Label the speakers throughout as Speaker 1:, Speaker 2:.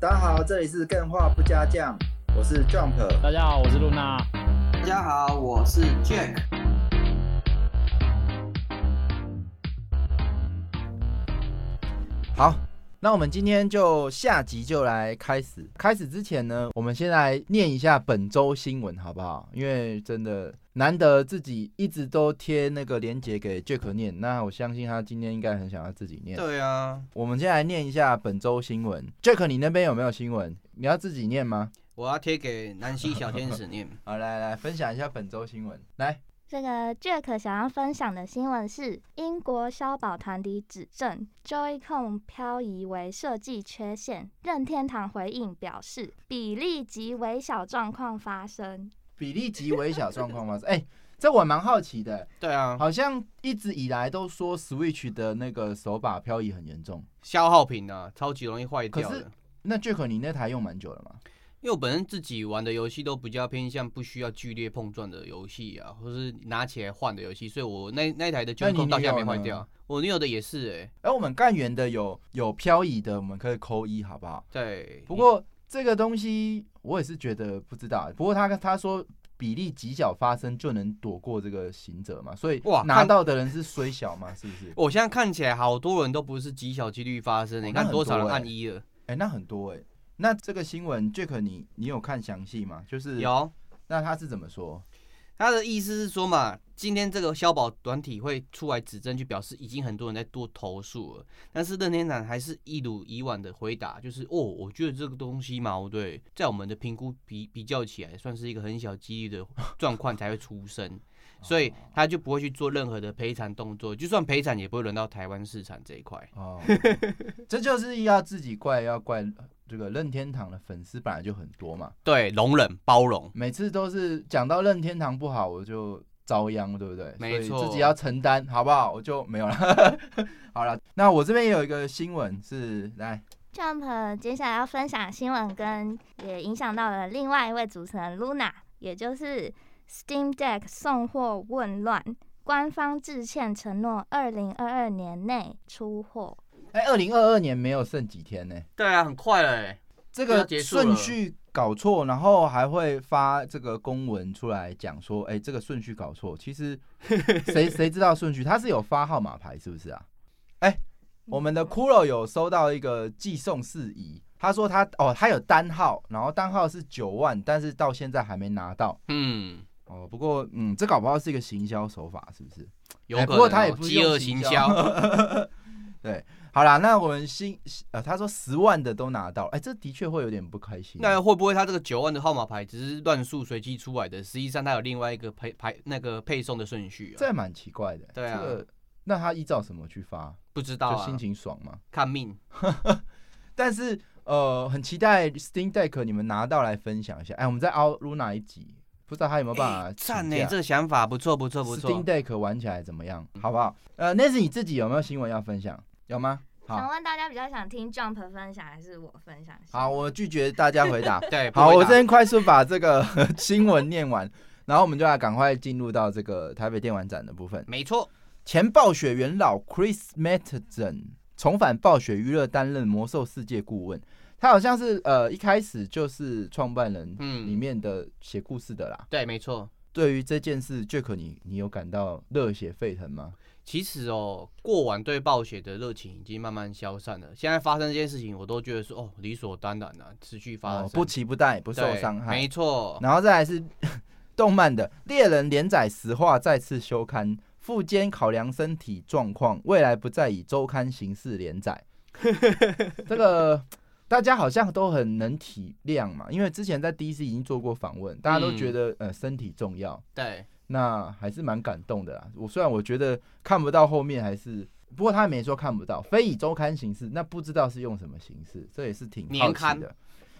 Speaker 1: 大家好，这里是更画不加酱，我是 Jump。
Speaker 2: 大家好，我是露娜。
Speaker 3: 大家好，我是 Jack。
Speaker 1: 好，那我们今天就下集就来开始。开始之前呢，我们先来念一下本周新闻，好不好？因为真的难得自己一直都贴那个链接给 Jack 念，那我相信他今天应该很想要自己念。
Speaker 3: 对啊，
Speaker 1: 我们先来念一下本周新闻。Jack，你那边有没有新闻？你要自己念吗？
Speaker 3: 我要贴给南希小天 使念。
Speaker 1: 好，来来分享一下本周新闻。来，
Speaker 4: 这个 Jack 想要分享的新闻是：英国消保团体指证 Joy-Con 漂移为设计缺陷，任天堂回应表示比例及微小状况发生。
Speaker 1: 比例级微小状况发生。哎、这我蛮好奇的，
Speaker 3: 对啊，
Speaker 1: 好像一直以来都说 Switch 的那个手把漂移很严重。
Speaker 3: 消耗品啊，超级容易坏掉
Speaker 1: 可
Speaker 3: 的
Speaker 1: 是。那 Jack，你那台用蛮久了吗？
Speaker 3: 因为我本身自己玩的游戏都比较偏向不需要剧烈碰撞的游戏啊，或是拿起来换的游戏，所以我那那一台的
Speaker 1: 那
Speaker 3: 军
Speaker 1: 你
Speaker 3: 控到现在
Speaker 1: 女
Speaker 3: 没
Speaker 1: 友
Speaker 3: 坏
Speaker 1: 呢
Speaker 3: 掉。我女友的也是哎、
Speaker 1: 哎、我们干员的有有漂移的，我们可以扣一，好不好？
Speaker 3: 对。
Speaker 1: 不过这个东西我也是觉得不知道。不过他他说比例极小发生就能躲过这个行者嘛，所以
Speaker 3: 哇
Speaker 1: 拿
Speaker 3: 看
Speaker 1: 到的人是虽小嘛，是不是？
Speaker 3: 我现在看起来好多人都不是极小几率发生
Speaker 1: 哦
Speaker 3: 的，你
Speaker 1: 那
Speaker 3: 看
Speaker 1: 很
Speaker 3: 多少人
Speaker 1: 多欸
Speaker 3: 按一了？
Speaker 1: 哎、那很多哎、那这个新闻，Jack，你你有看详细吗？就是，
Speaker 3: 有。
Speaker 1: 那他是怎么说？
Speaker 3: 他的意思是说嘛，今天这个消保团体会出来指证，就表示已经很多人在多投诉了。但是任天堂还是一如以往的回答，就是哦，我觉得这个东西嘛，对，在我们的评估比比较起来，算是一个很小几率的状况才会出 生，所以他就不会去做任何的赔偿动作，就算赔偿也不会轮到台湾市场这一块。
Speaker 1: 哦，这就是要自己怪，要怪这个任天堂的粉丝本来就很多嘛，
Speaker 3: 对，容忍包容，
Speaker 1: 每次都是讲到任天堂不好，我就遭殃，对不对？
Speaker 3: 没错
Speaker 1: 所以自己要承担，好不好？我就没有了。 好了，那我这边也有一个新闻是，来，
Speaker 4: Jump 接下来要分享新闻，跟也影响到了另外一位主持人 Luna，也就是 Steam Deck 送货混乱，官方致歉承诺二零二二年内出货。
Speaker 1: 哎、2二零二二年没有剩几天呢、
Speaker 3: 对啊，很快了欸，
Speaker 1: 这
Speaker 3: 就要
Speaker 1: 个
Speaker 3: 结束了
Speaker 1: 顺序搞错，然后还会发这个公文出来讲说，哎、这个顺序搞错。其实谁谁知道顺序？他是有发号码牌是不是啊？哎、
Speaker 3: 嗯
Speaker 1: 我们
Speaker 4: 嗯
Speaker 1: 的骷髅有收到一个寄送事宜，他说他哦，他有单号，然后单号是九万，但是到现在还没拿到。
Speaker 3: 嗯，
Speaker 1: 哦，不过嗯，这搞不好是一个行销手法，是不是？
Speaker 3: 有
Speaker 1: 哎
Speaker 3: 可
Speaker 1: 不
Speaker 3: 能、哦
Speaker 1: 过他也不是
Speaker 3: 饥
Speaker 1: 用
Speaker 3: 饿
Speaker 1: 行
Speaker 3: 行
Speaker 1: 销
Speaker 3: 销，
Speaker 1: 好啦，那我们新呃，他说十万的都拿到，哎、这的确会有点不开心。
Speaker 3: 那会不会他这个九万的号码牌只是乱数随机出来的？实际上它有另外一个配牌那个配送的顺序啊？
Speaker 1: 这蛮奇怪的、
Speaker 3: 对啊
Speaker 1: 这个那他依照什么去发？
Speaker 3: 不知道
Speaker 1: 就心
Speaker 3: 啊，
Speaker 1: 情爽嘛。
Speaker 3: 看命。
Speaker 1: 但是呃，很期待 Steam Deck 你们拿到来分享一下。哎，我们再凹 Luna 一集，不知道他有没有办法
Speaker 3: 哎
Speaker 1: 请假、
Speaker 3: 赞呢，这个想法不错不错不
Speaker 1: Steam
Speaker 3: 错。
Speaker 1: Deck 玩起来怎么样？好不好？呃，那是你自己有没有新闻要分享？有吗？
Speaker 4: 想
Speaker 1: 好，
Speaker 4: 问大家比较想听 Jump 分享还是我分享？
Speaker 1: 好，我拒绝大家回答。
Speaker 3: 对，不
Speaker 1: 好，
Speaker 3: 回
Speaker 1: 我
Speaker 3: 答
Speaker 1: 这边快速把这个 新闻念完，然后我们就要赶快进入到这个台北电玩展的部分。
Speaker 3: 没错，
Speaker 1: 前暴雪元老 Chris m a t t e n 重返暴雪娱乐担任魔兽世界顾问，他好像是呃一开始就是创办人里
Speaker 3: 嗯，
Speaker 1: 面的写故事的啦。
Speaker 3: 对，没错。
Speaker 1: 对于这件事，Jack 你你有感到热血沸腾吗？
Speaker 3: 其实哦，过往对暴雪的热情已经慢慢消散了。现在发生这件事情，我都觉得说哦，理所当然啊，持续发生，
Speaker 1: 哦，不期不待，不
Speaker 3: 不
Speaker 1: 受伤害
Speaker 3: 没。错，
Speaker 1: 然后再来是 动漫的《猎人》连载实话再次休刊，富坚考量身体状况，未来不再以周刊形式连 载。这个大家好像都很能体谅嘛，因为之前在 DC 已经做过访问，大家
Speaker 3: 嗯
Speaker 1: 都觉得、呃身体重要，
Speaker 3: 对，
Speaker 1: 那还是蛮感动的啦。我虽然我觉得看不到后面，还是不过他也没说看不到，非以周刊形式，那不知道是用什么形式，这也是挺好
Speaker 3: 年
Speaker 1: 奇
Speaker 3: 刊
Speaker 1: 的。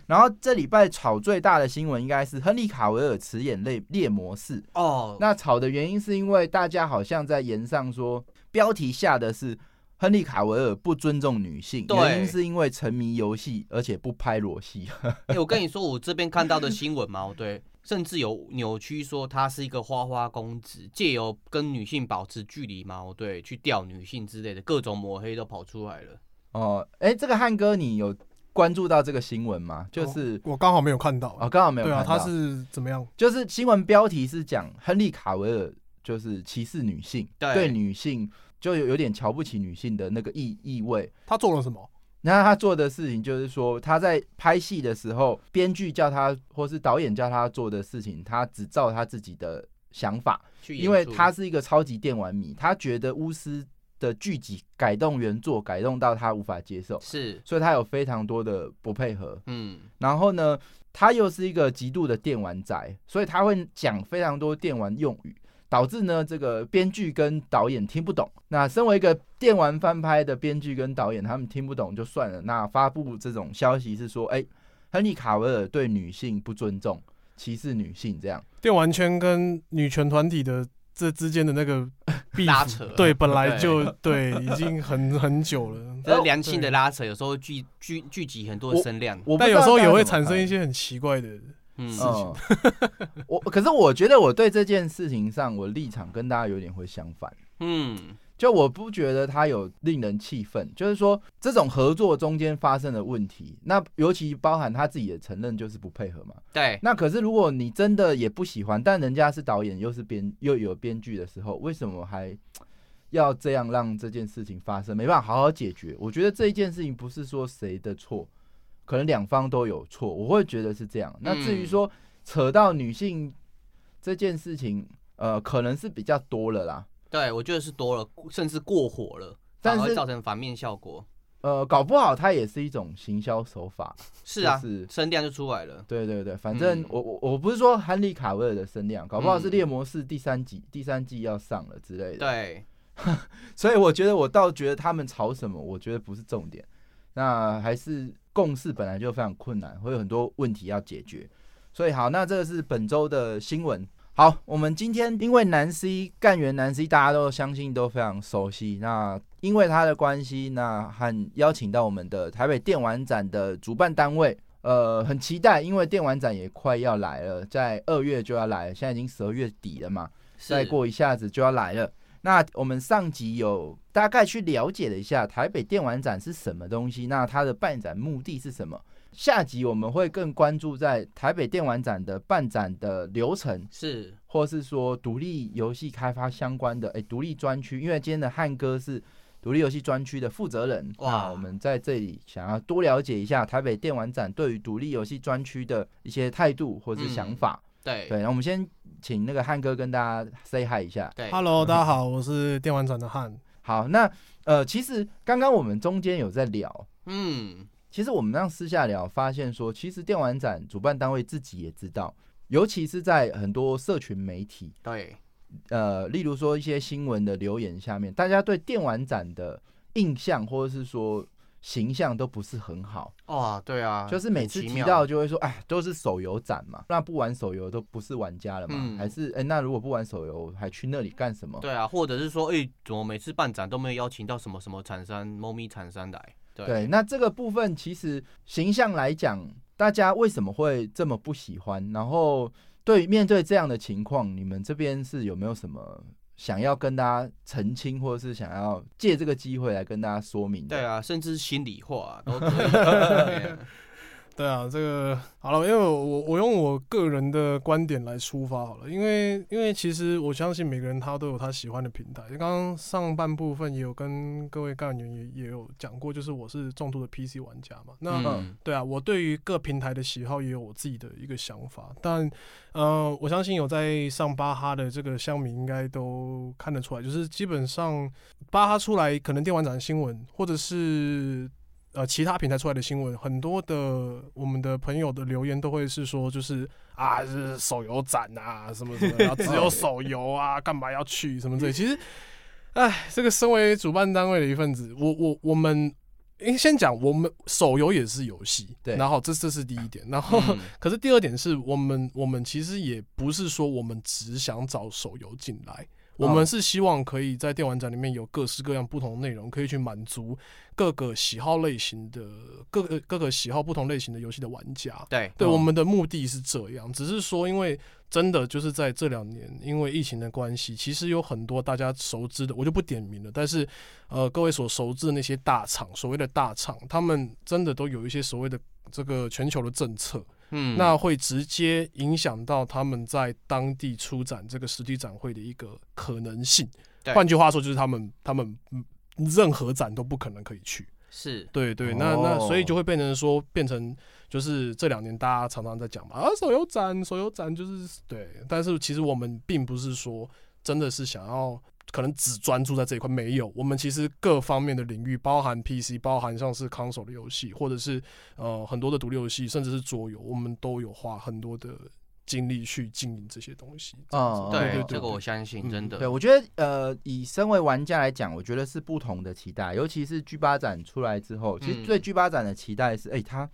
Speaker 1: 然后这礼拜炒最大的新闻应该是亨利卡维尔辞演类猎魔士。
Speaker 3: 哦，
Speaker 1: 那炒的原因是因为大家好像在言上说，标题下的是亨利卡维尔不尊重女性，
Speaker 3: 对
Speaker 1: 原因是因为沉迷游戏而且不拍裸戏。
Speaker 3: 哎、我跟你说，我这边看到的新闻嘛，哦对，甚至有扭曲说他是一个花花公子，借由跟女性保持距离嘛，哦对，去钓女性之类的各种抹黑都跑出来了。
Speaker 1: 哦，哎，这个汉哥你有关注到这个新闻吗？就是
Speaker 2: 我刚好没有看到。
Speaker 1: 哦，刚好没有
Speaker 2: 对啊，
Speaker 1: 看到
Speaker 2: 他是怎么样？
Speaker 1: 就是新闻标题是讲亨利卡维尔就是歧视女性，
Speaker 3: 对
Speaker 1: 女性就有有点瞧不起女性的那个意意味。
Speaker 2: 他做了什么？
Speaker 1: 那他做的事情就是说，他在拍戏的时候，编剧叫他或是导演叫他做的事情，他只照他自己的想法，
Speaker 3: 去演
Speaker 1: 因为
Speaker 3: 出
Speaker 1: 他是一个超级电玩迷，他觉得巫师的剧集改动原作改动到他无法接受，
Speaker 3: 是
Speaker 1: 所以他有非常多的不配合。
Speaker 3: 嗯
Speaker 1: 然后呢，他又是一个极度的电玩宅，所以他会讲非常多电玩用语，导致呢这个编剧跟导演听不懂。那身为一个电玩翻拍的编剧跟导演，他们听不懂就算了。那发布这种消息是说，哎，亨利卡维尔对女性不尊重，歧视女性这样。
Speaker 2: 电玩圈跟女权团体的这之间的 那个壁
Speaker 3: 拉扯
Speaker 2: 对，本来就 对，已经很很久了。
Speaker 3: 这是良性的拉扯，有时候聚聚聚集很多的声量，
Speaker 1: 我不
Speaker 2: 但
Speaker 1: 知
Speaker 2: 有
Speaker 1: 道
Speaker 2: 时候也
Speaker 1: 大
Speaker 2: 会
Speaker 1: 家怎么哎
Speaker 2: 产生
Speaker 1: 看
Speaker 2: 一些很奇怪的，
Speaker 3: 嗯，
Speaker 1: 嗯，我 可是我觉得我对这件事情上，我立场跟大家有点会相反。
Speaker 3: 嗯，
Speaker 1: 就我不觉得它有令人气愤，就是说这种合作中间发生的问题，那尤其包含他自己也承认就是不配合嘛。
Speaker 3: 对，
Speaker 1: 那可是如果你真的也不喜欢，但人家是导演又是编又有编剧的时候，为什么还要这样让这件事情发生？没办法好好解决。我觉得这一件事情不是说谁的错，可能两方都有错，我会觉得是这样。那至于说扯到女性这件事情，呃，可能是比较多了啦。
Speaker 3: 对我觉得是多了，甚至过火了，
Speaker 1: 但
Speaker 3: 反而
Speaker 1: 是
Speaker 3: 会造成反面效果。
Speaker 1: 呃，搞不好它也是一种行销手法。
Speaker 3: 是啊
Speaker 1: 就是，
Speaker 3: 声量就出来了。
Speaker 1: 对对对，反正
Speaker 3: 嗯
Speaker 1: 我我我不是说亨利卡维尔的声量，搞不好是
Speaker 3: 嗯
Speaker 1: 猎魔士第三集、第三季要上了之类的。
Speaker 3: 对，
Speaker 1: 所以我觉得我倒觉得他们吵什么，我觉得不是重点，那还是共识本来就非常困难，会有很多问题要解决。所以好，那这个是本周的新闻。好，我们今天因为南 C 干员南 C 大家都相信都非常熟悉，那因为他的关系，那和邀请到我们的台北电玩展的主办单位。呃，很期待，因为电玩展也快要来了，在二月就要来了，现在已经十二月底了嘛。
Speaker 3: 是
Speaker 1: 再过一下子就要来了。那我们上集有大概去了解了一下台北电玩展是什么东西，那它的办展目的是什么？下集我们会更关注在台北电玩展的办展的流程，
Speaker 3: 是，
Speaker 1: 或是说独立游戏开发相关的诶独立专区，因为今天的汉哥是独立游戏专区的负责人。
Speaker 3: 哇
Speaker 1: 哇，我们在这里想要多了解一下台北电玩展对于独立游戏专区的一些态度或是想
Speaker 3: 嗯
Speaker 1: 法。
Speaker 3: 对
Speaker 1: 对，那我们先请那个汉哥跟大家 say hi 一下。
Speaker 3: 对
Speaker 1: 嗯
Speaker 2: Hello，大家好，我是电玩展的汉。
Speaker 1: 好，那呃，其实刚刚我们中间有在聊，
Speaker 3: 嗯，
Speaker 1: 其实我们让私下聊，发现说，其实电玩展主办单位自己也知道，尤其是在很多社群媒体，
Speaker 3: 对，
Speaker 1: 呃，例如说一些新闻的留言下面，大家对电玩展的印象或者是说形象都不是很好。
Speaker 3: 哇，对啊，
Speaker 1: 就是每次
Speaker 3: 很
Speaker 1: 提
Speaker 3: 奇妙
Speaker 1: 到就会说，哎，都是手游展嘛，那不玩手游都不是玩家了嘛，
Speaker 3: 嗯
Speaker 1: 还是哎、那如果不玩手游，还去那里干什么？
Speaker 3: 对啊，或者是说，哎、怎么每次办展都没有邀请到什么什么厂商、猫咪厂商来？对，
Speaker 1: 对，那这个部分其实形象来讲，大家为什么会这么不喜欢？然后对于面对这样的情况，你们这边是有没有什么想要跟大家澄清，或者是想要借这个机会来跟大家说明的？
Speaker 3: 对，啊，甚至是心里话、都 可以。对啊
Speaker 2: 对啊，这个好了，因为我我我用我个人的观点来出发好了，因为因为其实我相信每个人他都有他喜欢的平台。刚刚上半部分也有跟各位干员也也有讲过，就是我是重度的 PC 玩家嘛，那、
Speaker 3: 嗯，
Speaker 2: 对啊，我对于各平台的喜好也有我自己的一个想法，但呃，我相信有在上巴哈的这个乡民应该都看得出来，就是基本上巴哈出来，可能电玩展新闻或者是呃其他平台出来的新闻，很多的我们的朋友的留言都会是说，就是啊，是手游展啊，什么什么，然后只有手游啊，干嘛要去什么这些，其实。哎，这个身为主办单位的一份子，我我我们因为先讲我们手游也是游戏，
Speaker 1: 对
Speaker 2: 然后这这是第一点，然后、
Speaker 3: 嗯
Speaker 2: 可是第二点是我们我们其实也不是说我们只想找手游进来，我们是希望可以在电玩展里面有各式各样不同的内容，可以去满足各个喜好类型的各个各个喜好不同类型的游戏的玩家。
Speaker 3: 对
Speaker 2: 对，
Speaker 1: 嗯
Speaker 2: 我们的目的是这样，只是说，因为真的就是在这两年，因为疫情的关系，其实有很多大家熟知的，我就不点名了。但是，呃，各位所熟知的那些大厂，所谓的大厂，他们真的都有一些所谓的这个全球的政策，
Speaker 3: 嗯，
Speaker 2: 那会直接影响到他们在当地出展这个实体展会的一个可能性。
Speaker 3: 对
Speaker 2: 换句话说，就是他们他们嗯任何展都不可能可以去。
Speaker 3: 是
Speaker 2: 对对，那那所以
Speaker 1: 哦
Speaker 2: 就会变成说，变成就是这两年大家常常在讲嘛，啊，手游展，手游展就是对，但是其实我们并不是说真的是想要可能只专注在这一块，没有，我们其实各方面的领域，包含 PC，包含像是 console 的游戏，或者是呃很多的独立游戏，甚至是桌游，我们都有花很多的精力去经营这些东西。这样子
Speaker 1: 哦
Speaker 2: 对
Speaker 3: 对
Speaker 2: 对，
Speaker 3: 这个我相
Speaker 2: 嗯
Speaker 3: 信，真
Speaker 1: 对，
Speaker 3: 的
Speaker 1: 我觉得呃，以身为玩家来讲，我觉得是不同的期待，尤其是 G 八展出来之后，其实
Speaker 3: 嗯
Speaker 1: 对 G 八展的期待是，哎、它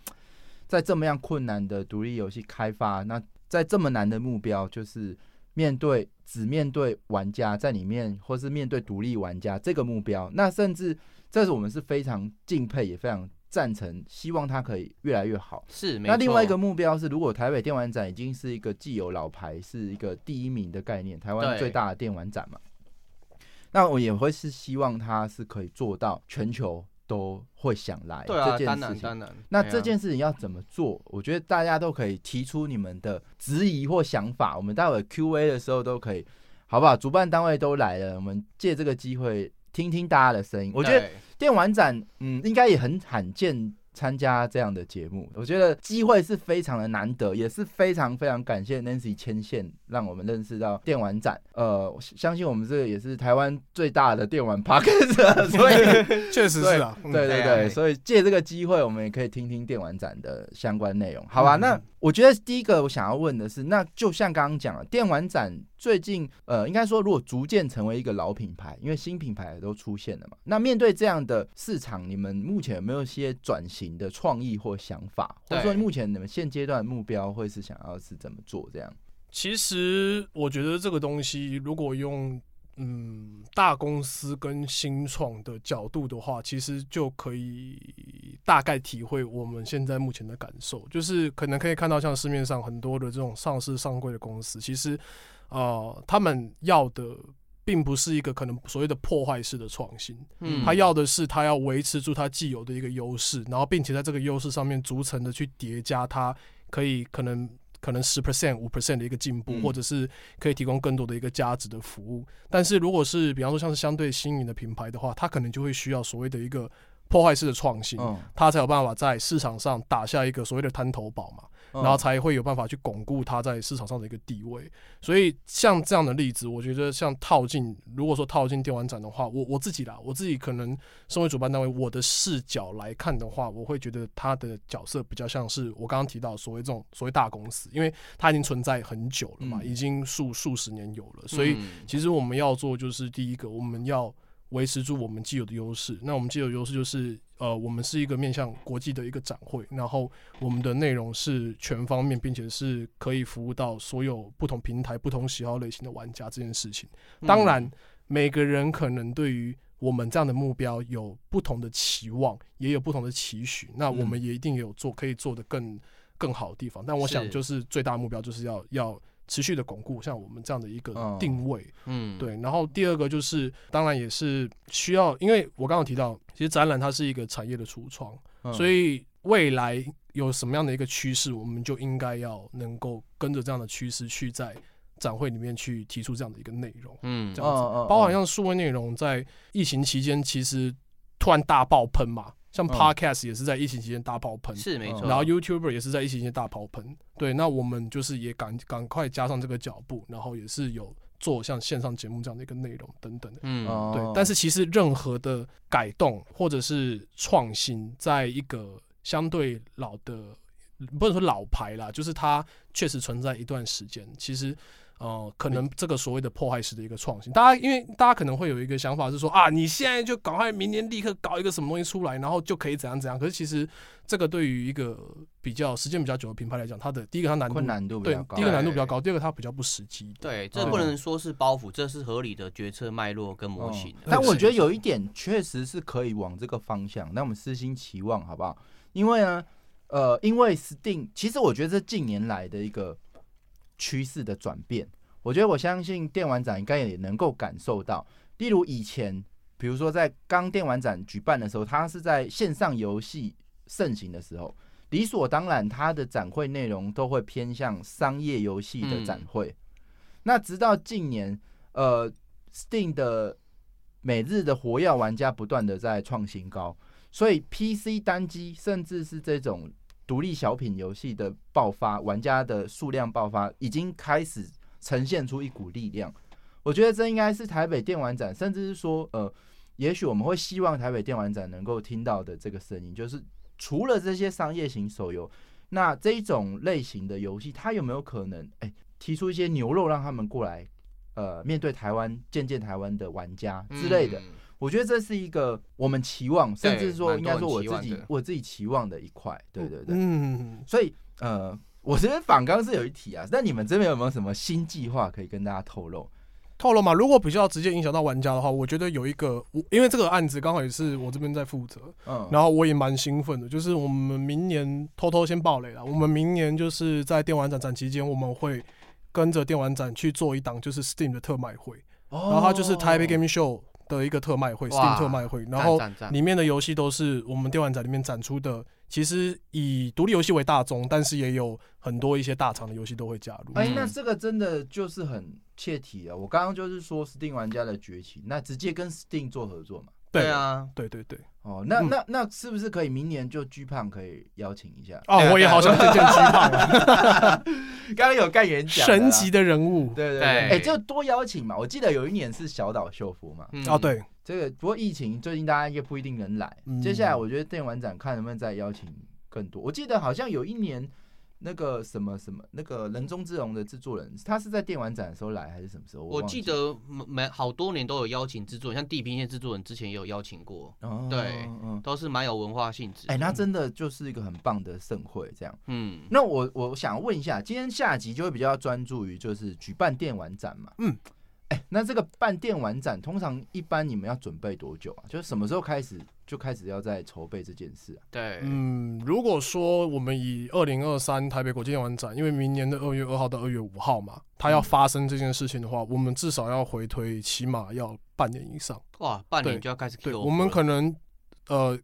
Speaker 1: 在这么样困难的独立游戏开发，那在这么难的目标，就是面对只面对玩家在里面，或是面对独立玩家这个目标，那甚至这是我们是非常敬佩，也非常赞成，希望它可以越来越好。
Speaker 3: 是没
Speaker 1: 那另外一个
Speaker 3: 错
Speaker 1: 目标是，如果台北电玩展已经是一个既有老牌，是一个第一名的概念，台湾
Speaker 3: 对
Speaker 1: 最大的电玩展嘛，那我也会是希望它是可以做到全球都会想来
Speaker 3: 对啊，
Speaker 1: 这件
Speaker 3: 当
Speaker 1: 事
Speaker 3: 然
Speaker 1: 情。
Speaker 3: 当然，
Speaker 1: 那
Speaker 3: 哎呀
Speaker 1: 这件事情要怎么做？我觉得大家都可以提出你们的质疑或想法，我们待会 Q&A 的时候都可以，好不好？主办单位都来了，我们借这个机会听听大家的声音。我觉得
Speaker 3: 对
Speaker 1: 电玩展，嗯，应该也很罕见参加这样的节目。我觉得机会是非常的难得，也是非常非常感谢 Nancy 牵线，让我们认识到电玩展。呃，我相信我们这个也是台湾最大的电玩 p a r k e 所以
Speaker 2: 确实是啊，嗯
Speaker 1: 对对
Speaker 3: 对啊
Speaker 1: 对，
Speaker 3: 对
Speaker 1: 所以借这个机会，我们也可以听听电玩展的相关内容，好吧？
Speaker 2: 嗯
Speaker 1: 那我觉得第一个我想要问的是，那就像刚刚讲了，电玩展最近呃，应该说如果逐渐成为一个老品牌，因为新品牌也都出现了嘛，那面对这样的市场，你们目前有没有一些转型的创意或想法，或者说
Speaker 3: 对
Speaker 1: 目前你们现阶段的目标会是想要是怎么做这样？
Speaker 2: 其实我觉得这个东西，如果用嗯大公司跟新创的角度的话，其实就可以大概体会我们现在目前的感受，就是可能可以看到像市面上很多的这种上市上柜的公司，其实呃他们要的。并不是一个可能所谓的破坏式的创新，
Speaker 3: 嗯
Speaker 2: 他要的是他要维持住他既有的一个优势，然后并且在这个优势上面逐层的去叠加它可以可能可能十 percent 五 percent 的一个进步，
Speaker 1: 嗯
Speaker 2: 或者是可以提供更多的一个价值的服务。但是如果是比方说像是相对新颖的品牌的话，它可能就会需要所谓的一个破坏式的创新，
Speaker 1: 嗯，
Speaker 2: 它才有办法在市场上打下一个所谓的滩头堡嘛。
Speaker 1: 嗯
Speaker 2: 然后才会有办法去巩固它在市场上的一个地位。所以像这样的例子，我觉得像套进，如果说套进电玩展的话，我我自己啦，我自己可能身为主办单位，我的视角来看的话，我会觉得它的角色比较像是我刚刚提到所谓这种所谓大公司，因为它已经存在很久了嘛，
Speaker 1: 嗯
Speaker 2: 已经数数十年有了，所以
Speaker 3: 嗯
Speaker 2: 其实我们要做就是第一个，我们要维持住我们既有的优势。那我们既有的优势就是，呃，我们是一个面向国际的一个展会，然后我们的内容是全方面，并且是可以服务到所有不同平台、不同喜好类型的玩家这件事情。
Speaker 3: 嗯
Speaker 2: 当然，每个人可能对于我们这样的目标有不同的期望，也有不同的期许。那我们也一定有做可以做的更更好的地方。但我想，
Speaker 3: 是
Speaker 2: 就是最大目标就是要要持续的巩固像我们这样的一个
Speaker 1: 嗯
Speaker 2: 定位。
Speaker 3: 嗯，
Speaker 2: 对，然后第二个就是，当然也是需要，因为我刚刚有提到，其实展览它是一个产业的橱窗，
Speaker 1: 嗯
Speaker 2: 所以未来有什么样的一个趋势，我们就应该要能够跟着这样的趋势去在展会里面去提出这样的一个内容。
Speaker 3: 嗯
Speaker 2: 这，样
Speaker 1: 嗯
Speaker 2: 子
Speaker 1: 嗯嗯
Speaker 2: 包含像数位内容在疫情期间其实突然大爆喷嘛，像
Speaker 1: 嗯
Speaker 2: Podcast 也是在疫情期间大爆喷，
Speaker 3: 是没
Speaker 1: 嗯
Speaker 3: 错，
Speaker 2: 然后 YouTuber 也是在疫情期间大爆喷，对，那我们就是也赶赶快加上这个脚步，然后也是有做像线上节目这样的一个内容等等的，
Speaker 3: 嗯
Speaker 1: 哦
Speaker 2: 对。但是其实任何的改动或者是创新，在一个相对老的，不能说老牌啦，就是它确实存在一段时间，其实。呃，可能这个所谓的迫害式的一个创新。大家因为大家可能会有一个想法是说啊，你现在就赶快明年立刻搞一个什么东西出来，然后就可以怎样怎样。可是其实这个对于一个比较时间比较久的品牌来讲，它的第一个它难度
Speaker 1: 困难度比
Speaker 2: 对
Speaker 1: 较高。
Speaker 2: 第一个难度比较
Speaker 3: 对
Speaker 2: 高，第二个它比较不实际。
Speaker 3: 对，这
Speaker 1: 嗯
Speaker 3: 不能说是包袱，这是合理的决策脉络跟模型
Speaker 1: 哦
Speaker 3: 的。
Speaker 1: 但我觉得有一
Speaker 3: 点。
Speaker 1: 点确实是可以往这个方向，那我们私心期望好不好？因为呢，呃，因为 Steam，其实我觉得这近年来的一个趋势的转变，我觉得我相信电玩展应该也能够感受到。例如以前，比如说在刚电玩展举办的时候，它是在线上游戏盛行的时候，理所当然，它的展会内容都会偏向商业游戏的展会。那直到近年，呃，Steam 的每日的活跃玩家不断的在创新高，所以 PC 单机甚至是这种独立小品游戏的爆发，玩家的数量爆发，已经开始呈现出一股力量。我觉得这应该是台北电玩展，甚至是说，呃，也许我们会希望台北电玩展能够听到的这个声音，就是除了这些商业型手游，那这一种类型的游戏，它有没有可能，哎、提出一些牛肉让他们过来，呃，面对台湾、见见台湾的玩家之类的？
Speaker 3: 嗯
Speaker 1: 我觉得这是一个我们期望，甚至说应该说我自
Speaker 3: 蛮多人期
Speaker 1: 己
Speaker 3: 望的
Speaker 1: 我自己期望的一块，对对对。
Speaker 2: 嗯，
Speaker 1: 所以呃，我这边反刚是有一题啊，那你们这边有没有什么新计划可以跟大家透露？
Speaker 2: 透露嘛，如果比较直接影响到玩家的话，我觉得有一个，我因为这个案子刚好也是我这边在负责，
Speaker 1: 嗯，
Speaker 2: 然后我也蛮兴奋的，就是我们明年偷偷先爆雷了，我们明年就是在电玩展展期间，我们会跟着电玩展去做一档就是 Steam 的特卖会，
Speaker 1: 哦
Speaker 2: 然后它就是台北 Gaming Show 的一个特卖会
Speaker 3: 哦哇
Speaker 2: ，Steam 特卖会，然
Speaker 3: 赞
Speaker 2: 后
Speaker 3: 赞赞
Speaker 2: 里面的游戏都是我们电玩展里面展出的，其实以独立游戏为大宗，但是也有很多一些大厂的游戏都会加入。
Speaker 1: 哎、
Speaker 3: 嗯
Speaker 1: 那这个真的就是很切题了。我刚刚就是说 Steam 玩家的崛起，那直接跟 Steam 做合作嘛。
Speaker 3: 对，啊，
Speaker 2: 对对对。
Speaker 1: 哦，那、
Speaker 2: 嗯
Speaker 1: 那那是不是可以明年就 G 胖可以邀请一下？
Speaker 2: 哦
Speaker 3: 对啊，
Speaker 2: 我也好想 推荐 G 胖啊，
Speaker 1: 刚刚有干演讲的啦
Speaker 2: 神级，的人物
Speaker 1: 对对对，
Speaker 3: 对
Speaker 1: 哎、就多邀请嘛。我记得有一年是小岛秀夫嘛，
Speaker 3: 嗯
Speaker 2: 啊，，对，
Speaker 1: 这个不过疫情最近大家也不一定能来，
Speaker 2: 嗯
Speaker 1: 接下来我觉得电玩展看能不能再邀请更多。我记得好像有一年那个什么什么那个人中之龙的制作人，他是在电玩展的时候来还是什么时候？我
Speaker 3: 我
Speaker 1: 忘
Speaker 3: 记
Speaker 1: 记
Speaker 3: 得每好多年都有邀请制作人，像地平线制作人之前也有邀请过，
Speaker 1: 哦
Speaker 3: 对
Speaker 1: 嗯，
Speaker 3: 都是嗯蛮有文化性质的。
Speaker 1: 哎、那真的就是一个很棒的盛会，这样。
Speaker 3: 嗯，
Speaker 1: 那我我想问一下，今天下集就会比较专注于就是举办电玩展嘛？
Speaker 2: 嗯，
Speaker 1: 哎、那这个办电玩展通常一般你们要准备多久啊？就是什么时候开始就开始要在筹备这件事啊？
Speaker 3: 对，
Speaker 2: 嗯，如果说我们以二零二三台北国际电玩展，因为明年的二月二号到二月五号嘛，它要发生这件事情的话，我们至少要回推，起码要半年以上。
Speaker 3: 哇，半年
Speaker 2: 对
Speaker 3: 就要开始 Q，
Speaker 2: 对，我们可能呃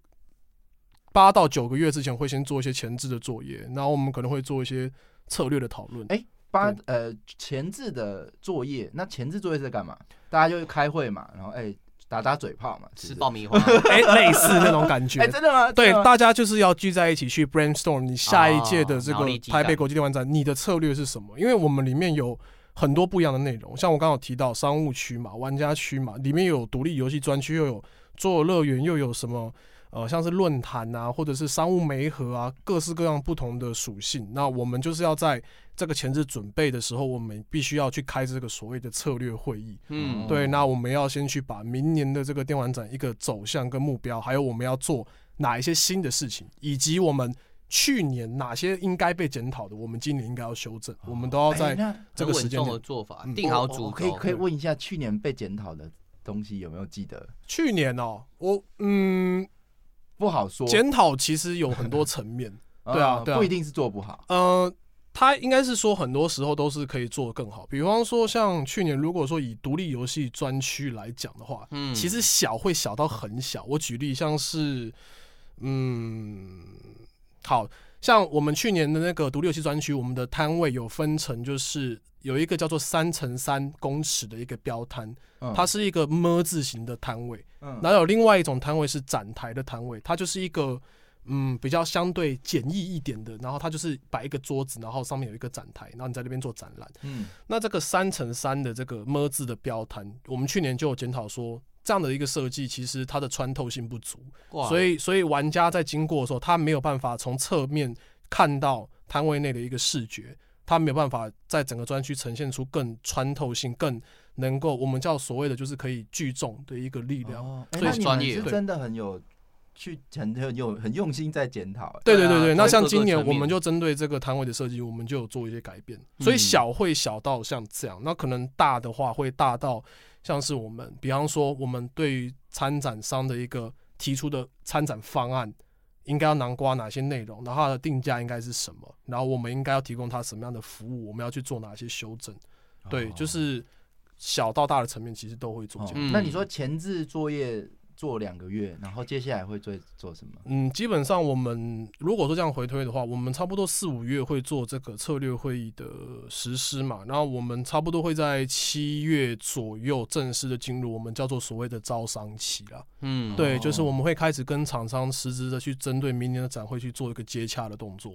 Speaker 2: 八到九个月之前会先做一些前置的作业，然后我们可能会做一些策略的讨论。
Speaker 1: 哎八呃前置的作业，那前置作业是在干嘛？大家就开会嘛，然后哎、打打嘴炮嘛，是
Speaker 3: 吃
Speaker 1: 不是
Speaker 3: 爆 米花，
Speaker 2: 哎、类似那种感觉。
Speaker 1: 哎、真的吗？
Speaker 2: 对
Speaker 1: 真的，吗
Speaker 2: 大家就是要聚在一起去 brainstorm 你下一届的这
Speaker 3: 啊哦脑
Speaker 2: 个
Speaker 3: 力激荡
Speaker 2: 台北国际电玩展，你的策略是什么？因为我们里面有很多不一样的内容，像我刚刚有提到商务区嘛、玩家区嘛，里面有独立游戏专区，又有做乐园，又有什么呃像是论坛啊，或者是商务媒合啊，各式各样不同的属性。那我们就是要在这个前置准备的时候，我们必须要去开这个所谓的策略会议。
Speaker 3: 嗯，
Speaker 2: 对，那我们要先去把明年的这个电玩展一个走向跟目标，还有我们要做哪一些新的事情，以及我们去年哪些应该被检讨的，我们今年应该要修正，我们都要
Speaker 1: 哎
Speaker 2: 在
Speaker 1: 那
Speaker 2: 这个时
Speaker 3: 哦很稳
Speaker 2: 间
Speaker 3: 重的哦
Speaker 2: 点。
Speaker 3: 做法，
Speaker 2: 嗯
Speaker 3: 定好
Speaker 1: 我
Speaker 3: 主
Speaker 1: 我
Speaker 3: 轴，
Speaker 1: 可以可以问一下，去年被检讨的东西有没有记得？
Speaker 2: 去年哦，我嗯，
Speaker 1: 不好说，
Speaker 2: 检讨其实有很多层面， 对啊
Speaker 1: 嗯
Speaker 2: 对啊
Speaker 1: 不一定是做不好。
Speaker 2: 呃，他应该是说很多时候都是可以做得更好，比方说像去年，如果说以独立游戏专区来讲的话，
Speaker 3: 嗯，
Speaker 2: 其实小会小到很小。我举例，像是，嗯，好像我们去年的那个独立游戏专区，我们的摊位有分成，就是有一个叫做三乘三公尺的一个标摊，
Speaker 1: 嗯
Speaker 2: 它是一个么字形的摊位，
Speaker 1: 嗯
Speaker 2: 然后有另外一种摊位是展台的摊位，它就是一个。嗯，比较相对简易一点的，然后它就是摆一个桌子，然后上面有一个展台，然后你在那边做展览。
Speaker 1: 嗯
Speaker 2: 那这个三乘三的这个么字的标摊，我们去年就有检讨说，这样的一个设计其实它的穿透性不足，
Speaker 3: 哇
Speaker 2: 所以所以玩家在经过的时候，他没有办法从侧面看到摊位内的一个视觉。它没有办法在整个专区呈现出更穿透性、更能够我们叫所谓的就是可以聚众的一个力量。
Speaker 1: 哦哎
Speaker 3: 所以
Speaker 1: 那你
Speaker 3: 专
Speaker 1: 们
Speaker 3: 业
Speaker 1: 是
Speaker 2: 对
Speaker 1: 真的很有去很很有很用心在检讨，哎
Speaker 2: 对
Speaker 3: 对
Speaker 2: 对
Speaker 3: 啊
Speaker 2: 对对，
Speaker 3: 在
Speaker 2: 那像
Speaker 3: 各个
Speaker 2: 今年
Speaker 3: 层
Speaker 2: 我们
Speaker 3: 面
Speaker 2: 就针对这个摊位的设计，我们就有做一些改变。所以
Speaker 3: 嗯
Speaker 2: 小会小到像这样，那可能大的话会大到像是我们，比方说我们对于参展商的一个提出的参展方案，应该要囊括哪些内容，然后它的定价应该是什么，然后我们应该要提供它什么样的服务，我们要去做哪些修正。对，就。
Speaker 1: 哦
Speaker 2: 是小到大的层面，其实都会做
Speaker 1: 哦
Speaker 2: 这样。
Speaker 3: 嗯
Speaker 1: 那你说前置作业做两个月，然后接下来会做做什么？
Speaker 2: 嗯，基本上我们如果说这样回推的话，我们差不多四五月会做这个策略会议的实施嘛，然后我们差不多会在七月左右正式的进入我们叫做所谓的招商期啦。
Speaker 3: 嗯，
Speaker 2: 对，
Speaker 1: 哦
Speaker 2: 就是我们会开始跟厂商实质的去针对明年的展会去做一个接洽的动作，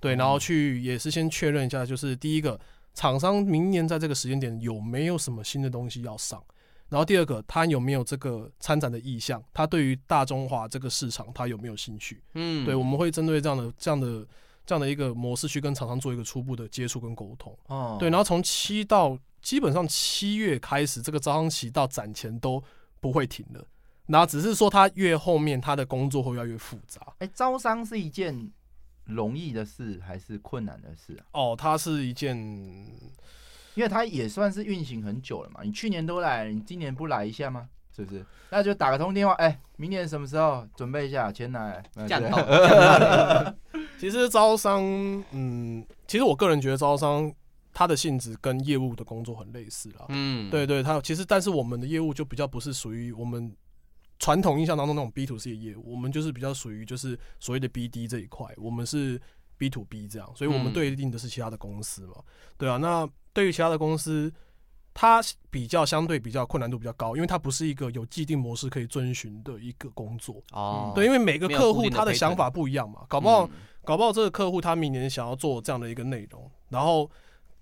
Speaker 2: 对，
Speaker 3: 嗯
Speaker 2: 然后去也是先确认一下，就是第一个，厂商明年在这个时间点有没有什么新的东西要上，然后第二个，他有没有这个参展的意向，他对于大中华这个市场他有没有兴趣，
Speaker 3: 嗯，
Speaker 2: 对，我们会针对这样的这样的这样的一个模式去跟厂商做一个初步的接触跟沟通。
Speaker 1: 哦，
Speaker 2: 对，然后从七到基本上七月开始，这个招商期到展前都不会停的。然后只是说他越后面他的工作会越来越复杂
Speaker 1: 哎、招商是一件容易的事还是困难的事啊？
Speaker 2: 哦，它是一件
Speaker 1: 因为它也算是运行很久了嘛。你去年都来了，你今年不来一下吗？是不是？那就打个通电话，哎、明年什么时候准备一下，钱拿来。那
Speaker 3: 降
Speaker 1: 对
Speaker 3: 到 了降到了
Speaker 2: 其实招商，嗯，其实我个人觉得招商它的性质跟业务的工作很类似啦，
Speaker 3: 嗯，
Speaker 2: 对对，它其实但是我们的业务就比较不是属于我们传统印象当中那种 B to C 的业务，我们就是比较属于就是所谓的 BD 这一块，我们是 B to B 这样，所以我
Speaker 3: 嗯
Speaker 2: 们对应的是其他的公司嘛，对啊，那对于其他的公司。它比较相对比较困难度比较高，因为它不是一个有既定模式可以遵循的一个工作。
Speaker 3: 哦，
Speaker 2: 嗯对，因为每个
Speaker 3: 没有
Speaker 2: 客
Speaker 3: 固
Speaker 2: 户
Speaker 3: 定的
Speaker 2: 他的
Speaker 3: 配
Speaker 2: 想
Speaker 3: 套
Speaker 2: 法不一样嘛，搞不好
Speaker 3: 嗯
Speaker 2: 搞不好这个客户他明年想要做这样的一个内容，然后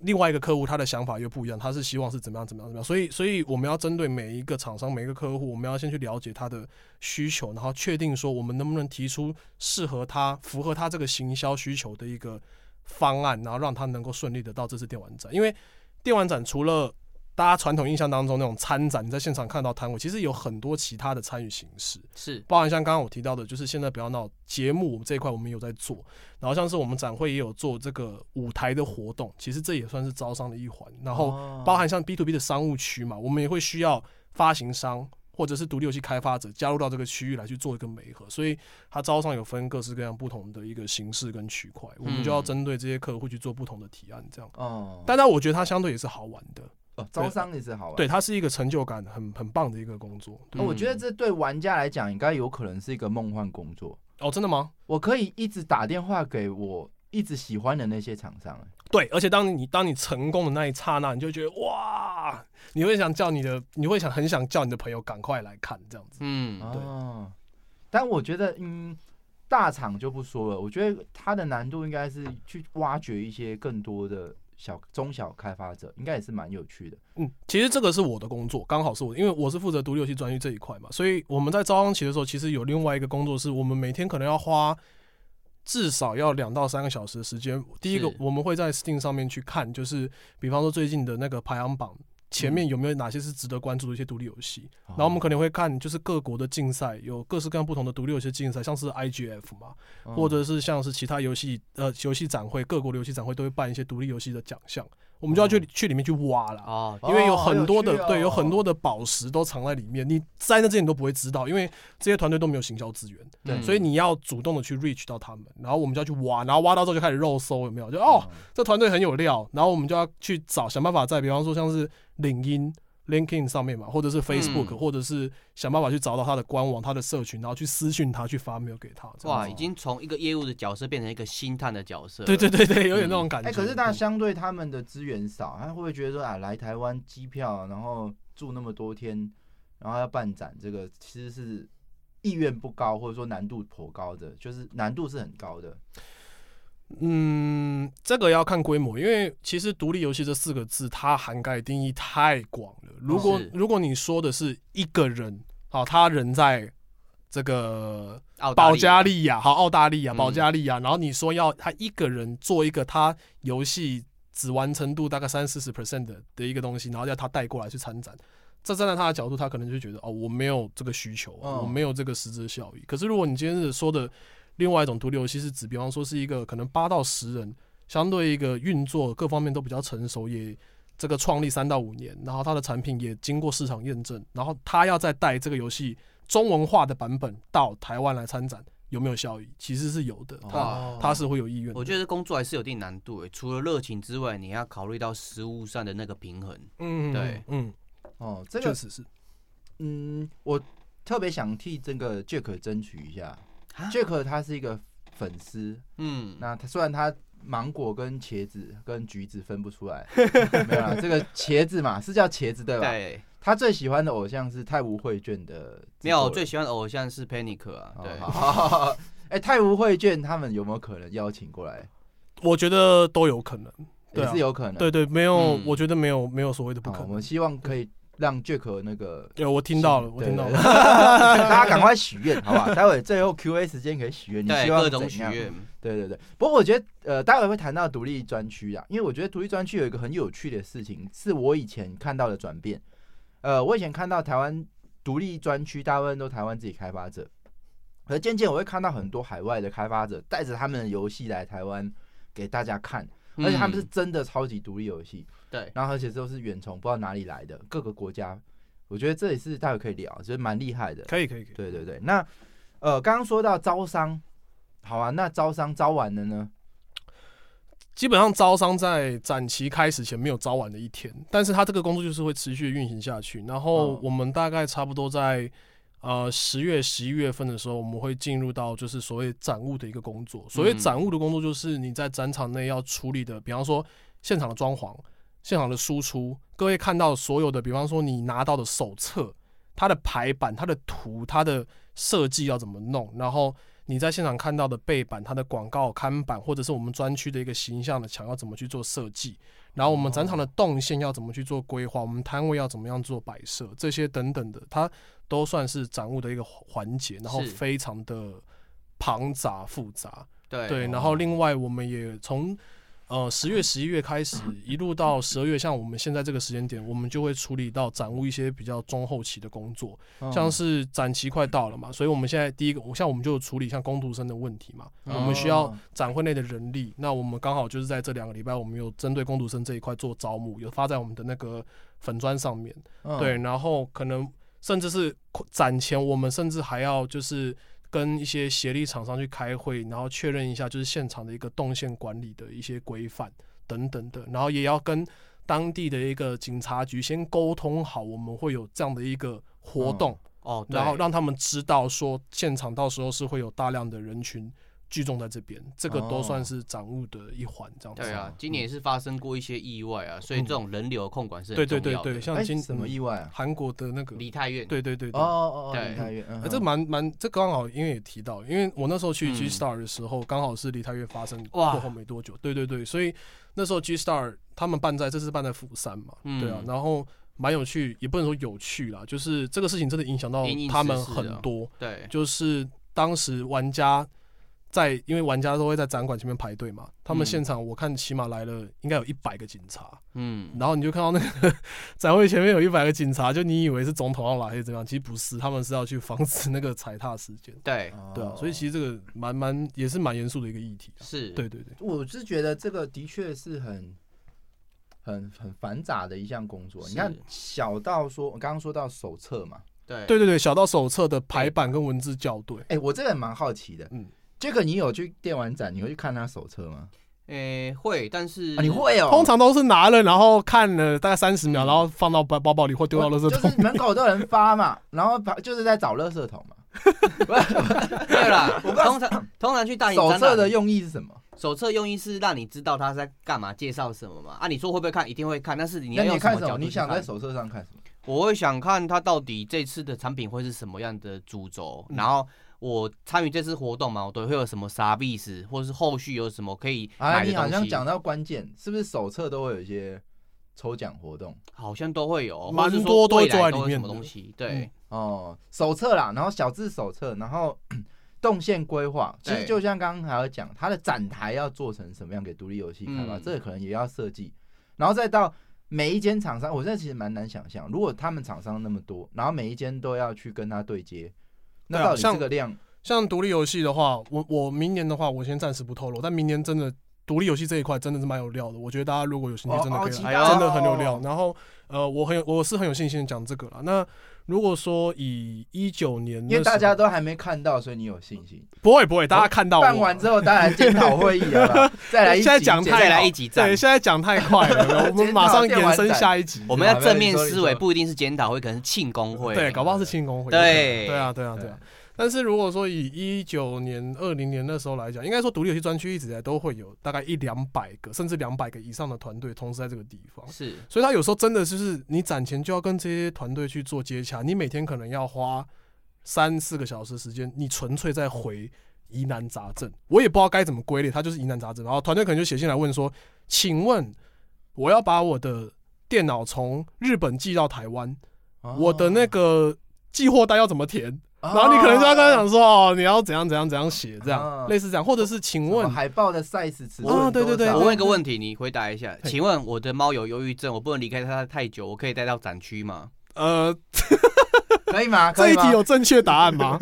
Speaker 2: 另外一个客户他的想法又不一样，他是希望是怎么样怎么样怎么样，所以所以我们要针对每一个厂商每一个客户，我们要先去了解他的需求，然后确定说我们能不能提出适合他、符合他这个行销需求的一个方案，然后让他能够顺利的到这次电玩展，因为电玩展除了大家传统印象当中那种参展，你在现场看到摊位，其实有很多其他的参与形式。
Speaker 3: 是
Speaker 2: 包含像刚刚我提到的，就是现在不要闹节目这一块我们有在做，然后像是我们展会也有做这个舞台的活动，其实这也算是招商的一环。然后
Speaker 1: 哦
Speaker 2: 包含像 B to B 的商务区嘛，我们也会需要发行商或者是独立游戏开发者加入到这个区域来去做一个媒合，所以它招商有分各式各样不同的一个形式跟区块，我们就要
Speaker 3: 嗯
Speaker 2: 针对这些客户去做不同的提案这样。
Speaker 1: 哦，
Speaker 2: 但但我觉得它相对也是好玩的，
Speaker 1: 哦招商也是好玩。
Speaker 2: 对，它是一个成就感很很棒的一个工作。对
Speaker 1: 哦我
Speaker 3: 嗯
Speaker 1: 觉得这对玩家来讲，应该有可能是一个梦幻工作。
Speaker 2: 哦，真的吗？
Speaker 1: 我可以一直打电话给我一直喜欢的那些厂商、哎
Speaker 2: 对，而且当你当你成功的那一刹那，你就会觉得哇，你会想叫你的，你会想很想叫你的朋友赶快来看这样子。
Speaker 3: 嗯，
Speaker 2: 对
Speaker 1: 哦，但我觉得，嗯，大厂就不说了，我觉得它的难度应该是去挖掘一些更多的小中小开发者，应该也是蛮有趣的。
Speaker 2: 嗯，其实这个是我的工作，刚好是我的，因为我是负责独立游戏专业这一块嘛，所以我们在招商期的时候，其实有另外一个工作是，我们每天可能要花至少要两到三个小时的时间。第一个
Speaker 3: 是，
Speaker 2: 我们会在 Steam 上面去看，就是比方说最近的那个排行榜。前面有没有哪些是值得关注的一些独立游戏？
Speaker 1: 哦
Speaker 2: 然后我们可能会看，就是各国的竞赛，有各式各样不同的独立游戏竞赛，像是 IGF 嘛，
Speaker 1: 嗯
Speaker 2: 或者是像是其他游戏呃游戏展会，各国的游戏展会都会办一些独立游戏的奖项，我们就要去、
Speaker 1: 哦
Speaker 2: 去里面去挖啦。
Speaker 3: 哦，
Speaker 1: 哦
Speaker 2: 因为有很多的、
Speaker 1: 好有趣哦
Speaker 2: 对，有很多的宝石都藏在里面，你在那之前你都不会知道，因为这些团队都没有行销资源，
Speaker 1: 对
Speaker 2: 所以你要主动的去 reach 到他们，然后我们就要去挖，然后挖到之后就开始肉搜，有没有？就哦，，这团队很有料，然后我们就要去找想办法在，比方说像是领英。LinkedIn 上面嘛，或者是 Facebook，、
Speaker 3: 嗯
Speaker 2: 或者是想办法去找到他的官网、他的社群，然后去私讯他，去发 mail 给他。这样
Speaker 3: 哇，
Speaker 2: 子
Speaker 3: 已经从一个业务的角色变成一个星探的角色了，
Speaker 2: 对对对对，有点那种感
Speaker 1: 哎、
Speaker 2: 觉。
Speaker 1: 可是大家
Speaker 2: 嗯
Speaker 1: 相对他们的资源少，他会不会觉得说啊，来台湾机票，然后住那么多天，然后要办展，这个其实是意愿不高，或者说难度颇高的，就是难度是很高的。
Speaker 2: 嗯，这个要看规模，因为其实“独立游戏”这四个字，它涵盖的定义太广了。如果
Speaker 3: 是
Speaker 2: 如果你说的是一个人，好，他人在这个
Speaker 3: 澳大利亚，
Speaker 2: 保加利亚，好，澳大利亚、
Speaker 3: 嗯
Speaker 2: 保加利亚，然后你说要他一个人做一个他游戏只完成度大概三四十 percent 的的一个东西，然后要他带过来去参展。这站在他的角度，他可能就觉得哦，我没有这个需求，
Speaker 1: 嗯
Speaker 2: 我没有这个实质效益。可是如果你今天是说的另外一种独立游戏，是指比方说是一个可能八到十人，相对一个运作各方面都比较成熟，也这个创立三到五年，然后它的产品也经过市场验证，然后他要再带这个游戏中文化的版本到台湾来参展，有没有效益？其实是有的，
Speaker 1: 哦
Speaker 2: 他
Speaker 3: 哇
Speaker 2: 他是会有意愿的。
Speaker 3: 我觉得工作还是有一定难度诶，除了热情之外，你要考虑到食物上的那个平衡。
Speaker 2: 嗯，
Speaker 3: 对
Speaker 2: 嗯，
Speaker 1: 哦，这
Speaker 2: 确
Speaker 1: 个
Speaker 2: 实是。
Speaker 1: 嗯，我特别想替这个 Jack 争取一下
Speaker 3: 啊。
Speaker 1: Jack 他是一个粉丝，
Speaker 3: 嗯，
Speaker 1: 那他虽然他芒果跟茄子跟橘子分不出来，没有啦，这个茄子嘛是叫茄子对吧？
Speaker 3: 对，
Speaker 1: 他最喜欢的偶像是太无绘卷的制作人，
Speaker 3: 没有，我最喜欢的偶像是 Panic 啊，
Speaker 1: 哦
Speaker 3: 对，
Speaker 1: 好好好好哎，太无绘卷他们有没有可能邀请过来？
Speaker 2: 我觉得都有可能，对
Speaker 1: 也
Speaker 2: 啊
Speaker 1: 是有可能。
Speaker 2: 对对，没有，
Speaker 3: 嗯
Speaker 2: 我觉得没有没有所谓的不
Speaker 1: 好，
Speaker 2: 可
Speaker 1: 我
Speaker 2: 能。
Speaker 1: 们希望可以让 Jack 那个
Speaker 2: 对，我听到了，我听到
Speaker 1: 对
Speaker 2: 了。
Speaker 1: 对对大家赶快许愿，好不好？待会最后 Q A 时间可以许愿，你
Speaker 3: 对
Speaker 1: 希
Speaker 3: 各
Speaker 1: 望
Speaker 3: 种
Speaker 1: 怎
Speaker 3: 许
Speaker 1: 样？
Speaker 3: 愿，
Speaker 1: 对对对。不过我觉得，呃，待会会谈到独立专区啊，因为我觉得独立专区有一个很有趣的事情，是我以前看到的转变。呃，我以前看到台湾独立专区大部分都台湾自己开发者，而渐渐我会看到很多海外的开发者带着他们的游戏来台湾给大家看，而且他们是
Speaker 3: 嗯
Speaker 1: 真的超级独立游戏。
Speaker 3: 对，
Speaker 1: 然后而且都是远从不知道哪里来的各个国家，我觉得这也是待会可以聊，觉得蛮厉害的。
Speaker 2: 可以可以可以，
Speaker 1: 对对对，那呃，刚刚说到招商，好啊，那招商招完了呢？
Speaker 2: 基本上招商在展期开始前没有招完的一天，但是它这个工作就是会持续运行下去。然后
Speaker 1: 嗯
Speaker 2: 我们大概差不多在呃十月、十一月份的时候，我们会进入到就是所谓展务的一个工作。所谓展务的工作，就是你在展场内要处理的，比方说现场的装潢、现场的输出，各位看到所有的，比方说你拿到的手册、它的排版、它的图、它的设计要怎么弄，然后你在现场看到的背板、它的广告看板，或者是我们专区的一个形象的墙要怎么去做设计，然后我们展场的动线要怎么去做规划，我们摊位要怎么样做摆设，这些等等的，它都算是展务的一个环节，然后
Speaker 3: 是
Speaker 2: 非常的庞杂复杂。
Speaker 3: 对，
Speaker 2: 对，然后另外我们也从呃十月、十一月开始，一路到十二月，像我们现在这个时间点，我们就会处理到展务一些比较中后期的工作，
Speaker 1: 嗯
Speaker 2: 像是展期快到了嘛，所以我们现在第一个，像我们就有处理像工读生的问题嘛，
Speaker 3: 嗯
Speaker 2: 我们需要展会内的人力，那我们刚好就是在这两个礼拜，我们有针对工读生这一块做招募，有发在我们的那个粉砖上面。
Speaker 1: 嗯
Speaker 2: 对，，然后可能甚至是展前，我们甚至还要就是跟一些协力厂商去开会，然后确认一下就是现场的一个动线管理的一些规范等等的，然后也要跟当地的一个警察局先沟通好，我们会有这样的一个活
Speaker 1: 嗯
Speaker 2: 动，
Speaker 3: 哦，对
Speaker 2: 然后让他们知道说现场到时候是会有大量的人群聚众在这边，这个都
Speaker 1: 哦
Speaker 2: 算是掌握的一环，这样子。
Speaker 3: 对啊，今年也是发生过一些意外啊，所以这种人流控管是
Speaker 2: 对
Speaker 3: 很
Speaker 2: 对
Speaker 3: 重
Speaker 2: 对
Speaker 3: 要
Speaker 2: 对，
Speaker 3: 的。
Speaker 1: 哎
Speaker 2: 像今
Speaker 1: 什么意外啊？
Speaker 2: 韩国的那个，
Speaker 3: 梨泰院，
Speaker 2: 对对对
Speaker 1: 哦
Speaker 2: 对，
Speaker 1: 哦哦，
Speaker 3: 对
Speaker 1: 梨泰院，嗯
Speaker 2: 啊，这蛮蛮，这刚好因为也提到，因为我那时候去
Speaker 3: 嗯
Speaker 2: G Star 的时候，刚、好是梨泰院发生过
Speaker 3: 哇
Speaker 2: 后没多久，对对对，所以那时候 G Star 他们办在这次办在釜山嘛，
Speaker 3: 嗯
Speaker 2: 对啊，然后蛮有趣，也不能说有趣啦，就是这个事情真的影响到
Speaker 3: 因应
Speaker 2: 他们
Speaker 3: 时事
Speaker 2: 很
Speaker 3: 啊
Speaker 2: 多，
Speaker 3: 对，
Speaker 2: 就是当时玩家在，因为玩家都会在展馆前面排队嘛，他们
Speaker 3: 嗯
Speaker 2: 现场我看起码来了应该有一百个警察，
Speaker 3: 嗯，
Speaker 2: 然后你就看到那个 展会前面有一百个警察，就你以为是总统要来还是怎么样，其实不是，他们是要去防止那个踩踏事件。
Speaker 1: 嗯
Speaker 3: 对，
Speaker 1: 哦
Speaker 2: 对啊，所以其实这个蛮蛮也是蛮严肃的一个议题啊。
Speaker 3: 是，
Speaker 2: 对对对，
Speaker 1: 哦我是觉得这个的确是很。很很繁杂的一项工作，你
Speaker 3: 是
Speaker 1: 看小到说，我刚刚说到手册嘛，
Speaker 3: 对
Speaker 2: 对对对，小到手册的排版跟文字校对，
Speaker 1: 哎、我这个人蛮好奇的，嗯
Speaker 2: 嗯
Speaker 1: ，Jack，你有去电玩展，你会去看他手册吗？
Speaker 3: 诶会，但是
Speaker 1: 啊，你会哦，
Speaker 2: 通常都是拿了然后看了大概三十秒，然后放到包包包里或丢到垃圾
Speaker 1: 就
Speaker 2: 桶。
Speaker 1: 是门口都有人发嘛，然后把就是在找垃圾桶 嘛。
Speaker 3: 对啦，通常通常去大型
Speaker 1: 手
Speaker 3: 展
Speaker 1: 册
Speaker 3: 览
Speaker 1: 的用意是什么？
Speaker 3: 手册用意是让你知道他在干嘛，介绍什么嘛。啊，你说会不会看？一定会看，但是你
Speaker 1: 那
Speaker 3: 要
Speaker 1: 你
Speaker 3: 用
Speaker 1: 看
Speaker 3: 么
Speaker 1: 什么？
Speaker 3: 角度
Speaker 1: 你
Speaker 3: 去
Speaker 1: 想
Speaker 3: 看
Speaker 1: 在手册上看什么？
Speaker 3: 我会想看他到底这次的产品会是什么样的主轴，
Speaker 2: 嗯
Speaker 3: 然后我参与这次活动嘛，我都会有什么 service，或是后续有什么可以
Speaker 1: 啊，
Speaker 3: 买的
Speaker 1: 你好
Speaker 3: 东
Speaker 1: 像
Speaker 3: 西，
Speaker 1: 讲到关键，是不是手册都会有一些抽奖活动？
Speaker 3: 好像都会有，
Speaker 2: 蛮
Speaker 3: 或是说
Speaker 2: 多都
Speaker 3: 未
Speaker 2: 会
Speaker 3: 来
Speaker 2: 做在
Speaker 3: 都
Speaker 2: 里
Speaker 3: 有
Speaker 2: 面
Speaker 3: 什么
Speaker 2: 的
Speaker 3: 东西，对
Speaker 2: 嗯，
Speaker 1: 哦，手册啦，然后小字手册，然后 动线规划，其实
Speaker 3: 对
Speaker 1: 就像刚刚还有讲，它的展台要做成什么样给独立游戏开发，
Speaker 3: 嗯
Speaker 1: 这个可能也要设计，然后再到每一间厂商，我现在其实蛮难想象，如果他们厂商那么多，然后每一间都要去跟他对接，那
Speaker 2: 对啊
Speaker 1: 到底
Speaker 2: 像
Speaker 1: 这个量，
Speaker 2: 像独立游戏的话，我我明年的话，我先暂时不透露，但明年真的独立游戏这一块真的是蛮有料的。我觉得大家如果有兴趣，
Speaker 1: 哦
Speaker 2: 真的可
Speaker 1: 好
Speaker 2: 以
Speaker 1: 期
Speaker 2: 来，
Speaker 1: 待
Speaker 3: 哦
Speaker 2: 真的很有料。然后呃，我很有我是很有信心地讲这个了。那如果说以一九年的时候，
Speaker 1: 因为大家都还没看到，所以你有信心。
Speaker 2: 不会不会，大家看到我
Speaker 1: 办完之后，当然检讨会议了， 再来一集
Speaker 2: 哦现在讲太
Speaker 1: 检讨
Speaker 3: 再来一集赞
Speaker 2: 对，。现在讲太快了， 我们马上延伸下一集。
Speaker 3: 我们要正面思维，不一定是检讨会，可能是庆功会。
Speaker 2: 对，搞不好是庆功会。
Speaker 3: 对
Speaker 2: 对啊，对啊，对啊。但是如果说以一九年、二零年那时候来讲，应该说独立游戏专区一直以来都会有大概一两百个，甚至两百个以上的团队同时在这个地方，
Speaker 3: 是
Speaker 2: 所以他有时候真的就是你攒钱就要跟这些团队去做接洽，你每天可能要花三四个小时时间，你纯粹在回疑难杂症，我也不知道该怎么归类，它就是疑难杂症。然后团队可能就写信来问说，请问我要把我的电脑从日本寄到台湾，
Speaker 1: 啊
Speaker 2: 我的那个寄货单要怎么填？
Speaker 1: 然
Speaker 2: 然后你可能就要跟他讲说，哦，你要怎样怎样怎样写，这
Speaker 1: 啊
Speaker 3: 嗯
Speaker 2: 样类似这样，或者是请问，
Speaker 1: 海报的 size 尺寸
Speaker 2: 啊对对
Speaker 1: 多
Speaker 2: 对
Speaker 1: 少
Speaker 3: 我问一个问题，你回答一下。
Speaker 2: 嘿
Speaker 3: 请问我的猫有忧郁症，我不能离开它太久，我可以带到展区吗？
Speaker 2: 呃，
Speaker 1: 可以吗？
Speaker 2: 这一
Speaker 1: 可
Speaker 2: 题
Speaker 1: 以吗
Speaker 2: 有正确答案吗？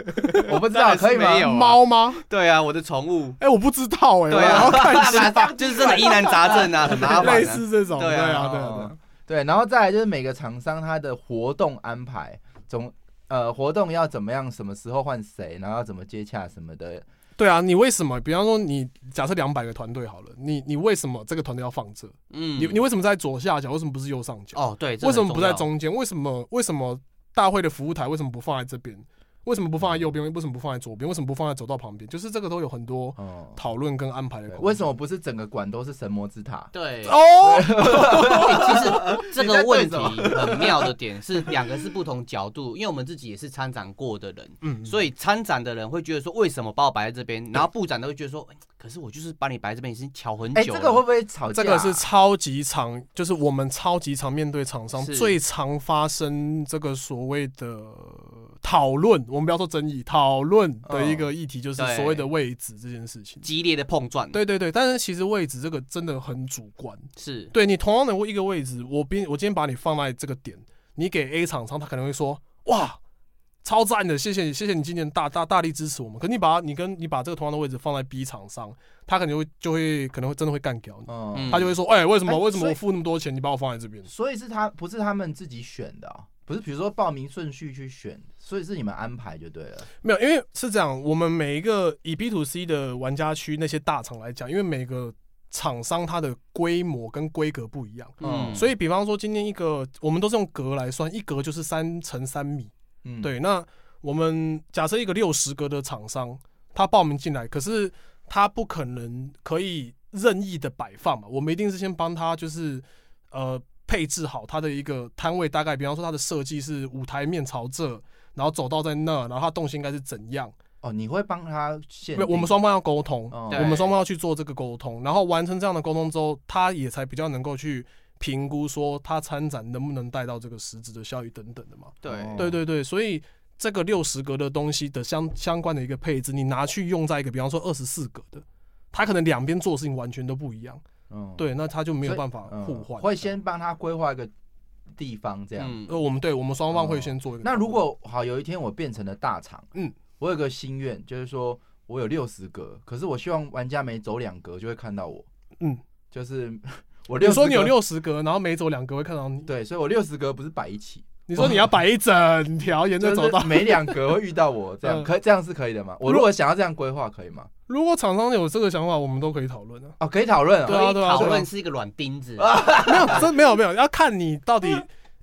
Speaker 1: 我不知道，可以
Speaker 3: 当然是 没有
Speaker 1: 吗？
Speaker 3: 啊
Speaker 2: 猫吗？
Speaker 3: 对啊，我的宠物。
Speaker 2: 哎，我不知道哎，
Speaker 3: 对
Speaker 2: 我
Speaker 3: 啊
Speaker 2: 要看 一下，
Speaker 3: 就是真的疑难杂症啊，很麻烦
Speaker 2: 类
Speaker 3: 啊。
Speaker 2: 似这种，对
Speaker 3: 对啊
Speaker 2: 啊，对啊，对啊
Speaker 1: 哦对，然后再来就是每个厂商它的活动安排，总呃活动要怎么样，什么时候换谁，然后要怎么接洽什么的，
Speaker 2: 对啊，你为什么？比方说，你假设两百个团队好了，你你为什么这个团队要放这？
Speaker 3: 嗯
Speaker 2: 你你为什么在左下角？为什么不是右上角？
Speaker 3: 哦，对，这
Speaker 2: 为
Speaker 3: 很
Speaker 2: 什么不在
Speaker 3: 重要？
Speaker 2: 中间？为什么为什么大会的服务台为什么不放在这边？为什么不放在右边？为什么不放在左边？为什么不放在走道旁边？就是这个都有很多
Speaker 1: 哦，
Speaker 2: 讨论跟安排的
Speaker 1: 对
Speaker 2: 空间。
Speaker 1: 为什么不是整个馆都是神魔之塔？
Speaker 3: 对，
Speaker 2: 哦，
Speaker 3: 欸其实这个问题
Speaker 1: 你
Speaker 3: 很妙的点是，两个是不同角度，因为我们自己也是参展过的人，
Speaker 2: 嗯，
Speaker 3: 所以参展的人会觉得说，为什么把我摆在这边？然后部长都会觉得说，欸可是我就是把你摆在这边已经瞧很
Speaker 1: 哎，
Speaker 3: 久
Speaker 1: 这个会
Speaker 3: 了
Speaker 1: 不。会吵架
Speaker 2: 这
Speaker 1: 啊？
Speaker 2: 个是超级常，就是我们超级常面对厂商
Speaker 3: 是
Speaker 2: 最常发生这个所谓的讨论，我们不要说争议，讨论的一个议题就是
Speaker 3: 对
Speaker 2: 所谓的位置这件事情。
Speaker 3: 激烈的碰撞，
Speaker 2: 对对对，但是其实位置这个真的很主观。
Speaker 3: 是
Speaker 2: 对你同样的一个位置，我边我今天把你放在这个点，你给 A 厂商，他可能会说哇。超赞的，谢谢你，谢谢你今年大大大力支持我们。可你把你跟你把这个同样的位置放在 B 厂商，他可能会就会可能会真的会干掉你。
Speaker 1: 嗯，
Speaker 3: 嗯
Speaker 2: 他就会说，哎、为什么、
Speaker 1: 哎
Speaker 2: 为什么
Speaker 1: 所以
Speaker 2: 我付那么多钱，你把我放在这边？
Speaker 1: 所以是他不是他们自己选的哦，不是比如说报名顺序去选，所以是你们安排就对了。
Speaker 2: 没有，因为是这样，我们每一个以 B to C 的玩家区那些大厂来讲，因为每个厂商它的规模跟规格不一样，
Speaker 1: 嗯
Speaker 2: 所以比方说今天一个，我们都是用格来算，一格就是三乘三米。
Speaker 1: 嗯，
Speaker 2: 对，那我们假设一个六十格的厂商，他报名进来，可是他不可能可以任意的摆放嘛，我们一定是先帮他就是呃配置好他的一个摊位，大概比方说他的设计是舞台面朝这，然后走道在那，然后他动线应该是怎样，
Speaker 1: 哦，你会帮他限
Speaker 2: 因
Speaker 1: 定？
Speaker 2: 为我们双方要沟通，
Speaker 1: 哦，
Speaker 3: 对
Speaker 2: 我们双方要去做这个沟通，然后完成这样的沟通之后，他也才比较能够去。评估说他参展能不能带到这个实质的效益等等的嘛，
Speaker 3: 对
Speaker 1: 哦
Speaker 2: 对对对，所以这个六十格的东西的相相关的一个配置，你拿去用在一个比方说二十四格的，它可能两边做的事情完全都不一样，
Speaker 1: 嗯，
Speaker 2: 对，那它就没
Speaker 1: 所
Speaker 2: 有
Speaker 1: 以
Speaker 2: 办法
Speaker 1: 嗯
Speaker 2: 互换。
Speaker 1: 会先帮他规划一个地方这样。
Speaker 3: 嗯
Speaker 2: 呃，我们对我们双方会先做
Speaker 1: 哦
Speaker 2: 一个。
Speaker 1: 那如果好有一天我变成了大厂，
Speaker 2: 嗯，
Speaker 1: 我有个心愿，就是说我有六十格，可是我希望玩家每走两格就会看到我，
Speaker 2: 嗯，
Speaker 1: 就是 我
Speaker 2: 你
Speaker 1: 六，
Speaker 2: 说你有，六十格，然后每走两格会看到你，
Speaker 1: 对，所以我六十格不是摆一起，
Speaker 2: 你说你要摆一整条沿着
Speaker 1: 就
Speaker 2: 走道
Speaker 1: 是。每两格会遇到我，这样
Speaker 2: 嗯
Speaker 1: 可这样是可以的吗？我
Speaker 2: 如
Speaker 1: 如果想要这样规划，可以吗？
Speaker 2: 如果厂商有这个想法，我们都可以讨 论啊。
Speaker 1: 哦，可以讨论
Speaker 2: 对
Speaker 1: 啊，
Speaker 2: 啊
Speaker 3: 所以
Speaker 2: 对啊
Speaker 3: 讨
Speaker 2: 对啊
Speaker 3: 论是一个软钉子，
Speaker 2: 没有，真没有没有，要看你到底，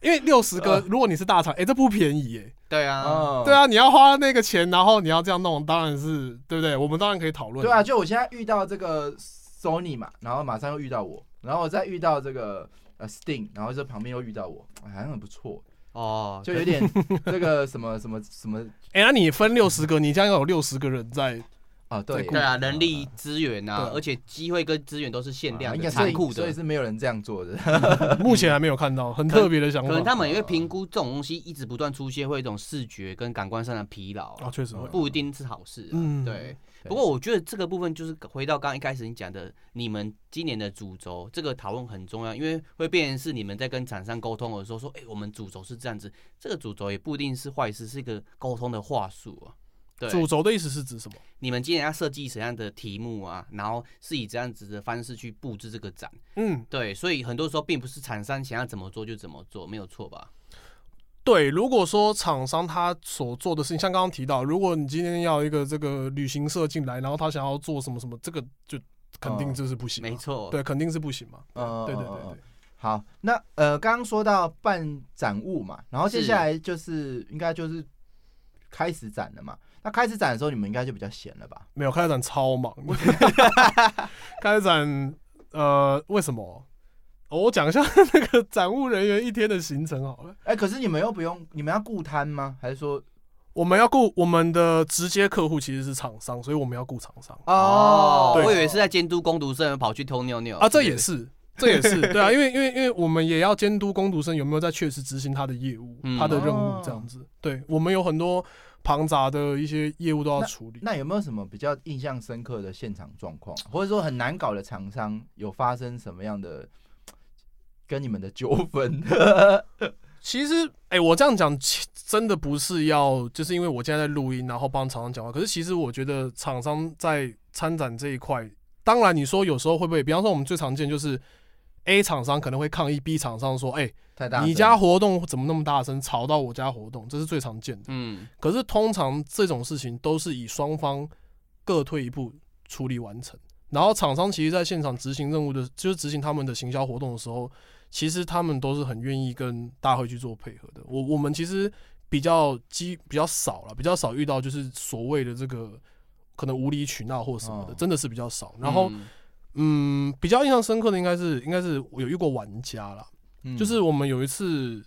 Speaker 2: 因为六十格，如果你是大厂，哎，这不便宜耶。
Speaker 3: 对啊，
Speaker 1: 嗯
Speaker 2: 对。啊，你要花那个钱，然后你要这样弄，当然是对不对？我们当然可以讨论。
Speaker 1: 对啊，，就我现在遇到这个 Sony 嘛，然后马上又遇到我，然后我再遇到这个呃 Sting，然后这旁边又遇到我，哎好像很不错，
Speaker 3: 哦，
Speaker 1: 就有点 这个什么什么什么
Speaker 2: 哎、那你分六十个，你这样要有六十个人在
Speaker 1: 啊，对
Speaker 2: 在库
Speaker 3: 对啊，人力
Speaker 1: 啊
Speaker 3: 资源啊
Speaker 2: 对，
Speaker 3: 而且机会跟资源都是限量
Speaker 1: 应
Speaker 3: 的、啊
Speaker 1: 该
Speaker 3: 残
Speaker 1: 是
Speaker 3: 酷
Speaker 1: 所以
Speaker 3: 的。
Speaker 1: 是没有人这样做的。
Speaker 2: 目前还没有看到很特别的想
Speaker 3: 可
Speaker 2: 法。
Speaker 3: 能他们也会评估这种东西一直不断出现，会有一种视觉跟感官上的疲劳啊
Speaker 2: 啊，确实会。
Speaker 3: 不一定是好事、啊。
Speaker 2: 嗯
Speaker 3: 对。
Speaker 1: 哦对
Speaker 3: 不过我觉得这个部分就是回到刚刚一开始你讲的，你们今年的主轴这个讨论很重要，因为会变成是你们在跟厂商沟通的时候说，哎、我们主轴是这样子，这个主轴也不一定是坏事，是一个沟通的话术啊。对，
Speaker 2: 主轴的意思是指什么？
Speaker 3: 你们今年要设计什么样的题目啊？然后是以这样子的方式去布置这个展。
Speaker 2: 嗯，
Speaker 3: 对，所以很多时候并不是厂商想要怎么做就怎么做，没有错吧？
Speaker 2: 对。如果说厂商他所做的事情，像刚刚提到，如果你今天要一个这个旅行社进来，然后他想要做什么什么，这个就肯定就是不
Speaker 1: 啊
Speaker 2: 行嘛、
Speaker 3: 哦没错，
Speaker 2: 对，肯定是不行嘛。
Speaker 1: 嗯
Speaker 2: 对对
Speaker 1: 嗯
Speaker 2: 对
Speaker 1: 嗯
Speaker 2: 对
Speaker 1: 嗯。好，那呃，刚刚说到办展物嘛，然后接
Speaker 3: 是
Speaker 1: 下来就是应该就是开始展了嘛。那开始展的时候，你们应该就比较闲了吧？
Speaker 2: 没有开展 超忙的，开展呃为什么？哦我讲一下 那个展务人员一天的行程好了。
Speaker 1: 哎、可是你们又不用，你们要顾摊吗？还是说
Speaker 2: 我们要顾我们的直接客户其实是厂商，所以我们要顾厂商
Speaker 1: 哦，
Speaker 2: 对
Speaker 3: 我以为是在监督工读生跑去偷尿尿
Speaker 2: 啊，这也
Speaker 3: 是。
Speaker 2: 是。这 也是对啊，因为因为因为我们也要监督工读生有没有在确实执行他的业务、
Speaker 3: 嗯
Speaker 2: 他的任务
Speaker 1: 哦
Speaker 2: 这样子。对我们有很多庞杂的一些业务都要处理。
Speaker 1: 那有没有什么比较印象深刻的现场状况，或者说很难搞的厂商有发生什么样的跟你们的纠纷？
Speaker 2: 其实，哎、我这样讲其真的不是要，就是因为我现在在录音，然后帮厂商讲话。可是其实我觉得厂商在参展这一块，当然你说有时候会不会，比方说我们最常见就是 A 厂商可能会抗议 B 厂商说，哎、
Speaker 1: 太大声，
Speaker 2: 你家活动怎么那么大声，吵到我家活动，这是最常见的。
Speaker 3: 嗯，
Speaker 2: 可是通常这种事情都是以双方各退一步处理完成。然后厂商其实在现场执行任务的，就是执行他们的行销活动的时候，其实他们都是很愿意跟大会去做配合的。我我们其实比较基比较少了，比较少遇到就是所谓的这个可能无理取闹或什么的，
Speaker 1: 哦
Speaker 2: 真的是比较少。 然后
Speaker 3: 嗯
Speaker 2: 嗯，比较印象深刻的应该是应该是我有遇过玩家啦，
Speaker 1: 嗯
Speaker 2: 就是我们有一次，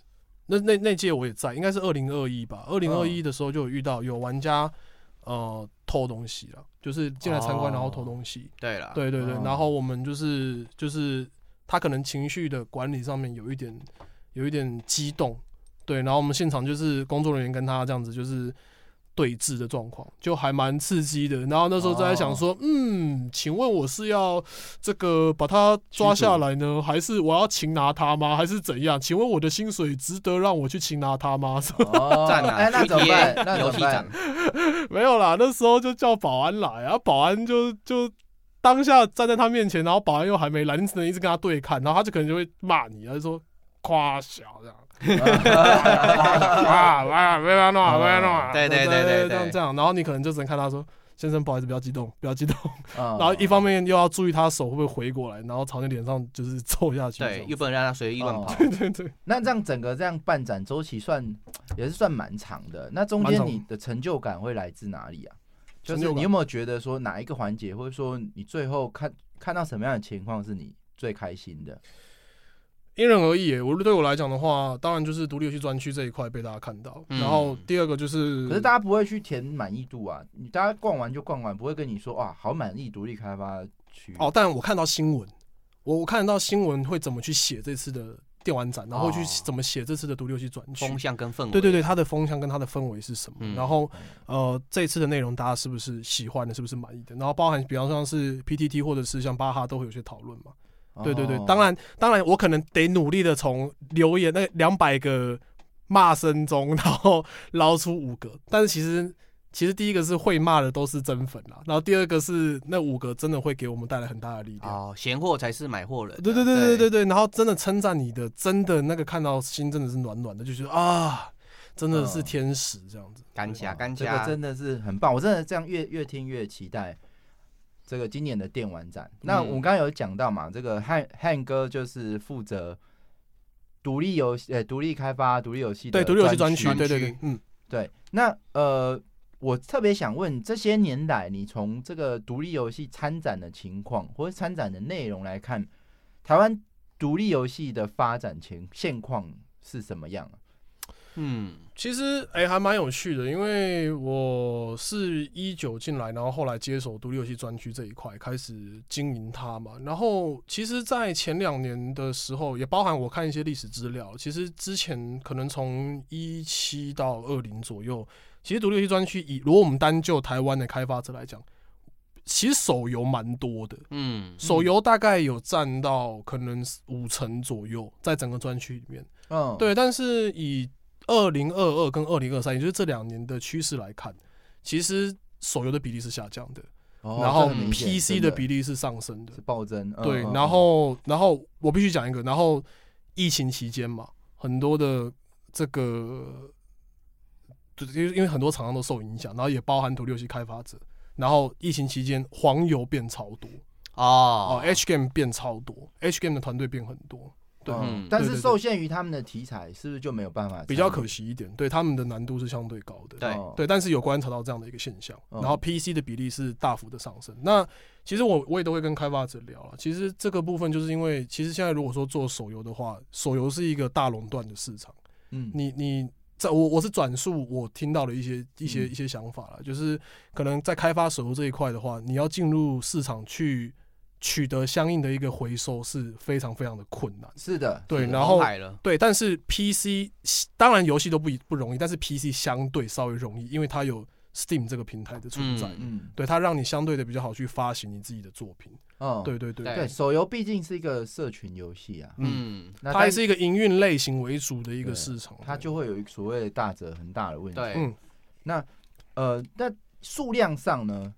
Speaker 2: 那那那届我也在，应该是二零二一吧。二零二
Speaker 1: 嗯
Speaker 2: 一的时候就有遇到有玩家呃偷东西了，就是进来参观
Speaker 1: 哦
Speaker 2: 然后偷东西。
Speaker 3: 对了，
Speaker 2: 对对对，
Speaker 1: 哦
Speaker 2: 然后我们就是就是他可能情绪的管理上面有一点有一点激动，对，然后我们现场就是工作人员跟他这样子就是。对峙的状况就还蛮刺激的，然后那时候就在想说，嗯，请问我是要这个把他抓下来呢，还是我要擒拿他吗，还是怎样？请问我的薪水值得让我去擒拿他吗？
Speaker 1: 哦
Speaker 3: 赞啊！
Speaker 1: 哎，那怎么办？
Speaker 3: GTA
Speaker 1: 那
Speaker 3: 游
Speaker 1: 怎么
Speaker 3: 戏
Speaker 1: 办
Speaker 3: 展？，
Speaker 2: 没有啦，那时候就叫保安来啊，保安就就当下站在他面前，然后保安又还没来，你只能一直跟他对看，然后他就可能就会骂你，啊他就说夸小这样，啊啊，不要弄啊，不要弄啊，
Speaker 3: 对对对
Speaker 2: 对
Speaker 3: 对对
Speaker 2: 这样这样，然后你可能就只能看他说。先生，不好意思，不要激动，不要激动。
Speaker 1: 然
Speaker 2: 然后一方面又要注意他手会不会回过来，然后朝你脸上就是揍下去这
Speaker 3: 对，
Speaker 2: 样。
Speaker 3: 又不能让他随意乱跑。
Speaker 1: 跑。
Speaker 2: 对 对对，
Speaker 1: 那这样整个这样办展周期算也是算蛮长的。那中
Speaker 2: 蛮
Speaker 1: 间
Speaker 2: 长
Speaker 1: 你的成就感会来自哪里啊？就
Speaker 2: 成
Speaker 1: 是
Speaker 2: 就感
Speaker 1: 你有没有觉得说哪一个环节，或者说你最后看看到什么样的情况是你最开心的？
Speaker 2: 因人而异耶。我对我来讲的话，当然就是独立游戏专区这一块被大家看到。
Speaker 3: 嗯
Speaker 2: 然后第二个就是，
Speaker 1: 可是大家不会去填满意度啊，你大家逛完就逛完，不会跟你说哇，好满意独立开发
Speaker 3: 嗯
Speaker 1: 区
Speaker 2: 哦，，但我看到新闻，我我看到新闻会怎么去写这次的电玩展，然后去
Speaker 3: 哦
Speaker 2: 怎么写这次的独立游戏转区。
Speaker 3: 风向跟氛围，
Speaker 2: 对对对，它的风向跟它的氛围是什么？
Speaker 3: 嗯
Speaker 2: 然后呃，这次的内容大家是不是喜欢的，是不是满意的？然后包含比方像是 PTT 或者是像巴哈都会有些讨论嘛。
Speaker 1: 哦
Speaker 2: 对对对，当然当然，我可能得努力的从留言那两百个骂声中， 然后捞出五个。但是其实其实第一个是会骂的都是真粉啦，然后第二个是那五个真的会给我们带来很大的力量。
Speaker 3: 哦，闲货才是买货人啊。
Speaker 2: 对对对对对
Speaker 3: 对，
Speaker 2: 对，然后真的称赞你的，真的那个看到心真的是暖暖的，就觉得啊，真的是
Speaker 1: 嗯
Speaker 2: 天使这样子。
Speaker 3: 干
Speaker 1: 哇
Speaker 3: 家干
Speaker 1: 这个
Speaker 3: 家，
Speaker 1: 真的是很棒，我真的这样越越听越期待这个今年的电玩展。那
Speaker 2: 嗯
Speaker 1: 我们刚刚有讲到嘛，这个汉汉哥就是负责独立游戏，呃，独立开发、独立游戏的
Speaker 2: 对，独立游戏
Speaker 1: 专
Speaker 2: 专
Speaker 1: 区
Speaker 2: 区，对
Speaker 3: 专
Speaker 2: 对对
Speaker 3: 区，
Speaker 2: 嗯，
Speaker 1: 对，那呃，我特别想问，这些年来你从这个独立游戏参展的情况或者参展的内容来看，台湾独立游戏的发展情现况是什么样啊？
Speaker 3: 嗯，
Speaker 2: 其实哎、还蛮有趣的，因为我是一九进来，然后后来接手独立游戏专区这一块，开始经营它嘛。然后其实，在前两年的时候，也包含我看一些历史资料，其实之前可能从一七到二零左右，其实独立游戏专区以如果我们单就台湾的开发者来讲，其实手游蛮多的，
Speaker 3: 嗯，
Speaker 2: 手游大概有占到可能五成左右，在整个专区里面。
Speaker 1: 嗯，
Speaker 2: 对，但是以二零二二跟二零二三，也就是这两年的趋势来看，其实手游的比例是下降的，
Speaker 1: 哦，
Speaker 2: 然后
Speaker 1: 这很明显
Speaker 2: PC
Speaker 1: 真的
Speaker 2: 比例是上升的
Speaker 1: 是。暴增，嗯
Speaker 2: 对
Speaker 1: 嗯，
Speaker 2: 然后然后我必须讲一个，然后疫情期间嘛，很多的这个，就是因为因为很多厂商都受影响，然后也包含独立游戏开发者。然后疫情期间，黄油变超多
Speaker 1: 啊
Speaker 2: 哦
Speaker 3: 哦，
Speaker 2: ，H game 变超多，H game 的团队变很多，对，
Speaker 1: 嗯
Speaker 3: 嗯
Speaker 1: 但
Speaker 2: 对
Speaker 1: 是
Speaker 2: 对
Speaker 1: 受限于他们的题材，是不是就没有办法？
Speaker 2: 比较可惜一点，对他们的难度是相对高的。
Speaker 3: 对
Speaker 1: 哦
Speaker 2: 对，但是有观察到这样的一个现象，
Speaker 1: 嗯
Speaker 2: 然后 PC 的比例是大幅的上升。那其实我我也都会跟开发者聊了，其实这个部分就是因为，其实现在如果说做手游的话，手游是一个大垄断的市场。
Speaker 1: 嗯，
Speaker 2: 你你在我我是转述我听到的一些一些
Speaker 1: 嗯
Speaker 2: 一些想法了，就是可能在开发手游这一块的话，你要进入市场去取得相应的一个回收是非常非常的困难。
Speaker 1: 是的，
Speaker 2: 对，
Speaker 1: 是的
Speaker 2: 然后
Speaker 3: 红海了，
Speaker 2: 对，但是 PC 当然游戏都不不容易，但是 PC 相对稍微容易，因为它有 Steam 这个平台的存在，
Speaker 3: 嗯
Speaker 1: 嗯
Speaker 2: 对它让你相对的比较好去发行你自己的作品。
Speaker 1: 嗯，
Speaker 2: 对对对，
Speaker 3: 对
Speaker 1: 对，手游毕竟是一个社群游戏啊，
Speaker 2: 嗯，
Speaker 3: 嗯，
Speaker 1: 那
Speaker 2: 它还
Speaker 1: 但
Speaker 2: 是一个营运类型为主的一个
Speaker 1: 对
Speaker 2: 市场，
Speaker 1: 它就会有一个所谓的大者很大的问题。
Speaker 3: 对，
Speaker 2: 嗯，
Speaker 1: 呃，那数量上呢，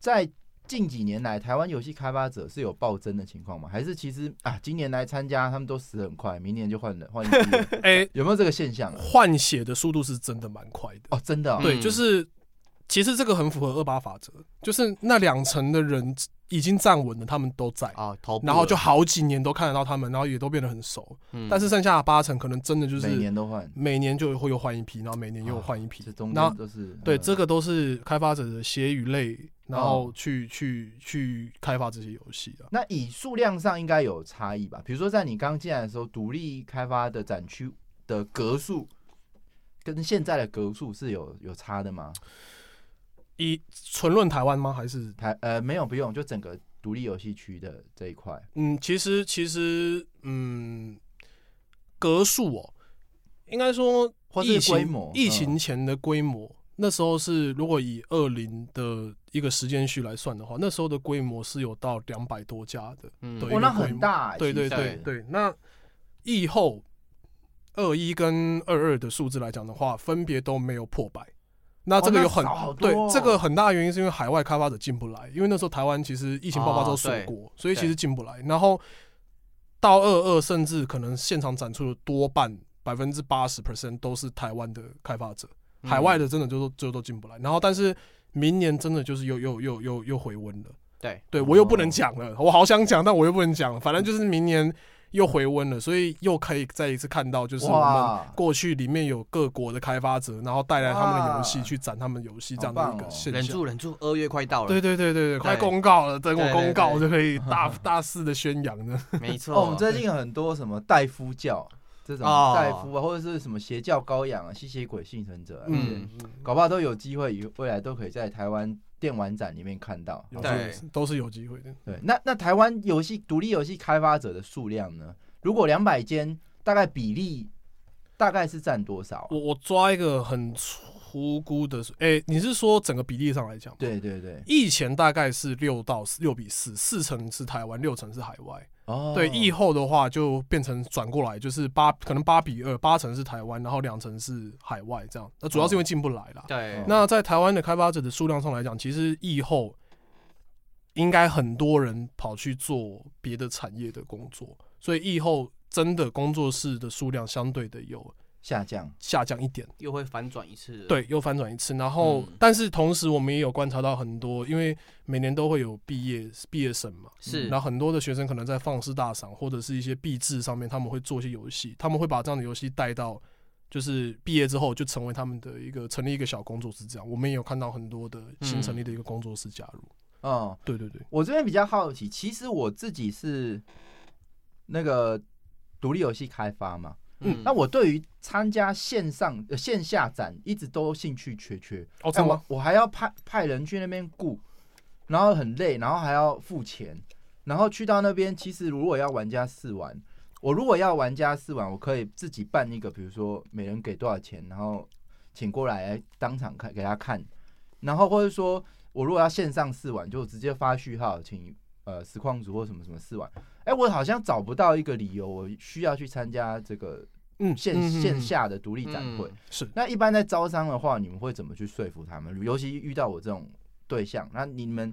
Speaker 1: 在近几年来，台湾游戏开发者是有暴增的情况吗？还是其实啊，今年来参加他们都死很快，明年就换人换一批了
Speaker 2: 哎
Speaker 1: 有没有这个现象啊？
Speaker 2: 换血的速度是真的蛮快的。
Speaker 1: 哦，真的、哦，
Speaker 2: 对，
Speaker 3: 嗯
Speaker 2: 就是其实这个很符合二八法则，就是那两层的人已经站稳了，他们都在。
Speaker 3: 哦，头部了，
Speaker 2: 然后就好几年都看得到他们，然后也都变得很熟，
Speaker 3: 嗯，
Speaker 2: 但是剩下的八成可能真的就是
Speaker 1: 每年都换，
Speaker 2: 每年就会又换一批，然后每年又换一批
Speaker 1: 这，中
Speaker 2: 然
Speaker 1: 间
Speaker 2: 后
Speaker 1: 都是
Speaker 2: 对
Speaker 1: 嗯
Speaker 2: 这个都是开发者的血与泪，然后
Speaker 1: 哦
Speaker 2: 去、去去开发这些游戏啊的。
Speaker 1: 那以数量上应该有差异吧？比如说，在你刚进来的时候，独立开发的展区的格数跟现在的格数是有有差的吗？
Speaker 2: 以纯论台湾吗？还是
Speaker 1: 台呃没有，不用，就整个独立游戏区的这一块，
Speaker 2: 嗯，其实其实嗯，格数哦，应该说
Speaker 1: 或
Speaker 2: 疫
Speaker 1: 是
Speaker 2: 情
Speaker 1: 规模，
Speaker 2: 疫
Speaker 1: 嗯
Speaker 2: 情前的规模，那时候是如果以二零的一个时间序来算的话，那时候的规模是有到两百多家的。
Speaker 3: 嗯
Speaker 2: 对
Speaker 1: 哦，
Speaker 2: 一
Speaker 1: 那
Speaker 2: 个规
Speaker 1: 很
Speaker 2: 模
Speaker 1: 大欸，
Speaker 2: 对对
Speaker 1: 其
Speaker 2: 对
Speaker 1: 实
Speaker 2: 对，那疫后二一跟二二的数字来讲的话，分别都没有破百。那这个
Speaker 1: 哦
Speaker 2: 有很、
Speaker 1: 少好多
Speaker 2: 对
Speaker 1: 哦
Speaker 2: 这个很大的原因是因为海外开发者进不来，因为那时候台湾其实疫情爆发之后
Speaker 3: 哦
Speaker 2: 锁
Speaker 3: 对
Speaker 2: 国，所以其
Speaker 3: 对
Speaker 2: 实进不来。然后到二二，甚至可能现场展出的多半百分之八十 percent 都是台湾的开发者，海外
Speaker 3: 的，
Speaker 2: 的
Speaker 1: 嗯
Speaker 2: 真的就都就都进不来。然后但是明年真的就是又又又又又回温了。
Speaker 3: 对，
Speaker 2: 对我又不
Speaker 1: 哦
Speaker 2: 能讲了，我好想讲，但我又不能讲了。反正就是明年又回温了，所以又可以再一次看到，就是我们
Speaker 1: 哇，
Speaker 2: 过去里面有各国的开发者，然后带来他们的游戏
Speaker 1: 哇
Speaker 2: 去展他们游戏这样
Speaker 1: 好
Speaker 2: 的
Speaker 1: 棒
Speaker 2: 一个
Speaker 1: 哦
Speaker 2: 现
Speaker 3: 忍
Speaker 2: 象。
Speaker 3: 住忍住，二月快到
Speaker 2: 对
Speaker 3: 了，
Speaker 2: 对对对对，快
Speaker 3: 对
Speaker 2: 公告了，等
Speaker 3: 对对
Speaker 2: 我公告
Speaker 3: 对
Speaker 2: 就可以 大大肆的宣扬了。
Speaker 3: 没
Speaker 1: 哦，我
Speaker 3: 错
Speaker 1: 们，最近有很多什么戴夫教这种
Speaker 3: 哦
Speaker 1: 戴夫啊，或者是什么邪教羔羊啊、吸血鬼幸存者啊，
Speaker 2: 嗯
Speaker 3: 嗯，，
Speaker 1: 搞不好都有机会，以未来都可以在台湾电玩展里面看到。
Speaker 2: 有
Speaker 1: 好
Speaker 2: 机
Speaker 1: 吧
Speaker 2: 会
Speaker 3: 对
Speaker 2: 是都是有机会的。
Speaker 1: 对，那那台湾游戏独立游戏开发者的数量呢？如果两百间，大概比例大概是占多少啊、
Speaker 2: 我我抓一个很粗估的数，哎，你是说整个比例上来讲吗？
Speaker 1: 对对对，
Speaker 2: 以前大概是六到六比四，四成是台湾，六成是海外。
Speaker 1: 哦，
Speaker 2: 对，疫后的话就变成转过来，就是八可能八比二，八成是台湾，然后两成是海外这样。那主要是因为进不来啦。
Speaker 1: 哦
Speaker 3: 对，
Speaker 2: 那在台湾的开发者的数量上来讲，其实疫后应该很多人跑去做别的产业的工作，所以疫后真的工作室的数量相对的有
Speaker 1: 下降，
Speaker 2: 下降一点。
Speaker 3: 又会反转一次，，
Speaker 2: 对，又翻转一次。然后，
Speaker 3: 嗯
Speaker 2: 但是同时我们也有观察到很多，因为每年都会有毕业毕业生嘛，
Speaker 3: 是
Speaker 2: 嗯然后很多的学生可能在放肆大赏或者是一些毕制上面，他们会做一些游戏，他们会把这样的游戏带到，就是毕业之后就成为他们的一个成立一个小工作室这样。我们也有看到很多的新成立的一个工作室加入。
Speaker 1: 哦，
Speaker 2: 对对对，
Speaker 1: 我这边比较好奇，其实我自己是那个独立游戏开发嘛，
Speaker 2: 嗯
Speaker 1: 那我对于参加线上、呃、线下展一直都兴趣缺缺，
Speaker 2: 哦，
Speaker 1: 哎
Speaker 2: 真的吗？
Speaker 1: 我我还要派派人去那边雇，然后很累，然后还要付钱，然后去到那边，其实如果要玩家试玩，我如果要玩家试玩，我可以自己办一个，比如说每人给多少钱，然后请过来哎当场看给他看，然后或者说我如果要线上试玩，就直接发序号，请呃实况组或什么什么试玩。哎、我好像找不到一个理由，我需要去参加这个
Speaker 2: 嗯，
Speaker 1: 线、
Speaker 2: 嗯
Speaker 1: 线下的独立展会。
Speaker 3: 嗯
Speaker 2: 是
Speaker 1: 那一般在招商的话，你们会怎么去说服他们？尤其遇到我这种对象，那你们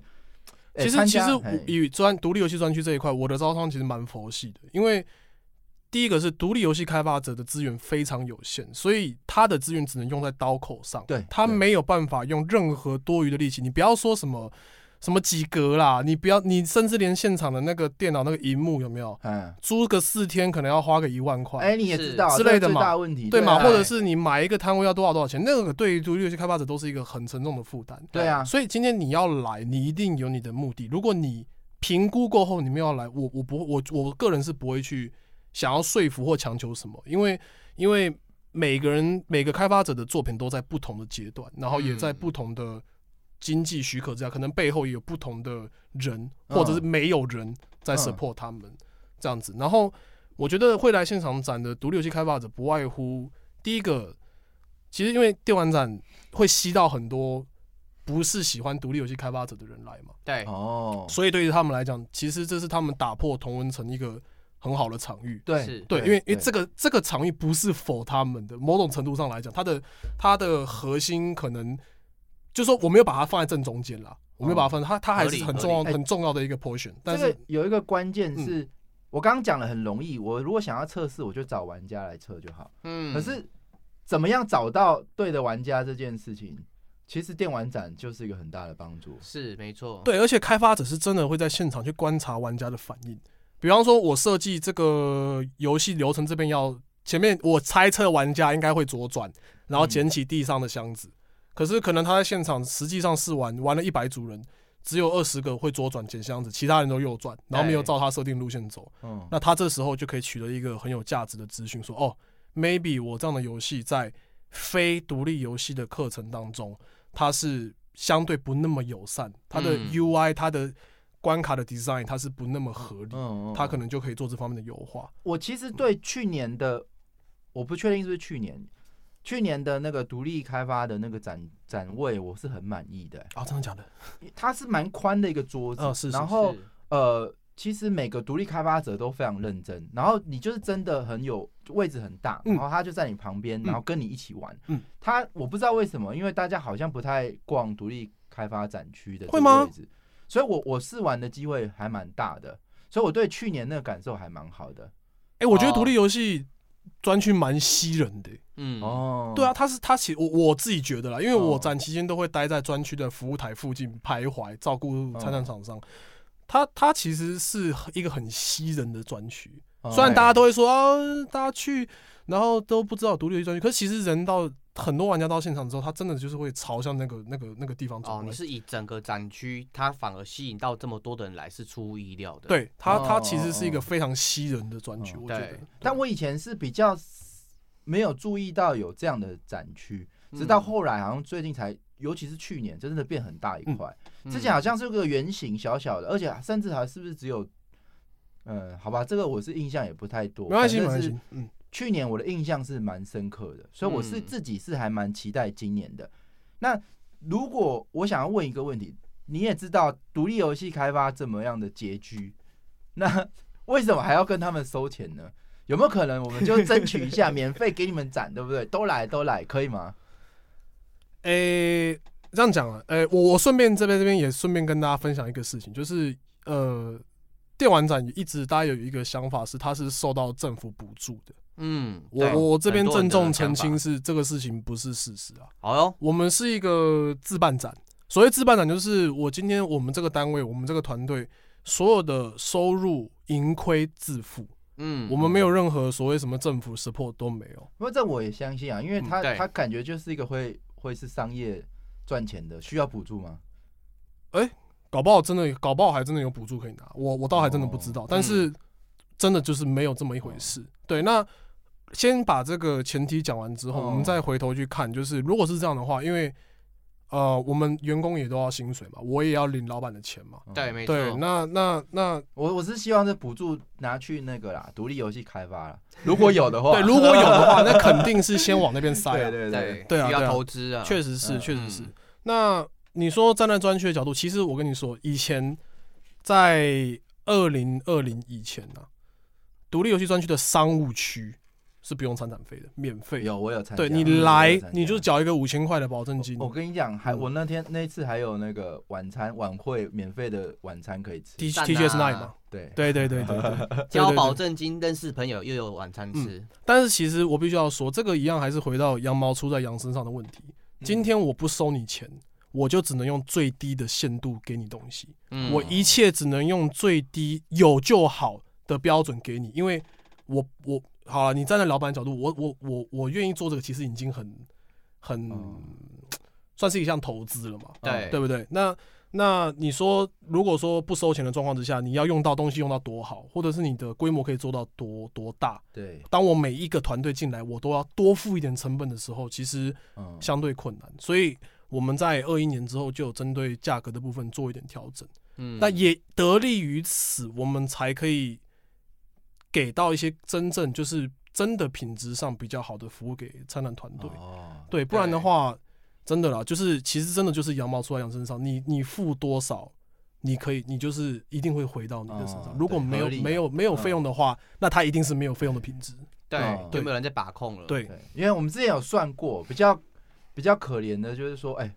Speaker 1: 哎
Speaker 2: 其实
Speaker 1: 参
Speaker 2: 其
Speaker 1: 加
Speaker 2: 实我
Speaker 1: 嘿
Speaker 2: 以专独立游戏专区这一块，我的招商其实蛮佛系的，因为第一个是独立游戏开发者的资源非常有限，所以他的资源只能用在刀口上，
Speaker 1: 对
Speaker 2: 他
Speaker 1: 对
Speaker 2: 没有办法用任何多余的力气。你不要说什么什么几格啦，你不要，你甚至连现场的那个电脑那个荧幕有没有
Speaker 1: 嗯，
Speaker 2: 租个四天，可能要花个一万块。
Speaker 1: 哎、你也知道
Speaker 2: 是
Speaker 1: 这
Speaker 2: 之类的
Speaker 1: 是
Speaker 2: 嘛
Speaker 1: 最大的问题
Speaker 2: 对嘛？
Speaker 1: 啊
Speaker 2: 或者是你买一个摊位要多少多少钱？那个对于独立游戏开发者都是一个很沉重的负担。
Speaker 1: 对啊，
Speaker 2: 所以今天你要来，你一定有你的目的。如果你评估过后你没有来，我我不我我个人是不会去想要说服或强求什么，因为因为每个人每个开发者的作品都在不同的阶段，然后也在
Speaker 3: 嗯
Speaker 2: 不同的经济许可之下，可能背后也有不同的人或者是没有人在
Speaker 1: 嗯
Speaker 2: support 他们这样子。然后我觉得会来现场展的独立游戏开发者，不外乎第一个，其实因为电玩展会吸到很多不是喜欢独立游戏开发者的人来嘛，
Speaker 3: 对，
Speaker 1: 哦，
Speaker 2: 所以对于他们来讲，其实这是他们打破同文层一个很好的场域。
Speaker 1: 对
Speaker 3: 是
Speaker 2: 对，因为因为这个这个场域不是否他们的，某种程度上来讲，它的它的核心可能就是说我没有把它放在正中间啦，我没有把它放，它它还
Speaker 3: 合
Speaker 2: 是
Speaker 3: 理
Speaker 2: 很重要
Speaker 1: 合理
Speaker 2: 很重要的一个 portion，但
Speaker 1: 这
Speaker 2: 是嗯
Speaker 1: 个有一个关键是，我刚刚讲的很容易，我如果想要测试，我就找玩家来测就好。
Speaker 3: 嗯
Speaker 1: 可是怎么样找到对的玩家这件事情，其实电玩展就是一个很大的帮助。
Speaker 3: 是没错，
Speaker 2: 对，而且开发者是真的会在现场去观察玩家的反应。比方说，我设计这个游戏流程这边要前面，我猜测玩家应该会左转，然后
Speaker 3: 嗯
Speaker 2: 捡起地上的箱子。可是可能他在现场实际上试玩，玩了一百组人，只有二十个会左转捡箱子，其他人都右转，然后没有
Speaker 3: 对
Speaker 2: 照他设定路线走。
Speaker 1: 嗯，
Speaker 2: 那他这时候就可以取得一个很有价值的资讯，说哦，maybe 我这样的游戏在非独立游戏的课程当中，它是相对不那么友善，它的
Speaker 3: 嗯
Speaker 2: UI、它的关卡的 design 它是不那么合理，
Speaker 1: 嗯，嗯
Speaker 2: 它可能就可以做这方面的优化。
Speaker 1: 我其实对去年的，我不确定是不是去年，去年的那个独立开发的那个展展位，我是很满意的、欸
Speaker 2: 啊、真的假的？
Speaker 1: 它是蛮宽的一个桌子，
Speaker 2: 嗯是是
Speaker 1: 然后呃，其实每个独立开发者都非常认真，然后你就是真的很有位置很大，
Speaker 2: 嗯
Speaker 1: 然后他就在你旁边，
Speaker 2: 嗯
Speaker 1: 然后跟你一起玩。
Speaker 2: 嗯，
Speaker 1: 他我不知道为什么，因为大家好像不太逛独立开发展区的这
Speaker 2: 会
Speaker 1: 个
Speaker 2: 吗
Speaker 1: 位置，所以我我试玩的机会还蛮大的，所以我对去年那个感受还蛮好的。
Speaker 2: 哎、我觉得
Speaker 3: 哦
Speaker 2: 独立游戏专区蛮吸人的、
Speaker 3: 嗯
Speaker 1: 哦，
Speaker 2: 对啊，，它是它其我我自己觉得啦，因为我
Speaker 1: 哦
Speaker 2: 展期间都会待在专区的服务台附近徘徊，照顾
Speaker 1: 嗯
Speaker 2: 参展厂商。它它其实是一个很吸人的专区，
Speaker 1: 嗯
Speaker 2: 虽然大家都会说啊，大家去，然后都不知道独立游戏专区，可是其实人到很多玩家到现场之后，他真的就是会朝向那个那个那个地方走
Speaker 3: 哦，
Speaker 2: 过来。
Speaker 3: 你是以整个展区，它反而吸引到这么多的人来，是出乎意料的。，
Speaker 2: 对它它
Speaker 1: 哦
Speaker 2: 其实是一个
Speaker 1: 哦
Speaker 2: 非常吸人的专区，
Speaker 1: 哦
Speaker 2: 我觉得
Speaker 3: 对。
Speaker 1: 但我以前是比较没有注意到有这样的展区，直到后来好像最近才，尤其是去年，真的变很大一块。
Speaker 3: 嗯
Speaker 1: 之前好像是个圆形小小的，而且甚至还是不是只有，嗯，好吧，这个我是印象也不太多。
Speaker 2: 没关系，没
Speaker 1: 反正
Speaker 2: 关
Speaker 1: 是
Speaker 2: 系，嗯，
Speaker 1: 去年我的印象是蛮深刻的，所以我是
Speaker 3: 嗯
Speaker 1: 自己是还蛮期待今年的。那如果我想要问一个问题，你也知道独立游戏开发怎么样的拮据，那 为什么还要跟他们收钱呢？有没有可能我们就争取一下免费给你们展，对不 对？都来都来，可以吗？
Speaker 2: 诶、这样讲啊，诶、我我顺便这边这边也顺便跟大家分享一个事情，就是呃，电玩展一直大家有一个想法是它是受到政府补助的，
Speaker 3: 嗯，嗯，
Speaker 2: 我
Speaker 3: 对
Speaker 2: 我我这边
Speaker 3: 很多
Speaker 2: 郑
Speaker 3: 人
Speaker 2: 重
Speaker 3: 的想
Speaker 2: 澄清
Speaker 3: 法
Speaker 2: 是这个事情不是事实啊，
Speaker 3: 好哟，
Speaker 2: 我们是一个自办展，所谓自办展就是我今天我们这个单位我们这个团队所有的收入盈亏自负，
Speaker 3: 嗯，
Speaker 2: 我们没有任何所谓什么政府 support 都没有。
Speaker 1: 不过这我也相信啊，因为他、
Speaker 3: 嗯对
Speaker 1: 他感觉就是一个会会是商业赚钱的，需要补助吗？
Speaker 2: 搞不好真的，搞不好还真的有补助可以拿。我我倒还真的不知道，但是真的就是没有这么一回事。对，那先把这个前提讲完之后，
Speaker 1: 哦
Speaker 2: 我们再回头去看，就是如果是这样的话，因为呃，我们员工也都要薪水嘛，我也要领老板的钱嘛。
Speaker 3: 对，没错，
Speaker 2: 对，那那那
Speaker 1: 哦我我是希望这补助拿去那个啦，独立游戏开发 啦，如果有的话，
Speaker 2: 对，如果有的话，那肯定是先往那边塞啊、
Speaker 1: 对对
Speaker 3: 对
Speaker 1: 对，
Speaker 2: 对啊
Speaker 3: 需
Speaker 2: 对
Speaker 3: 要
Speaker 2: 啊
Speaker 3: 投资啊，
Speaker 2: 确实是，
Speaker 1: 嗯
Speaker 2: 确实是。那你说站在专区的角度，其实我跟你说，以前在二零二零以前呢、啊，独立游戏专区的商务区是不用参展费的，免费。
Speaker 1: 有我有参加，
Speaker 2: 对你
Speaker 1: 嗯我
Speaker 2: 来
Speaker 1: 有参，加哦
Speaker 2: 你就缴一个五千块的保证金。
Speaker 1: 我跟你讲，还
Speaker 2: 嗯
Speaker 1: 我那天那一次还有那个晚餐晚会免费的晚餐可以吃，
Speaker 2: T
Speaker 3: 赞啊
Speaker 2: T G S Nine 嘛，
Speaker 1: 对，
Speaker 2: 对对对对对。
Speaker 3: 交
Speaker 2: 对对
Speaker 3: 保证金，认识朋友又有晚餐吃，
Speaker 2: 但是其实我必须要说，这个一样还是回到羊毛出在羊身上的问题。今天我不收你钱，我就只能用最低的限度给你东西。
Speaker 3: 嗯，
Speaker 2: 我一切只能用最低有就好的标准给你，因为我我好了，你站在老板角度，我我我我愿意做这个，其实已经很很、
Speaker 1: 嗯
Speaker 2: 算是一项投资了嘛，
Speaker 3: 哦
Speaker 2: 啊
Speaker 3: 对
Speaker 2: 对不对？那那你说，如果说不收钱的状况之下，你要用到东西用到多好，或者是你的规模可以做到多多大？
Speaker 1: 对，
Speaker 2: 当我每一个团队进来，我都要多付一点成本的时候，其实
Speaker 1: 嗯，
Speaker 2: 相对困难，所以。我们在二一年之后就有针对价格的部分做一点调整。
Speaker 3: 嗯
Speaker 2: 那也得利于此，我们才可以给到一些真正就是真的品质上比较好的服务给参展团队。
Speaker 1: 哦，
Speaker 2: 对，不然的话，真的啦，就是其实真的就是羊毛出在羊身上，你你付多少，你可以，你就是一定会回到你的身上。
Speaker 1: 哦
Speaker 2: 如果
Speaker 1: 对
Speaker 2: 没有
Speaker 1: 合理啊
Speaker 2: 没有没有费用的话，那它一定是没有费用的品质。
Speaker 3: 对
Speaker 1: 嗯，
Speaker 3: 就没有人在把控了，，
Speaker 2: 哦对
Speaker 1: 对，因为我们之前有算过，比较比较可怜的就是说，哎、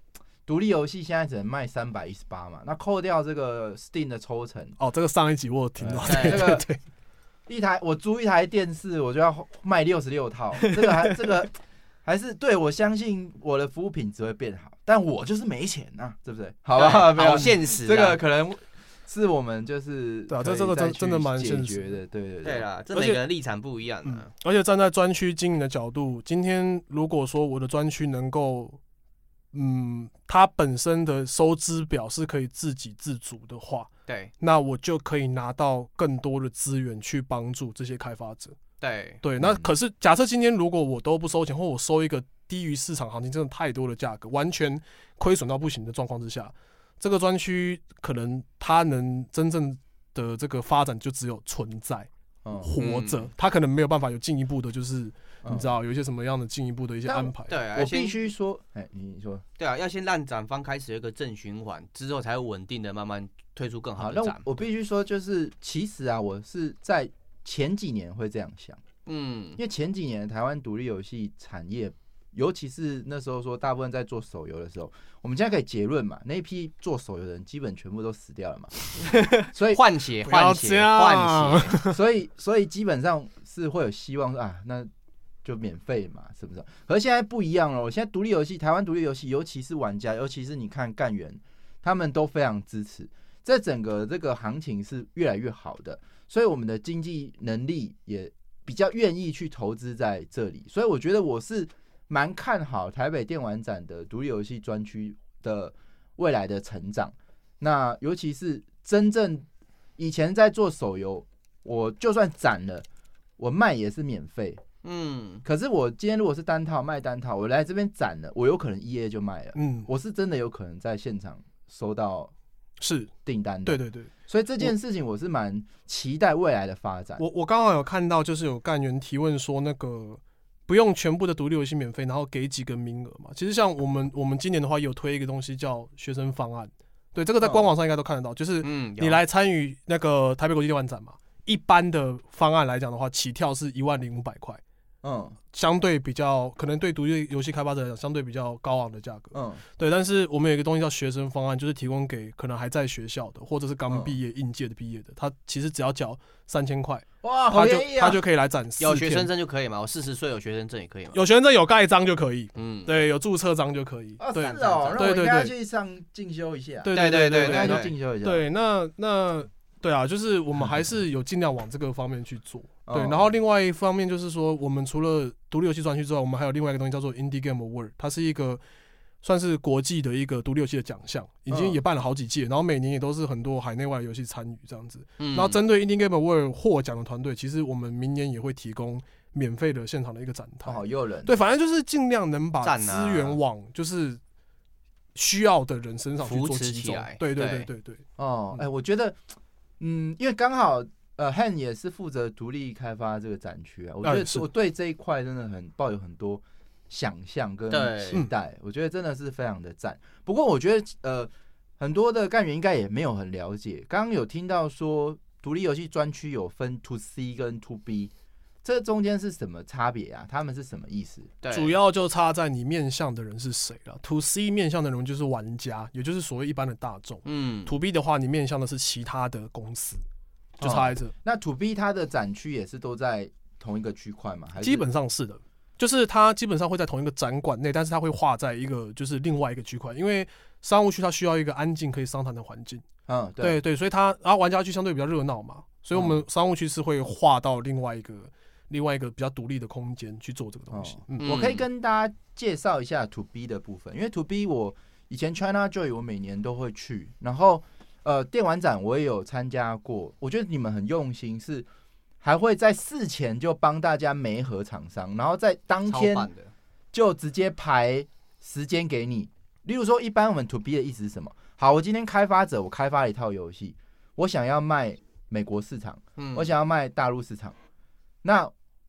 Speaker 1: 独立游戏现在只能卖三百一十八嘛，那扣掉这个 Steam 的抽成，
Speaker 2: 哦，这个上一集我有听到，
Speaker 3: 对
Speaker 1: 这
Speaker 2: 对
Speaker 1: 个
Speaker 2: 对对，
Speaker 1: 一台我租一台电视，我就要卖六十六 套，这个还这个还是对我相信我的服务品质会变好，但我就是没钱呐、对不对？好吧，
Speaker 3: 对
Speaker 1: 没有
Speaker 3: 好现实啊，
Speaker 1: 这个可能是我们就是
Speaker 2: 对啊
Speaker 1: 可以
Speaker 2: 这这个
Speaker 1: 再
Speaker 2: 真
Speaker 1: 去
Speaker 2: 真的蛮
Speaker 1: 解
Speaker 2: 现
Speaker 1: 决
Speaker 2: 实
Speaker 1: 的，对对
Speaker 3: 对啦，这
Speaker 2: 而且
Speaker 3: 每个人立场不一样
Speaker 2: 嗯
Speaker 3: 啊，，
Speaker 2: 而且站在专区经营的角度，今天如果说我的专区能够，嗯，它本身的收支表是可以自给自足的话，
Speaker 3: 对
Speaker 2: 那我就可以拿到更多的资源去帮助这些开发者。
Speaker 3: 对
Speaker 2: 对，那
Speaker 1: 嗯
Speaker 2: 可是假设今天如果我都不收钱，或我收一个低于市场行情真的太多的价格，完全亏损到不行的状况之下，这个专区可能它能真正的这个发展就只有存在。
Speaker 1: 嗯
Speaker 2: 活着
Speaker 3: 嗯，
Speaker 2: 他可能没有办法有进一步的，就是
Speaker 1: 嗯
Speaker 2: 你知道有一些什么样的进一步的一些
Speaker 1: 但
Speaker 2: 安排。
Speaker 3: 对啊，
Speaker 1: 我
Speaker 3: 先
Speaker 1: 必须说，哎、你说
Speaker 3: 对啊，要先让展方开始有一个正循环，之后才会稳定的慢慢推出更好
Speaker 1: 好，
Speaker 3: 的
Speaker 1: 那我
Speaker 3: 展。
Speaker 1: 我必须说，就是其实啊，我是在前几年会这样想，
Speaker 3: 嗯
Speaker 1: 因，为前几年台湾独立游戏产业，尤其是那时候说大部分在做手游的时候，我们现在可以结论嘛，那一批做手游的人基本全部都死掉了嘛，所以
Speaker 3: 换血，
Speaker 2: 不要
Speaker 3: 换
Speaker 2: 这
Speaker 3: 血，
Speaker 2: 样啊
Speaker 3: 换血，
Speaker 1: 所以所以基本上是会有希望说啊，那就免费嘛，是不是？可是现在不一样了，我现在独立游戏，台湾独立游戏，尤其是玩家，尤其是你看干员，他们都非常支持，这整个这个行情是越来越好的，所以我们的经济能力也比较愿意去投资在这里，所以我觉得我是蛮看好台北电玩展的独立游戏专区的未来的成长。那尤其是真正以前在做手游，我就算攒了，我卖也是免费。
Speaker 3: 嗯，
Speaker 1: 可是我今天如果是单套卖单套，我来这边攒了，我有可能一 A 就卖了，
Speaker 2: 嗯，
Speaker 1: 我是真的有可能在现场收到
Speaker 2: 是
Speaker 1: 订
Speaker 3: 嗯
Speaker 1: 单的。
Speaker 2: 对对对，
Speaker 1: 所以这件事情我是蛮期待未来的发展。
Speaker 2: 我我刚好有看到，就是有干员提问说那个不用全部的独立游戏免费，然后给几个名额嘛。其实像我
Speaker 3: 嗯
Speaker 2: 们我们今年的话，有推一个东西叫学生方案，对，这个在官网上应该都看得到，就是
Speaker 3: 嗯，有
Speaker 2: 你，来参与那个台北国际电玩展嘛。一般的方案来讲的话，起跳是一万零五百块，
Speaker 1: 嗯
Speaker 2: 相对比较可能对独立游戏开发者来讲，相对比较高昂的价格。
Speaker 1: 嗯
Speaker 2: 对，但是我们有一个东西叫学生方案，就是提供给可能还在学校的，或者是刚
Speaker 1: 嗯
Speaker 2: 毕业、应届的毕业的，他其实只要缴三千块，
Speaker 1: 哇，好
Speaker 2: 他就
Speaker 1: 便宜啊！
Speaker 2: 他就可以来展示。
Speaker 3: 有学生证就可以嘛？我四十岁有学生证也可以嘛？
Speaker 2: 有学生证有盖章就可以，
Speaker 3: 嗯，
Speaker 2: 对，有注册章就可以
Speaker 1: 啊，，是
Speaker 2: 对，
Speaker 1: 哦，那我
Speaker 2: 对
Speaker 1: 应
Speaker 2: 对
Speaker 1: 该
Speaker 2: 对
Speaker 1: 去上进修一下，
Speaker 2: 对
Speaker 3: 对
Speaker 2: 对
Speaker 3: 对
Speaker 1: 我应
Speaker 2: 对
Speaker 1: 该去
Speaker 2: 对
Speaker 1: 进修一下。，
Speaker 2: 对，那那对啊，就是我们还是有尽量往这个方面去做。
Speaker 1: 哦
Speaker 2: 对，然后另外一方面就是说，我们除了独立游戏专区之外，我们还有另外一个东西叫做 Indie Game Award，它是一个算是国际的一个独立游戏的奖项，已经
Speaker 1: 嗯
Speaker 2: 也办了好几届，然后每年也都是很多海内外的游戏参与这样子。
Speaker 3: 嗯
Speaker 2: 然后针对 Indie Game Award 获奖的团队，其实我们明年也会提供免费的现场的一个展
Speaker 1: 哦
Speaker 2: 台。
Speaker 1: 好诱人。
Speaker 2: 对，反正就是尽量能把
Speaker 3: 赞
Speaker 2: 资
Speaker 3: 啊
Speaker 2: 源往就是需要的人身上去
Speaker 3: 扶
Speaker 2: 做
Speaker 3: 持
Speaker 2: 集
Speaker 3: 起
Speaker 2: 中
Speaker 3: 来。
Speaker 2: 对对
Speaker 3: 对
Speaker 2: 对对对，
Speaker 1: 哦，
Speaker 2: 嗯
Speaker 1: 哎、我觉得，嗯，因为刚好呃，Han 也是负责独立开发这个展区啊，我觉
Speaker 2: 哎
Speaker 1: 得
Speaker 2: 是
Speaker 1: 我对这一块真的很抱有很多想象跟
Speaker 3: 对
Speaker 2: 嗯
Speaker 1: 期待，我觉得真的是非常的赞。不过我觉得呃，很多的干员应该也没有很了解，刚刚有听到说独立游戏专区有分 To C 跟 To B，这中间是什么差别啊？他们是什么意思？
Speaker 3: 对
Speaker 2: 主要就差在你面向的人是谁了。To C 面向的人就是玩家，也就是所谓一般的大众。
Speaker 3: 嗯
Speaker 2: To B 的话，你面向的是其他的公司，
Speaker 1: 啊
Speaker 2: 就差在这。
Speaker 1: 那 To B 它的展区也是都在同一个区块吗？还是
Speaker 2: 基本上是的，就是它基本上会在同一个展馆内，但是它会划在一个就是另外一个区块，因为商务区它需要一个安静可以商谈的环境。
Speaker 1: 嗯，对，嗯
Speaker 2: 对对，所以它然后玩家区相对比较热闹嘛，所以我们商务区是会划到另外一个另外一个比较独立的空间去做这个东西
Speaker 1: 哦。
Speaker 2: 嗯，
Speaker 3: 嗯
Speaker 1: 我可以跟大家介绍一下 To B 的部分，因为 To B 我以前 China Joy 我每年都会去，然后呃电玩展我也有参加过，我觉得你们很用心，是还会在事前就帮大家媒合厂商，然后在当
Speaker 3: 超
Speaker 1: 天
Speaker 3: 版的，
Speaker 1: 就直接排时间给你。例如说，一般我们 To B 的意思是什么？好，我今天开发者我开发了一套游戏，我想要卖美国市场。
Speaker 3: 嗯
Speaker 1: 我想要卖大陆市场。那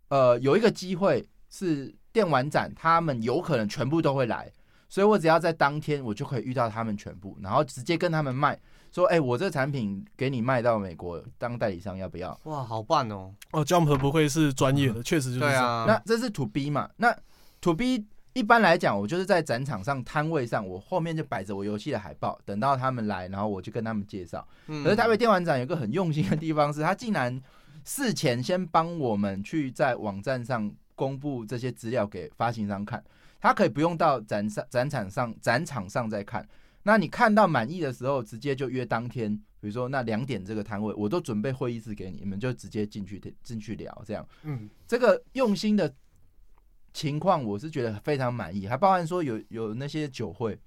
Speaker 1: 呃，有一个机会是电玩展，他们有可能全部都会来，所以我只要在当天，我就可以遇到他们全部，然后直接跟他们卖，说，哎、我这个产品给你卖到美国当代理商，要不要？
Speaker 3: 哇，好棒哦，
Speaker 2: 哦，Jump 不愧是专业
Speaker 1: 嗯
Speaker 2: 的，确实就是这
Speaker 3: 对
Speaker 2: 样。
Speaker 3: 啊，
Speaker 1: 那这是 to B 嘛？那 to B 一般来讲，我就是在展场上摊位上，我后面就摆着我游戏的海报，等到他们来，然后我就跟他们介绍。
Speaker 3: 嗯
Speaker 1: 可是台北电玩展有一个很用心的地方是，他竟然事前先帮我们去在网站上公布这些资料给发行商看，他可以不用到展上、展场上、展场上再看。那你看到满意的时候，直接就约当天，比如说那两点这个摊位，我都准备会议室给你，你们就直接进去进去聊这样。
Speaker 2: 嗯，
Speaker 1: 这个用心的情况，我是觉得非常满意，还包含说有有那些酒会，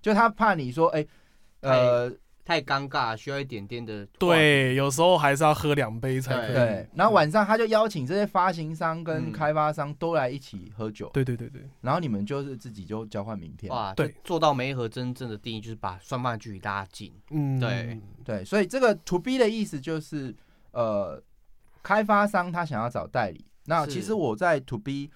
Speaker 1: 就他怕你说，哎、呃，
Speaker 3: 太尴尬，需要一点点的
Speaker 2: 对，有时候还是要喝两杯才
Speaker 3: 哎
Speaker 2: 可以。
Speaker 1: 对，然后晚上他就邀请这些发行商跟
Speaker 3: 嗯
Speaker 1: 开发商都来一起喝酒，
Speaker 2: 对对对对，
Speaker 1: 然后你们就是自己就交换名片。
Speaker 3: 哇，
Speaker 2: 对，
Speaker 3: 做到梅和真正的定义就是把双方的距离拉近，
Speaker 2: 嗯，
Speaker 3: 对
Speaker 1: 对，所以这个 to B 的意思就是，呃，开发商他想要找代理。那
Speaker 3: 是
Speaker 1: 其实我在 to B，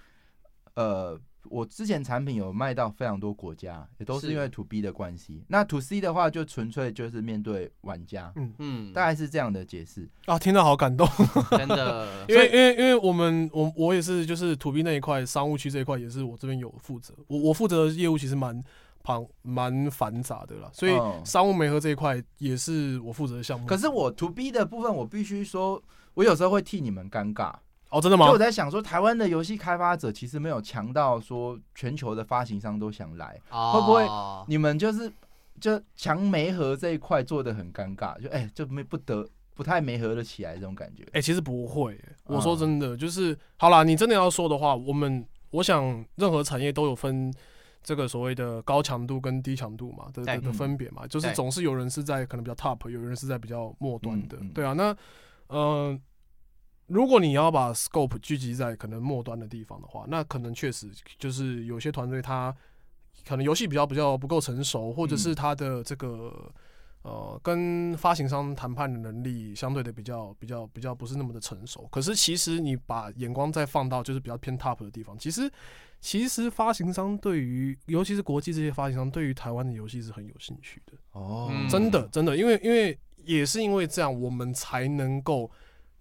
Speaker 1: 呃，我之前产品有卖到非常多国家，也都是
Speaker 3: 是
Speaker 1: 因为 to B 的关系。那 to C 的话，就纯粹就是面对玩家，
Speaker 3: 嗯，
Speaker 1: 大概是这样的解释。
Speaker 2: 啊，听到好感动，，
Speaker 3: 真的
Speaker 2: 因为因为因为我们我我也是就是 to B 那一块商务区这一块也是我这边有负责，我我负责的业务其实蛮庞蛮繁杂的啦，所以
Speaker 1: 嗯
Speaker 2: 商务媒合这一块也是我负责的项目。
Speaker 1: 可是我 to B 的部分，我必须说，我有时候会替你们尴尬。
Speaker 2: 哦，真的吗
Speaker 1: 就？我在想说，台湾的游戏开发者其实没有强到说全球的发行商都想来，会
Speaker 3: 会
Speaker 1: 不会你们就是就强媒合这一块做的很尴尬，就哎、就没不得不太媒合得嗯起来这种感觉。
Speaker 2: 哎、其实不会、我说真的，就是好啦，你真的要说的话，我们我想任何产业都有分这个所谓的高强度跟低强度嘛的的
Speaker 3: 对
Speaker 2: 的分别嘛，就是
Speaker 3: 对
Speaker 2: 总是有人是在可能比较 top，有人是在比较末端的，
Speaker 1: 嗯嗯
Speaker 2: 对啊，那呃。如果你要把 scope 聚集在可能末端的地方的话，那可能确实就是有些团队他可能游戏比较比较不够成熟，或者是他的这个呃，跟发行商谈判的能力相对的比较比较比较不是那么的成熟。可是其实你把眼光再放到就是比较偏 top 的地方，其实其实发行商对于尤其是国际这些发行商对于台湾的游戏是很有兴趣的，
Speaker 1: 哦
Speaker 3: 嗯
Speaker 2: 真的真的，因为因为也是因为这样，我们才能够。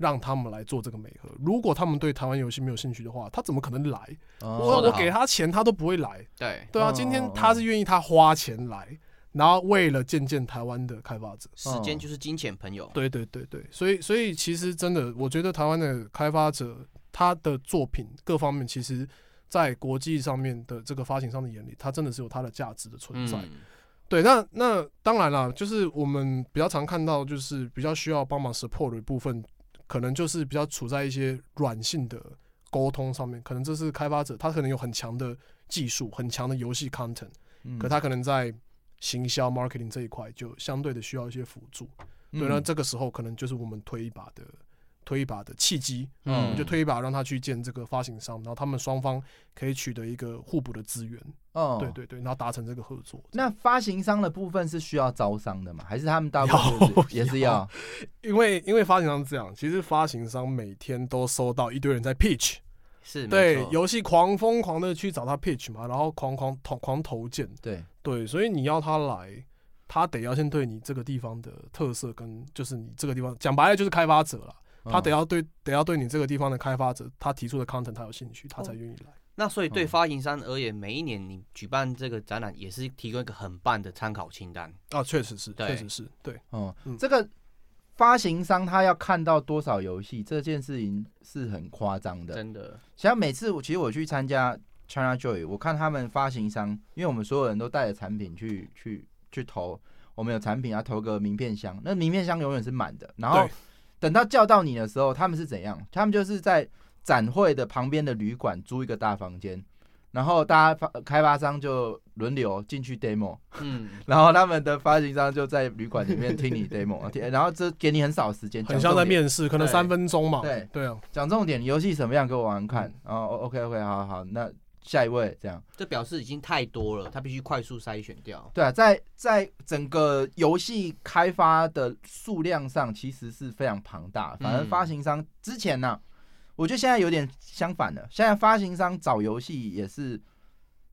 Speaker 2: 让他们来做这个美合。如果他们对台湾游戏没有兴趣的话，他怎么可能来？我
Speaker 1: 哦
Speaker 3: 说得
Speaker 2: 我
Speaker 3: 好
Speaker 2: 给他钱，他都不会来。
Speaker 3: 对
Speaker 2: 对啊，
Speaker 1: 嗯
Speaker 2: 今天
Speaker 1: 嗯
Speaker 2: 他
Speaker 1: 嗯
Speaker 2: 是愿意他花钱来，然后为了见见台湾的开发者。
Speaker 3: 时间就是金钱，朋友，
Speaker 2: 对对对对，所以所以其实真的，我觉得台湾的开发者他的作品各方面，其实在国际上面的这个发行商的眼里，它真的是有它的价值的存在。
Speaker 3: 嗯，
Speaker 2: 对，那那当然啦，就是我们比较常看到，就是比较需要帮忙 support 的部分，可能就是比较处在一些软性的沟通上面，可能这是开发者他可能有很强的技术、很强的游戏 content，
Speaker 1: 嗯
Speaker 2: 可他可能在行销 marketing 这一块就相对的需要一些辅助。
Speaker 1: 嗯
Speaker 2: 对，那这个时候可能就是我们推一把的推一把的契机，我
Speaker 1: 嗯
Speaker 2: 们就推一把让他去见这个发行商，然后他们双方可以取得一个互补的资源，
Speaker 1: 哦
Speaker 2: 对。对对，然后达成这个合作。
Speaker 1: 那发行商的部分是需要招商的吗？还是他们大部分 都是也
Speaker 2: 要
Speaker 1: 是要？
Speaker 2: 因为因为发行商是这样，其实发行商每天都收到一堆人在 pitch，
Speaker 3: 是
Speaker 2: 对
Speaker 3: 没，错
Speaker 2: 游戏狂疯狂的去找他 pitch 嘛，然后狂狂投狂投件，
Speaker 1: 对，
Speaker 2: 对，所以你要他来，他得要先对你这个地方的特色跟就是你这个地方讲白了就是开发者啦。他得
Speaker 1: 要
Speaker 2: 要对得要对你这个地方的开发者，他提出的 content 他有兴趣，他才愿意来。
Speaker 3: 那所以对
Speaker 1: 嗯
Speaker 3: 发行商而言，每一年你举办这个展览也是提供一个很棒的参考清单。
Speaker 2: 啊，确实是，
Speaker 3: 对
Speaker 2: 确实是，对，
Speaker 1: 哦
Speaker 2: 嗯，
Speaker 1: 这个发行商他要看到多少游戏这件事情是很夸张的。
Speaker 3: 真的，
Speaker 1: 像每次我其实我去参加 China Joy，我看他们发行商，因为我们所有人都带着产品去去去投，我们有产品要投个名片箱，那名片箱永远是满的。然后
Speaker 2: 对
Speaker 1: 等到叫到你的时候，他们是怎样？他们就是在展会的旁边的旅馆租一个大房间，然后大家发开发商就轮流进去 demo，
Speaker 3: 嗯，
Speaker 1: 然后他们的发行商就在旅馆里面 听你 demo，然后这给你很少时间，
Speaker 2: 很
Speaker 1: 讲
Speaker 2: 像
Speaker 1: 重
Speaker 2: 在
Speaker 1: 点
Speaker 2: 面试，可能
Speaker 3: 对
Speaker 2: 三分钟嘛。
Speaker 1: 对
Speaker 2: 对啊，
Speaker 1: 讲重点，游戏什么样给我玩玩看。哦，OK OK，好好好，那下一位这样。
Speaker 3: 这表示已经太多了，他必须快速筛选掉。
Speaker 1: 对啊，在在整个游戏开发的数量上，其实是非常庞大。反正
Speaker 3: 嗯
Speaker 1: 发行商之前呢、啊我觉得现在有点相反了。现在发行商找游戏也是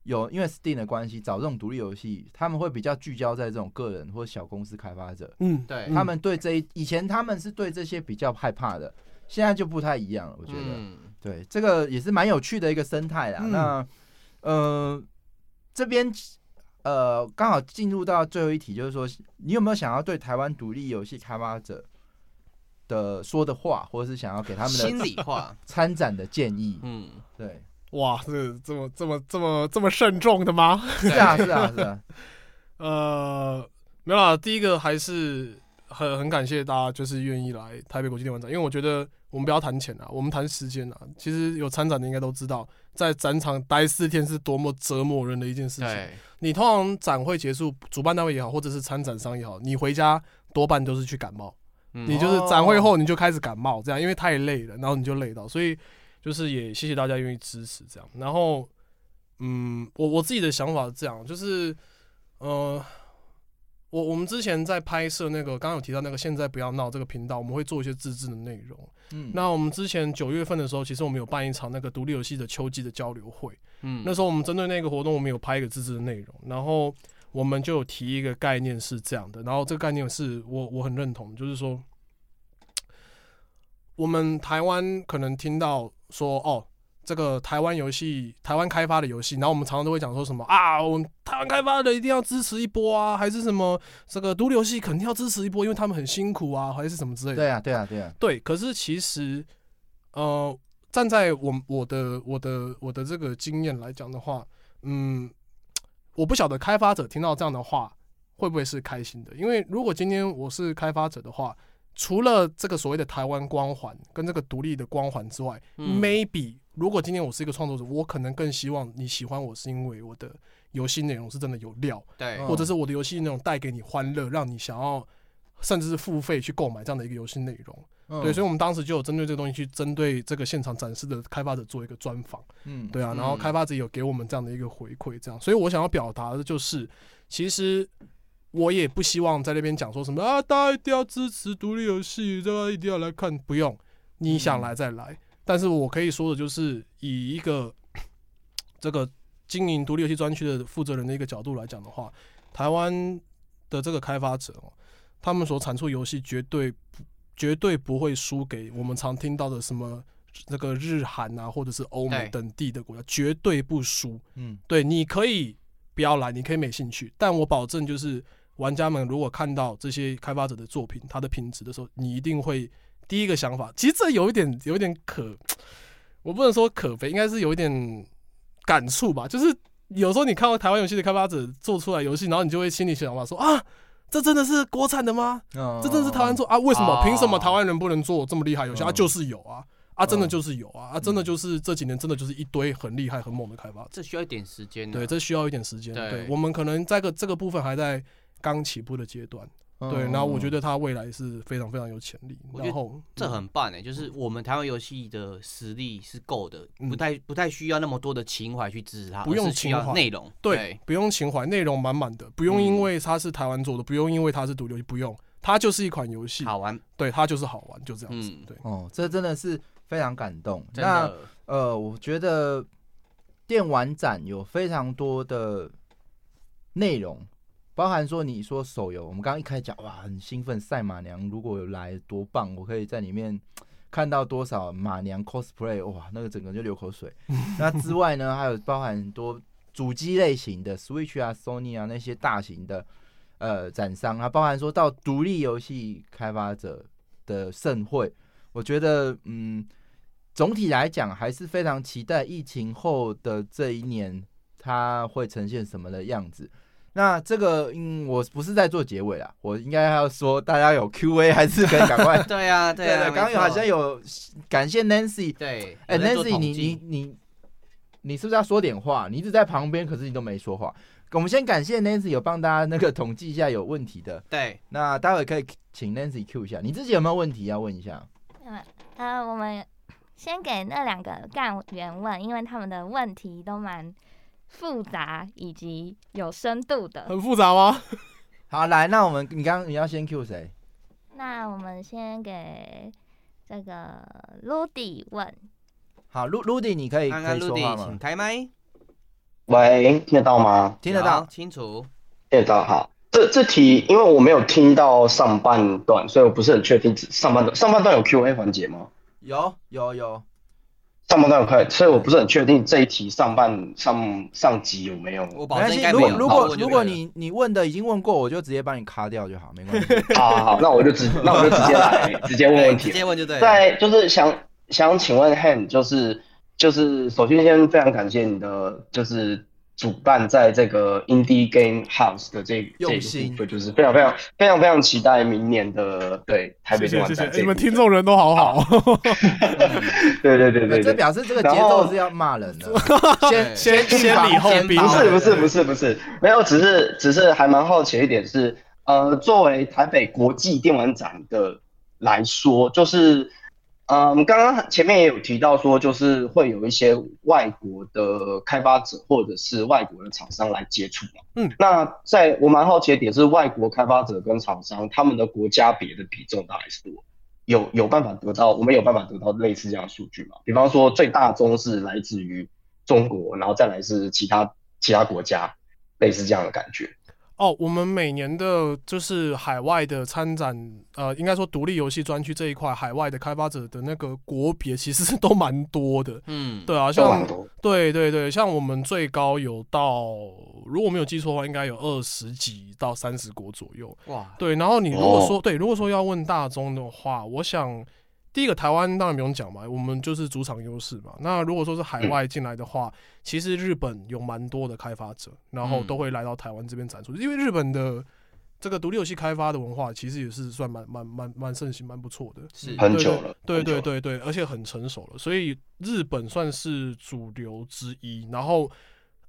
Speaker 1: 有，因为 Steam 的关系，找这种独立游戏，他们会比较聚焦在这种个人或小公司开发者。
Speaker 2: 嗯，
Speaker 3: 对
Speaker 2: 嗯
Speaker 1: 他们对这一以前他们是对这些比较害怕的，现在就不太一样了。我觉得，
Speaker 3: 嗯，
Speaker 1: 对，这个也是蛮有趣的一个生态啦。
Speaker 2: 嗯
Speaker 1: 那呃，这边呃刚好进入到最后一题，就是说你有没有想要对台湾独立游戏开发者的说的话，或者是想要给他们
Speaker 3: 心
Speaker 1: 的
Speaker 3: 里话，
Speaker 1: 参展的建议？
Speaker 3: 嗯，
Speaker 1: 对，
Speaker 2: 哇，这这么这么这么这么慎重的吗？
Speaker 1: 是啊，是啊，是啊，
Speaker 2: 呃，没有啦，第一个还是很很感谢大家，就是愿意来台北国际电玩展，因为我觉得我们不要谈钱啊，我们谈时间啊。其实有参展的应该都知道，在展场待四天是多么折磨人的一件事情。
Speaker 3: 对，
Speaker 2: 你通常展会结束，主办单位也好，或者是参展商也好，你回家多半都是去感冒。
Speaker 3: 嗯
Speaker 2: 你就是展会后你就开始感冒，这样因为太累了，然后你就累到，所以就是也谢谢大家愿意支持这样。然后，嗯，我我自己的想法是这样，就是，呃，我我们之前在拍摄那个刚刚有提到那个现在不要闹这个频道，我们会做一些自制的内容。
Speaker 1: 嗯，
Speaker 2: 那我们之前九月份的时候，其实我们有办一场那个独立游戏的秋季的交流会。
Speaker 3: 嗯
Speaker 2: 那时候我们针对那个活动，我们有拍一个自制的内容，然后我们就有提一个概念是这样的，然后这个概念是我我很认同，就是说，我们台湾可能听到说哦。这个台湾游戏，台湾开发的游戏，然后我们常常都会讲说什么啊，我们台湾开发的一定要支持一波啊，还是什么这个独立游戏肯定要支持一波，因为他们很辛苦啊，还是什么之类的。
Speaker 1: 对啊，对啊，对啊，
Speaker 2: 对，可是其实，呃，站在我我的我的我的这个经验来讲的话，嗯，我不晓得开发者听到这样的话会不会是开心的，因为如果今天我是开发者的话，除了这个所谓的台湾光环跟这个独立的光环之外、
Speaker 3: 嗯
Speaker 2: m a y b e 如果今天我是一个创作者，我可能更希望你喜欢我是因为我的游戏内容是真的有料，
Speaker 3: 对，
Speaker 1: 嗯
Speaker 2: 或者是我的游戏内容带给你欢乐，让你想要甚至是付费去购买这样的一个游戏内容。
Speaker 1: 嗯
Speaker 2: 对，所以我们当时就有针对这个东西去针对这个现场展示的开发者做一个专访，
Speaker 1: 嗯，
Speaker 2: 对啊，然后
Speaker 3: 嗯
Speaker 2: 开发者有给我们这样的一个回馈，这样，所以我想要表达的就是，其实我也不希望在那边讲说什么啊，大家一定要支持独立游戏，大家一定要来看，不用，你想来再来，但是我可以说的就是以一个 这个经营独立游戏专区的负责人的一个角度来讲的话，台湾的这个开发者哦，他们所产出游戏绝对不绝对不会输给我们常听到的什么那个日韩啊，或者是欧美
Speaker 3: 对
Speaker 2: 等地的国家，绝对不输。
Speaker 1: 嗯
Speaker 2: 对，你可以不要来，你可以没兴趣，但我保证就是玩家们如果看到这些开发者的作品，它的品质的时候，你一定会第一个想法，其实这有一点有一点可，我不能说可悲，应该是有一点感触吧，就是有时候你看到台湾游戏的开发者做出来游戏，然后你就会心里想法说啊。这真的是国产的吗？
Speaker 1: 嗯
Speaker 2: 这真的是台湾做啊？为什么？凭什么
Speaker 3: 哦
Speaker 2: 台湾人不能做这么厉害游戏？啊，
Speaker 1: 嗯
Speaker 2: 就是有啊！啊，真的
Speaker 1: 嗯
Speaker 2: 就是有啊，啊，真的就是这几年真的就是一堆很厉害、很猛的开发者。
Speaker 3: 这需要一点时间、啊。
Speaker 2: 对，这需要一点时间。
Speaker 3: 对
Speaker 2: 对，我们可能在个这个部分还在刚起步的阶段。
Speaker 1: 嗯
Speaker 2: 对，然后我觉
Speaker 1: 得
Speaker 2: 得它未来是非常非常有潜力。
Speaker 3: 哦我觉得
Speaker 2: 然后嗯
Speaker 3: 这很棒诶、就是我们台湾游戏的实力是够的，
Speaker 2: 嗯
Speaker 3: 不太不太需要那么多的情怀去支持它，
Speaker 2: 不用
Speaker 3: 而是需
Speaker 2: 情怀
Speaker 3: 要内容。
Speaker 2: 对，不用情怀，内容满满的，不用
Speaker 3: 嗯
Speaker 2: 因为它是台湾做的，不用因为它是独流，不用，它就是一款游戏，
Speaker 3: 好玩，
Speaker 2: 对，它就是好玩，就这样子。
Speaker 3: 嗯
Speaker 2: 对，
Speaker 1: 哦，这真的是非常感动。
Speaker 3: 真
Speaker 1: 那
Speaker 3: 的，。
Speaker 1: 呃，我觉得电玩展有非常多的内容，包含说你说手游，我们刚刚一开始讲哇，很兴奋，赛马娘如果有来多棒，我可以在里面看到多少马娘 cosplay，哇，那个整个就流口水。 那之外呢，还有包含很多主机类型的 Switch 啊、Sony 啊那些大型的呃展商啊，包含说到独立游戏开发者的盛会，我觉得嗯。总体来讲，还是非常期待疫情后的这一年，它会呈现什么的样子。那这个，嗯，我不是在做结尾啦，我应该要说，大家有 Q&A 还是可以赶快
Speaker 3: 对啊，
Speaker 1: 对
Speaker 3: 啊，
Speaker 1: 的，刚刚有好像
Speaker 3: 有
Speaker 1: 有感谢 Nancy，
Speaker 3: 对，
Speaker 1: 哎、
Speaker 3: 有
Speaker 1: n
Speaker 3: 在
Speaker 1: a n
Speaker 3: 做
Speaker 1: c y
Speaker 3: 统
Speaker 1: 你
Speaker 3: 计
Speaker 1: 你你你是不是要说点话？你一直在旁边，可是你都没说话。我们先感谢 Nancy 有帮大家那个统计一下有问题的，
Speaker 3: 对
Speaker 1: 那待会可以请 Nancy Q 一下，你自己有没有问题要问一下？
Speaker 4: 嗯呃，我们先给那两个干员问，因为他们的问题都蛮复杂以及有深度的。
Speaker 2: 很复杂吗？
Speaker 1: 好，来，那我们你刚你要先 Q 谁？
Speaker 4: 那我们先给这个 Rudy 问，
Speaker 1: 好，卢卢迪，你可以
Speaker 3: 刚
Speaker 1: 可
Speaker 3: 刚
Speaker 1: 以说话
Speaker 3: Rudy 请
Speaker 1: 吗？
Speaker 3: 开麦，
Speaker 5: 喂，听得到吗？
Speaker 1: 听得
Speaker 3: 好
Speaker 1: 到？
Speaker 3: 清楚，
Speaker 5: 听得到，好。这这题因为我没有听到上半段，所以我不是很确定上半段上半段有 Q&A 环节吗？
Speaker 1: 有有有，
Speaker 5: 上半段有快，所以我不是很确定这一题上半上上集有没有。
Speaker 3: 我保
Speaker 1: 没关
Speaker 3: 证应
Speaker 1: 系。
Speaker 3: 该
Speaker 1: 如
Speaker 3: 没
Speaker 1: 果
Speaker 3: 有。
Speaker 1: 如
Speaker 3: 好
Speaker 1: 果
Speaker 3: 我就
Speaker 1: 如
Speaker 3: 对
Speaker 1: 果
Speaker 3: 了
Speaker 1: 你你问的已经问过，我就直接帮你卡掉就好，没 关系。
Speaker 5: 好啊好好，那我就直那我就直接来，直接问
Speaker 3: 对
Speaker 5: 问题
Speaker 3: 直。接问就对了，
Speaker 5: 在就是想想请问 Han，就是就是首先先非常感谢你的就是主办在这个 Indie Game House 的这这
Speaker 1: 用
Speaker 5: 一
Speaker 1: 心
Speaker 5: 个部分，就是非常非常非常非常期待明年的对台
Speaker 2: 谢
Speaker 5: 北电
Speaker 2: 谢
Speaker 5: 玩
Speaker 2: 谢
Speaker 5: 展
Speaker 2: 谢，
Speaker 5: 这一
Speaker 2: 你们
Speaker 5: 部
Speaker 2: 听
Speaker 5: 分
Speaker 2: 众人都好好。
Speaker 5: 对对
Speaker 2: 哎
Speaker 5: 对对
Speaker 1: 这
Speaker 5: 对。
Speaker 1: 表示这个
Speaker 5: 然
Speaker 1: 节
Speaker 5: 后
Speaker 1: 奏是要骂人 的，先
Speaker 2: 先
Speaker 1: 先
Speaker 2: 先
Speaker 1: 先
Speaker 2: 礼后
Speaker 1: 先
Speaker 2: 兵
Speaker 1: 骂
Speaker 5: 不是
Speaker 1: 人
Speaker 5: 不是不是不是，没有，只是只是还蛮好奇的一点是，呃，作为台北国际电玩展的来说，就是，嗯，刚刚前面也有提到说，就是会有一些外国的开发者或者是外国的厂商来接触嘛。
Speaker 2: 嗯，
Speaker 5: 那在我蛮好奇的点是，外国开发者跟厂商他们的国家别的比重大概是多少？有有办法得到，我们有办法得到类似这样的数据吗？比方说，最大宗是来自于中国，然后再来是其他其他国家，类似这样的感觉。
Speaker 2: 哦，我们每年的就是海外的参展，呃，应该说独立游戏专区这一块，海外的开发者的那个国别其实是都蛮多的。
Speaker 3: 嗯，
Speaker 2: 对啊，
Speaker 5: 都很
Speaker 2: 像
Speaker 5: 多，
Speaker 2: 对对对，像我们最高有到，如果没有记错的话，应该有二十几到三十国左右。
Speaker 3: 哇，
Speaker 2: 对，然后你如果
Speaker 5: 哦
Speaker 2: 说、对，如果说要问大中的话，我想第一个台湾当然不用讲嘛，我们就是主场优势嘛。那如果说是海外进来的话，其实日本有蛮多的开发者，然后
Speaker 3: 嗯
Speaker 2: 都会来到台湾这边展出，因为日本的这个独立游戏开发的文化其实也是算蛮蛮蛮蛮盛行、蛮不错的。
Speaker 3: 是
Speaker 5: 很久了
Speaker 2: 对
Speaker 5: 很久
Speaker 2: 对对
Speaker 5: 了
Speaker 2: 对，而且很成熟了，所以日本算是主流之一。然后，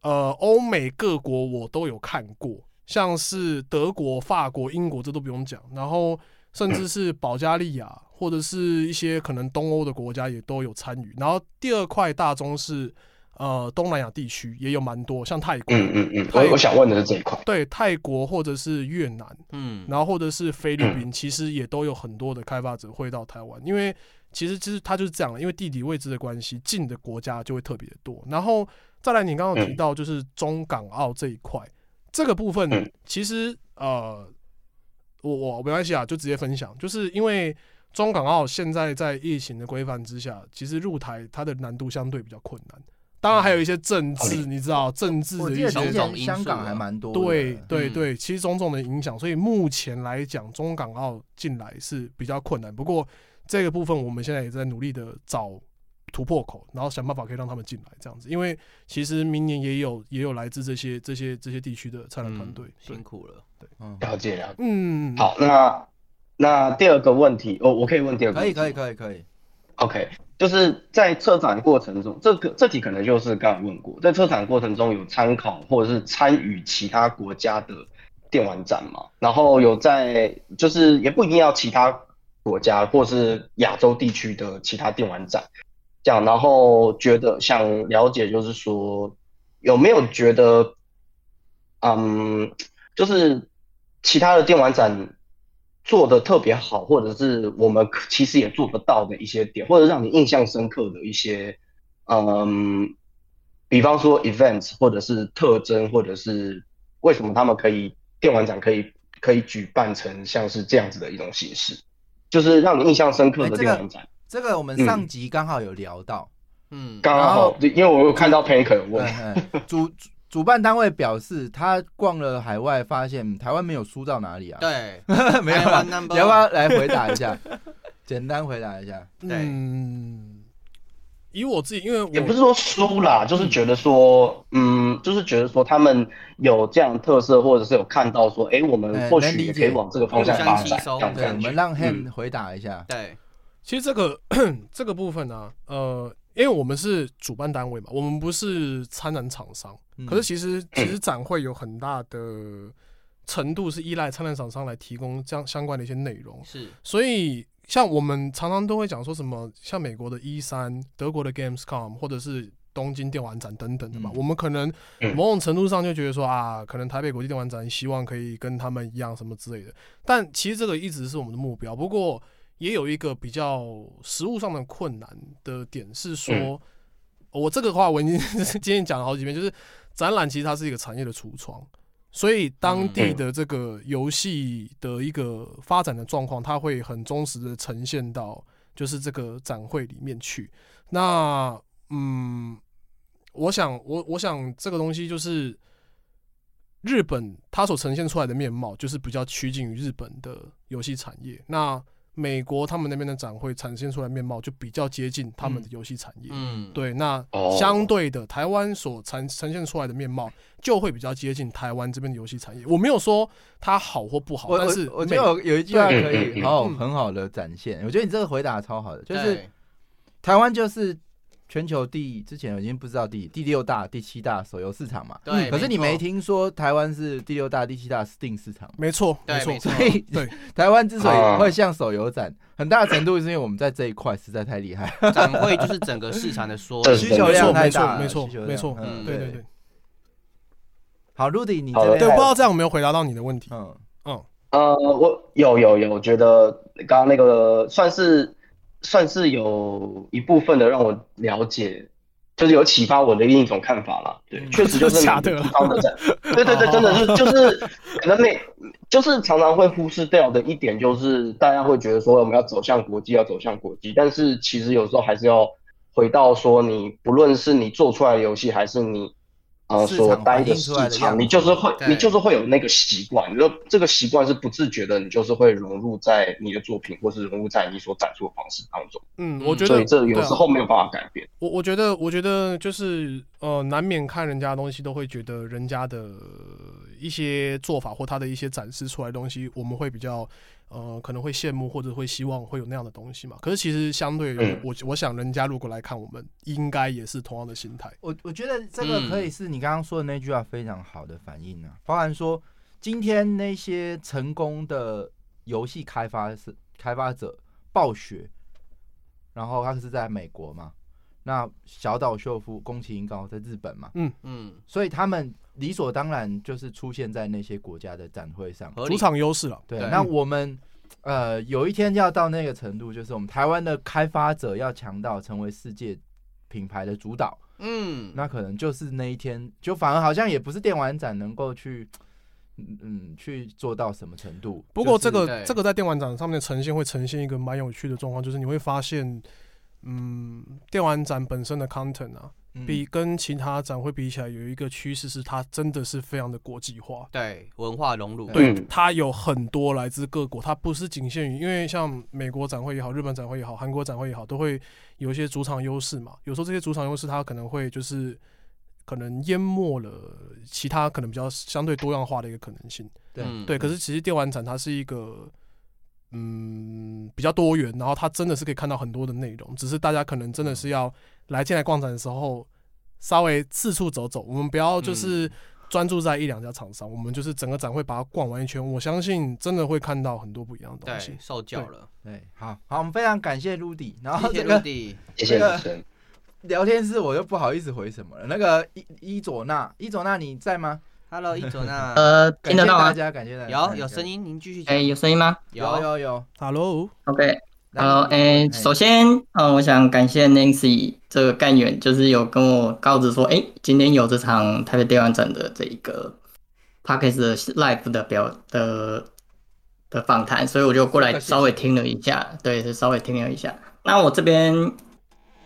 Speaker 2: 呃，欧美各国我都有看过，像是德国、法国、英国，这都不用讲。然后，甚至是保加利亚或者是一些可能东欧的国家也都有参与。然后，第二块大宗是呃东南亚地区也有蛮多，像泰国，
Speaker 5: 嗯嗯嗯，
Speaker 2: 还有
Speaker 5: 我我想问的是这一块。
Speaker 2: 对泰国或者是越南，
Speaker 3: 嗯，
Speaker 2: 然后或者是菲律宾，其实也都有很多的开发者会到台湾，因为其实其实它就是这样的，因为地理位置的关系，近的国家就会特别多。然后再来，你刚刚有提到就是中港澳这一块，这个部分
Speaker 5: 嗯
Speaker 2: 其实呃，我我没关系啊，就直接分享，就是因为中港澳现在在疫情的规范之下，其实入台它的难度相对比较困难。当然还有一些政治，你知道政治
Speaker 1: 我
Speaker 2: 的
Speaker 1: 记
Speaker 2: 一
Speaker 1: 得
Speaker 2: 些
Speaker 1: 之
Speaker 3: 种种
Speaker 1: 前
Speaker 3: 因
Speaker 1: 香港
Speaker 3: 素
Speaker 1: 还
Speaker 3: 啊
Speaker 1: 蛮多的，
Speaker 2: 对对
Speaker 3: 嗯
Speaker 2: 对，其实种种的影响，所以目前来讲，中港澳进来是比较困难。不过这个部分，我们现在也在努力的找突破口，然后想办法可以让他们进来这样子。因为其实明年也有也有来自这些这些这些地区的参展团队
Speaker 3: 嗯。
Speaker 2: 对
Speaker 3: 辛，苦了，
Speaker 1: 嗯，
Speaker 5: 了解了解。
Speaker 2: 嗯，
Speaker 5: 好，那那第二个问题，哦，我可以问第二个
Speaker 1: 可
Speaker 5: 问
Speaker 1: 以
Speaker 5: 题吗
Speaker 1: 可以可以可以，
Speaker 5: OK，就是在策展过程中，这个这题可能就是刚才问过，在策展过程中有参考或者是参与其他国家的电玩展嘛？然后有在就是也不一定要其他国家或是亚洲地区的其他电玩展，这样，然后觉得想了解就是说有没有觉得，嗯，就是其他的电玩展做的特别好，或者是我们可其实也做不到的一些点，或者让你印象深刻的一些，嗯，比方说 events 或者是特征，或者是为什么他们可以电玩展可以可以举办成像是这样子的一种形式，就是让你印象深刻
Speaker 1: 哎
Speaker 5: 的
Speaker 1: 这
Speaker 5: 电玩
Speaker 1: 个
Speaker 5: 展。
Speaker 1: 这个我们上
Speaker 5: 嗯
Speaker 1: 集刚好有聊到，
Speaker 3: 嗯，
Speaker 5: 刚
Speaker 1: 然后
Speaker 5: 好，因为我有看到 Tank 有问，
Speaker 1: 嗯嗯主主主办单位表示，他逛了海外，发现台湾没有输到哪里啊？
Speaker 3: 对，
Speaker 1: 没有啊，
Speaker 3: 台湾
Speaker 1: 你
Speaker 3: number
Speaker 1: 要不要来回答一下？ 简单回答一下。
Speaker 3: 对
Speaker 2: 嗯，以我自己，因为我
Speaker 5: 也不是说输啦，
Speaker 1: 嗯
Speaker 5: 就是觉得说，嗯，就是觉得说他们有这样的特色，或者是有看到说，哎，我
Speaker 1: 哎
Speaker 5: 们或
Speaker 1: 能
Speaker 5: 许
Speaker 1: 理
Speaker 5: 也
Speaker 1: 解
Speaker 5: 可以往这个方向
Speaker 3: 互相
Speaker 5: 发
Speaker 3: 吸
Speaker 5: 展，
Speaker 3: 收
Speaker 5: 这样子
Speaker 1: 对，
Speaker 5: 感
Speaker 1: 我
Speaker 5: 觉
Speaker 1: 们让 Han
Speaker 5: 嗯
Speaker 1: 回答一下。
Speaker 3: 对，
Speaker 2: 其实这个这个部分呢、呃，因为我们是主办单位嘛，我们不是参展厂商，
Speaker 1: 嗯
Speaker 2: 可是其实其实展会有很大的程度是依赖参展厂商来提供这样相关的一些内容，
Speaker 3: 是，
Speaker 2: 所以像我们常常都会讲说什么，像美国的 E 三、德国的 Gamescom 或者是东京电玩展等等的嘛，
Speaker 1: 嗯
Speaker 2: 我们可能
Speaker 5: 嗯
Speaker 2: 某种程度上就觉得说啊，可能台北国际电玩展希望可以跟他们一样什么之类的，但其实这个一直是我们的目标，不过也有一个比较实物上的困难的点是说。
Speaker 5: 嗯
Speaker 2: 我这个话我已经 今天讲了好几遍，就是展览其实它是一个产业的橱窗，所以当地的这个游戏的一个发展的状况，它会很忠实的呈现到就是这个展会里面去。那嗯，我想我我想这个东西就是日本它所呈现出来的面貌，就是比较趋近于日本的游戏产业。那美国他们那边的展会呈现出来的面貌就比较接近他们的游戏产业。
Speaker 3: 嗯，
Speaker 2: 对，那
Speaker 5: 哦
Speaker 2: 相对的，台湾所呈呈现出来的面貌就会比较接近台湾这边的游戏产业。我没有说它好或不好，
Speaker 1: 我
Speaker 2: 但是
Speaker 1: 我我觉
Speaker 2: 美
Speaker 1: 得有有一句话
Speaker 5: 对
Speaker 1: 可以
Speaker 5: 嗯嗯嗯
Speaker 1: 好好
Speaker 2: 嗯
Speaker 1: 很好的展现，我觉得你这个回答超好的，就是
Speaker 3: 对
Speaker 1: 台湾就是全球第之前我已经不知道第第六大、第七大手游市场嘛，嗯
Speaker 3: 对，
Speaker 1: 可是你
Speaker 3: 错
Speaker 1: 没，听说台湾是第六大、第七大 Steam 市场嘛，
Speaker 2: 没错，
Speaker 3: 对
Speaker 2: 错
Speaker 3: 没，错
Speaker 1: 所以
Speaker 2: 对
Speaker 1: 台湾之所
Speaker 5: 啊
Speaker 1: 以会像手游展，很大程度是因为我们在这一块实在太厉害，
Speaker 3: 展会就是整个市场的 缩
Speaker 5: 这
Speaker 3: 影，
Speaker 5: 是
Speaker 1: 需求量太大了，
Speaker 2: 没错没错
Speaker 1: 需求量
Speaker 2: 没错
Speaker 1: 嗯
Speaker 2: 对对对。
Speaker 1: 好，Rudy，你
Speaker 5: 好
Speaker 1: 这
Speaker 5: 的
Speaker 2: 对，
Speaker 1: 边
Speaker 2: 我不知道这样有没有回答到你的问题。
Speaker 1: 嗯，
Speaker 2: 嗯，
Speaker 5: 呃，我有有有，我觉得刚刚那个算是算是有一部分的让我了解，就是有启发我的另一种看法啦。对，
Speaker 1: 嗯
Speaker 5: 确实就是
Speaker 2: 吓
Speaker 5: 每
Speaker 2: 得
Speaker 5: 个
Speaker 2: 了
Speaker 5: 地方的展，对对对，
Speaker 2: 好
Speaker 5: 真的是就是可能每就是常常会忽视掉的一点，就是大家会觉得说我们要走向国际，要走向国际，但是其实有时候还是要回到说你不论是你做出来的游戏，还是你呃
Speaker 1: 市
Speaker 5: 所
Speaker 1: 场
Speaker 5: 待
Speaker 1: 反
Speaker 5: 的
Speaker 1: 映出
Speaker 5: 市
Speaker 1: 来的样
Speaker 5: 场，你
Speaker 1: 子
Speaker 5: 就是会
Speaker 3: 对
Speaker 5: 你就是会有那个习惯，你说这个习惯是不自觉的，你就是会融入在你的作品，或是融入在你所展出的方式当中，
Speaker 2: 嗯，
Speaker 3: 嗯
Speaker 2: 我觉
Speaker 5: 所
Speaker 2: 得
Speaker 5: 以这有
Speaker 2: 对啊
Speaker 5: 时候没有办法改变。
Speaker 2: 我我觉得，我觉得就是呃，难免看人家的东西，都会觉得人家的一些做法或他的一些展示出来的东西，我们会比较呃，可能会羡慕或者会希望会有那样的东西嘛。可是其实相对于
Speaker 5: 嗯
Speaker 2: 我，我想人家如果来看我们，应该也是同样的心态。
Speaker 1: 我我觉得这个可以是你刚刚说的那句话非常好的反应啊，包含说今天那些成功的游戏开发是开发者暴雪，然后他是在美国嘛，那小岛秀夫、宫崎英高在日本嘛，
Speaker 3: 嗯，
Speaker 1: 所以他们理所当然就是出现在那些国家的展会上。
Speaker 3: 合理
Speaker 2: 主，场优势了，
Speaker 1: 对，
Speaker 3: 对
Speaker 1: 那我们呃有一天要到那个程度，就是我们台湾的开发者要强到成为世界品牌的主导。
Speaker 3: 嗯，
Speaker 1: 那可能就是那一天，就反而好像也不是电玩展能够去，嗯嗯，去做到什么程度。
Speaker 2: 不过
Speaker 1: 就是
Speaker 2: 这个、
Speaker 3: 对
Speaker 2: 这个在电玩展上面的呈现会呈现一个蛮有趣的状况，就是你会发现，嗯，电玩展本身的 content 啊，
Speaker 1: 嗯
Speaker 2: 比跟其他展会比起来，有一个趋势是它真的是非常的国际化。
Speaker 3: 对，文化融入，
Speaker 2: 对
Speaker 5: 嗯，
Speaker 2: 它有很多来自各国，它不是仅限于，因为像美国展会也好，日本展会也好，韩国展会也好，都会有一些主场优势嘛。有时候这些主场优势，它可能会就是可能淹没了其他可能比较相对多样化的一个可能性。
Speaker 1: 对
Speaker 3: 嗯
Speaker 2: 对，可是其实电玩展它是一个嗯比较多元，然后它真的是可以看到很多的内容，只是大家可能真
Speaker 6: 嗯
Speaker 2: 的是要来进来逛展的时候稍微四处走走，我们不要
Speaker 6: 嗯
Speaker 2: 就是专注在一两家厂商，我们就是整个展会把它逛完一圈，我相信真的会看到很多不一样的东西
Speaker 3: 对，。受教了，
Speaker 1: 对，好好，我们非常感谢 Rudy，然后
Speaker 3: 谢
Speaker 1: 啊这
Speaker 3: 谢
Speaker 1: 个
Speaker 3: Rudy，
Speaker 5: 谢
Speaker 1: 这
Speaker 5: 谢
Speaker 1: 个
Speaker 5: 女生。
Speaker 1: 聊天室我就不好意思回什么了。那个伊伊佐娜，伊佐娜你在吗？
Speaker 3: ，Hello 伊佐 娜，
Speaker 6: 呃，
Speaker 1: 感
Speaker 6: 听
Speaker 1: 谢
Speaker 6: 得到
Speaker 1: 大
Speaker 6: 吗？
Speaker 1: 家，感谢大家。
Speaker 3: 有有声，音，您继续
Speaker 6: 哎、
Speaker 3: 讲，
Speaker 6: 有声音吗
Speaker 1: 有
Speaker 3: 有
Speaker 1: 有有。
Speaker 2: Hello，
Speaker 6: ？OK，
Speaker 1: 来
Speaker 6: 好，哎、
Speaker 1: 哎
Speaker 6: 首先，嗯、我想感谢 Nancy 这个干员，就是有跟我告知说，哎、今天有这场台北电玩展的这一个 Parkes 的 Live 的表的的访谈，所以我就过来稍微听了一下，对，就稍微听了一下。那我这边，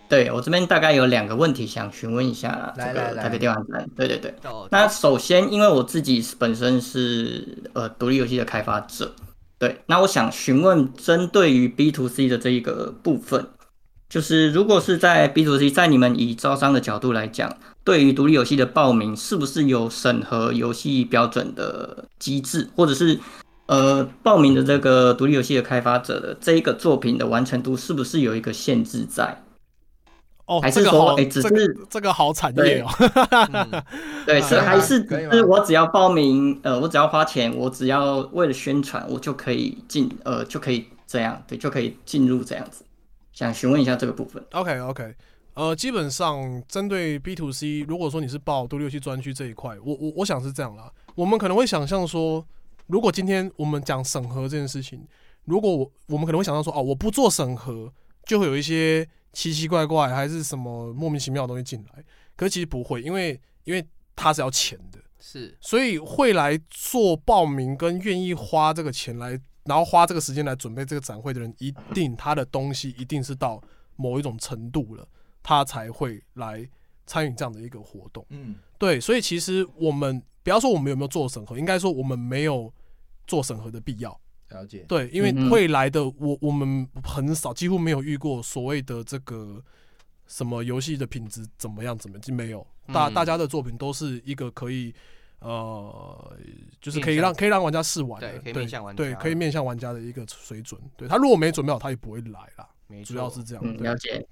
Speaker 6: 对我这边大概有两个问题想询问一下这
Speaker 1: 来来
Speaker 6: 个
Speaker 1: 来
Speaker 6: 台北电玩展，对对对。
Speaker 3: 到
Speaker 6: 那首先，因为我自己本身是呃独立游戏的开发者，对，那我想询问，针对于 B to C 的这一个部分，就是如果是在 B to C，在你们以招商的角度来讲，对于独立游戏的报名，是不是有审核游戏标准的机制，或者是呃报名的这个独立游戏的开发者的这一个作品的完成度，是不是有一个限制在？
Speaker 2: 哦，
Speaker 6: 还是
Speaker 2: 这个好，
Speaker 6: 说哎只
Speaker 2: 这个
Speaker 6: 是
Speaker 2: 这个好产业
Speaker 3: 嗯
Speaker 2: 哦，
Speaker 6: 对，
Speaker 2: 啊
Speaker 6: 是还是
Speaker 1: 可以
Speaker 6: 只
Speaker 1: 吗
Speaker 6: 是我只要报名，呃，我只要花钱，我只要为了宣传，我就可以进，呃，就可以这样，对，就可以进入这样子。想询问一下这个部分。
Speaker 2: OK OK，呃，基本上针对 B to C，如果说你是报独立游戏专区这一块，我我我想是这样啦。我们可能会想象说，如果今天我们讲审核这件事情，如果我我们可能会想象说，哦，我不做审核，就会有一些奇奇怪怪还是什么莫名其妙的东西进来。可是其实不会，因为因为它是要钱的，
Speaker 3: 是
Speaker 2: 所以会来做报名跟愿意花这个钱来，然后花这个时间来准备这个展会的人，一定他的东西一定是到某一种程度了，他才会来参与这样的一个活动。
Speaker 1: 嗯，
Speaker 2: 对，所以其实我们不要说我们有没有做审核，应该说我们没有做审核的必要。
Speaker 1: 了解。
Speaker 2: 对，因为
Speaker 6: 嗯哼
Speaker 2: 会来的我我们很少，几乎没有遇过所谓的这个什么游戏的品质怎么样怎么样没有，大
Speaker 3: 嗯
Speaker 2: 大家的作品都是一个可以呃，就是可以
Speaker 3: 面向
Speaker 2: 让可以让玩家试玩的，
Speaker 3: 对可
Speaker 2: 对
Speaker 3: 以面向玩家
Speaker 2: 对，可以面向玩家的一个水准。对他如果没准备好，他也不会来啦，
Speaker 3: 没错，
Speaker 2: 主要是这样。
Speaker 6: 嗯，
Speaker 2: 对
Speaker 6: 了解。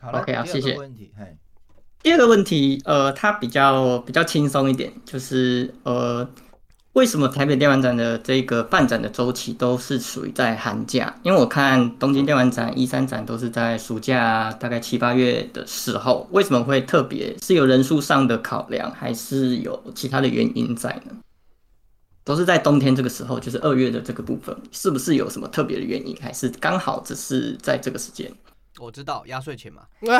Speaker 1: 好了
Speaker 6: OK 啊
Speaker 1: 第二个
Speaker 6: 谢谢
Speaker 1: 问题， 嘿，
Speaker 6: 第二个问题，呃，它比较比较轻松一点，就是呃，为什么台北电玩展的这个办展的周期都是属于在寒假？因为我看东京电玩展、一三展都是在暑假，大概七八月的时候，为什么会特别？是有人数上的考量，还是有其他的原因在呢？都是在冬天这个时候，就是二月的这个部分，是不是有什么特别的原因，还是刚好只是在这个时间？
Speaker 3: 我知道压岁钱嘛，
Speaker 1: 哎，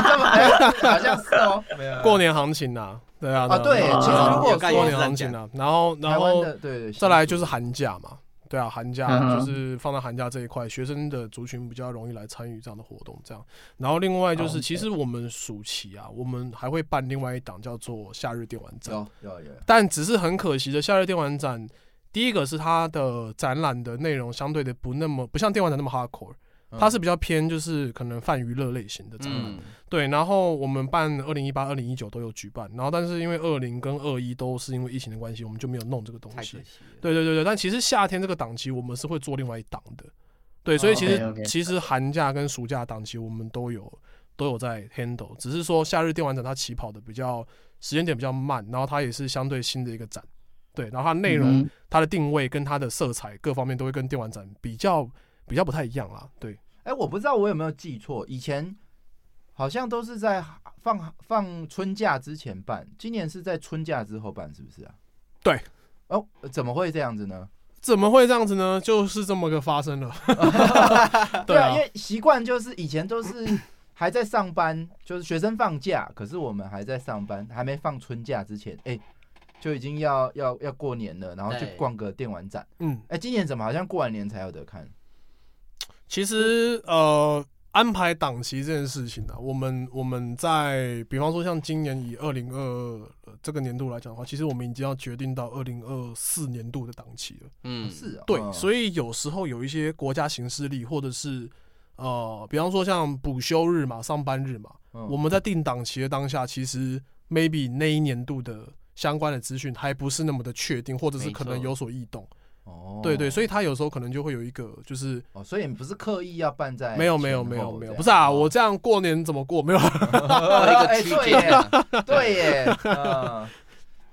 Speaker 1: 这么哎好像是哦，没有
Speaker 2: 过年行情啊，对啊，
Speaker 1: 啊，对，
Speaker 2: 啊
Speaker 1: 其实如果
Speaker 3: 有概
Speaker 2: 过
Speaker 3: 念
Speaker 1: 说
Speaker 2: 年行情啊，然后然
Speaker 1: 台
Speaker 2: 后
Speaker 1: 湾的对，对
Speaker 2: 再来就是寒假嘛，对啊，寒假
Speaker 6: 嗯哼
Speaker 2: 就是放在寒假这一块，学生的族群比较容易来参与这样的活动，这样。然后另外就
Speaker 6: 哦
Speaker 2: 是，
Speaker 6: ，OK
Speaker 2: 其实我们暑期啊，我们还会办另外一档叫做夏日电玩展，
Speaker 1: 有有有，
Speaker 2: 但只是很可惜的，夏日电玩展第一个是它的展览的内容相对的不那么不像电玩展那么 hardcore，
Speaker 1: 嗯
Speaker 2: 它是比较偏就是可能泛娱乐类型的展览。
Speaker 3: 嗯，
Speaker 2: 对，然后我们办二零一八、二零一九都有举办，然后但是因为二零跟二一都是因为疫情的关系，我们就没有弄这个东
Speaker 3: 太可
Speaker 2: 西
Speaker 3: 惜。了，
Speaker 2: 对对对对，但其实夏天这个档期我们是会做另外一档的，对，所以其实、
Speaker 6: 哦 OK，OK
Speaker 2: 其实寒假跟暑假档期我们都有都有在 handle，只是说夏日电玩展它起跑的比较时间点比较慢，然后它也是相对新的一个展，对，然后它内容、
Speaker 6: 嗯哼
Speaker 2: 它的定位跟它的色彩各方面都会跟电玩展比较比较不太一样啦，对，
Speaker 1: 哎，我不知道我有没有记错，以前好像都是在放放春假之前办，今年是在春假之后办，是不是啊？
Speaker 2: 对。
Speaker 1: 哦，怎么会这样子呢？
Speaker 2: 怎么会这样子呢？就是这么个发生了，对
Speaker 1: 啊，
Speaker 2: 啊
Speaker 1: 因，为习惯就是以前都是 还在上班，就是学生放假，可是我们还在上班，还没放春假之前，哎、就已经要要要过年了，然后去
Speaker 3: 对
Speaker 1: 逛个电玩展。
Speaker 2: 嗯，
Speaker 1: 哎、今年怎么好像过完年才有得看？哦
Speaker 2: 其实呃，安排档期这件事情呢、啊我们我们在比方说像今年以二零二这个年度来讲的话，其实我们已经要决定到二零二四年度的档期了。
Speaker 3: 嗯，
Speaker 1: 是哦，
Speaker 2: 对，
Speaker 1: 以
Speaker 2: 所以有时候有一些国家行事历，或者是呃，比方说像补休日嘛、上班日嘛，
Speaker 1: 嗯
Speaker 2: 我们在定档期的当下，其实 maybe 那一年度的相关的资讯还不是那么的确定，或者是可能
Speaker 3: 没错
Speaker 2: 有所异动。
Speaker 1: 哦，
Speaker 2: 对对，所
Speaker 1: 以
Speaker 2: 以他有时候可能就会有一个就是。
Speaker 1: 哦，所以你不是刻意要办在
Speaker 2: 没有没有没有没有，不是
Speaker 1: 哦
Speaker 2: 啊！我这样过年怎么过？没有，啊
Speaker 1: 哎
Speaker 3: 一个区
Speaker 1: 对
Speaker 3: 间
Speaker 1: 耶对耶，嗯。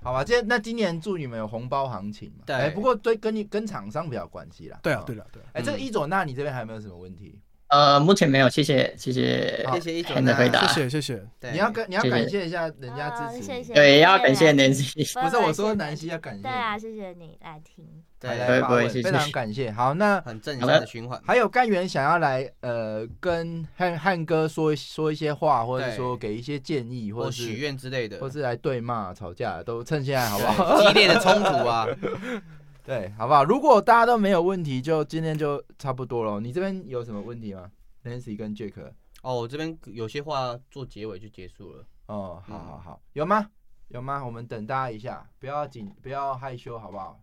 Speaker 1: 好吧，今那今年祝你们有红包行情嘛？
Speaker 3: 对
Speaker 1: 哎不过对跟你跟厂商比较有关系啦。
Speaker 2: 对啊
Speaker 1: 嗯
Speaker 2: 对。了对了，
Speaker 1: 哎，这个
Speaker 3: 嗯
Speaker 1: 伊佐那你这边还有没有什么问题？
Speaker 6: 呃，目前没有，谢谢谢谢
Speaker 3: 谢谢一种
Speaker 6: Ken 的回答，
Speaker 2: 谢谢谢谢。
Speaker 3: 对，
Speaker 1: 你要跟你要
Speaker 6: 谢谢
Speaker 1: 感谢一下人家
Speaker 4: 哦
Speaker 1: 支持
Speaker 4: 谢
Speaker 1: 你
Speaker 4: 谢，
Speaker 6: 对，要感谢 Nancy。
Speaker 4: 不
Speaker 1: 不是
Speaker 4: 会
Speaker 1: 我说
Speaker 4: 谢
Speaker 1: 南
Speaker 4: 谢
Speaker 1: 希
Speaker 4: 你
Speaker 1: 要感谢
Speaker 4: 对
Speaker 1: 你
Speaker 4: 啊，谢谢你来听。
Speaker 1: 还
Speaker 3: 对
Speaker 1: 来发问，
Speaker 6: 不会不会谢
Speaker 1: 非
Speaker 6: 谢
Speaker 1: 常感谢。好，那
Speaker 3: 很正
Speaker 6: 好
Speaker 3: 向
Speaker 6: 的
Speaker 3: 的循环。
Speaker 1: 还有干员想要来呃跟汉汉哥说一说一些话，或者
Speaker 3: 对
Speaker 1: 说给一些建议，或
Speaker 3: 或
Speaker 1: 者
Speaker 3: 许
Speaker 1: 是
Speaker 3: 愿之类的，
Speaker 1: 或是来对骂、吵架，都趁现在好不好？
Speaker 3: 对激烈的冲突啊，
Speaker 1: 对，好不好？如果大家都没有问题，就今天就差不多了。你这边有什么问题吗？Nancy 跟 Jack？
Speaker 3: 哦，我这边有些话做结尾就结束了。
Speaker 1: 哦，好
Speaker 3: 嗯
Speaker 1: 好好，有吗？有吗？我们等大家一下，不要紧，不要害羞，好不好？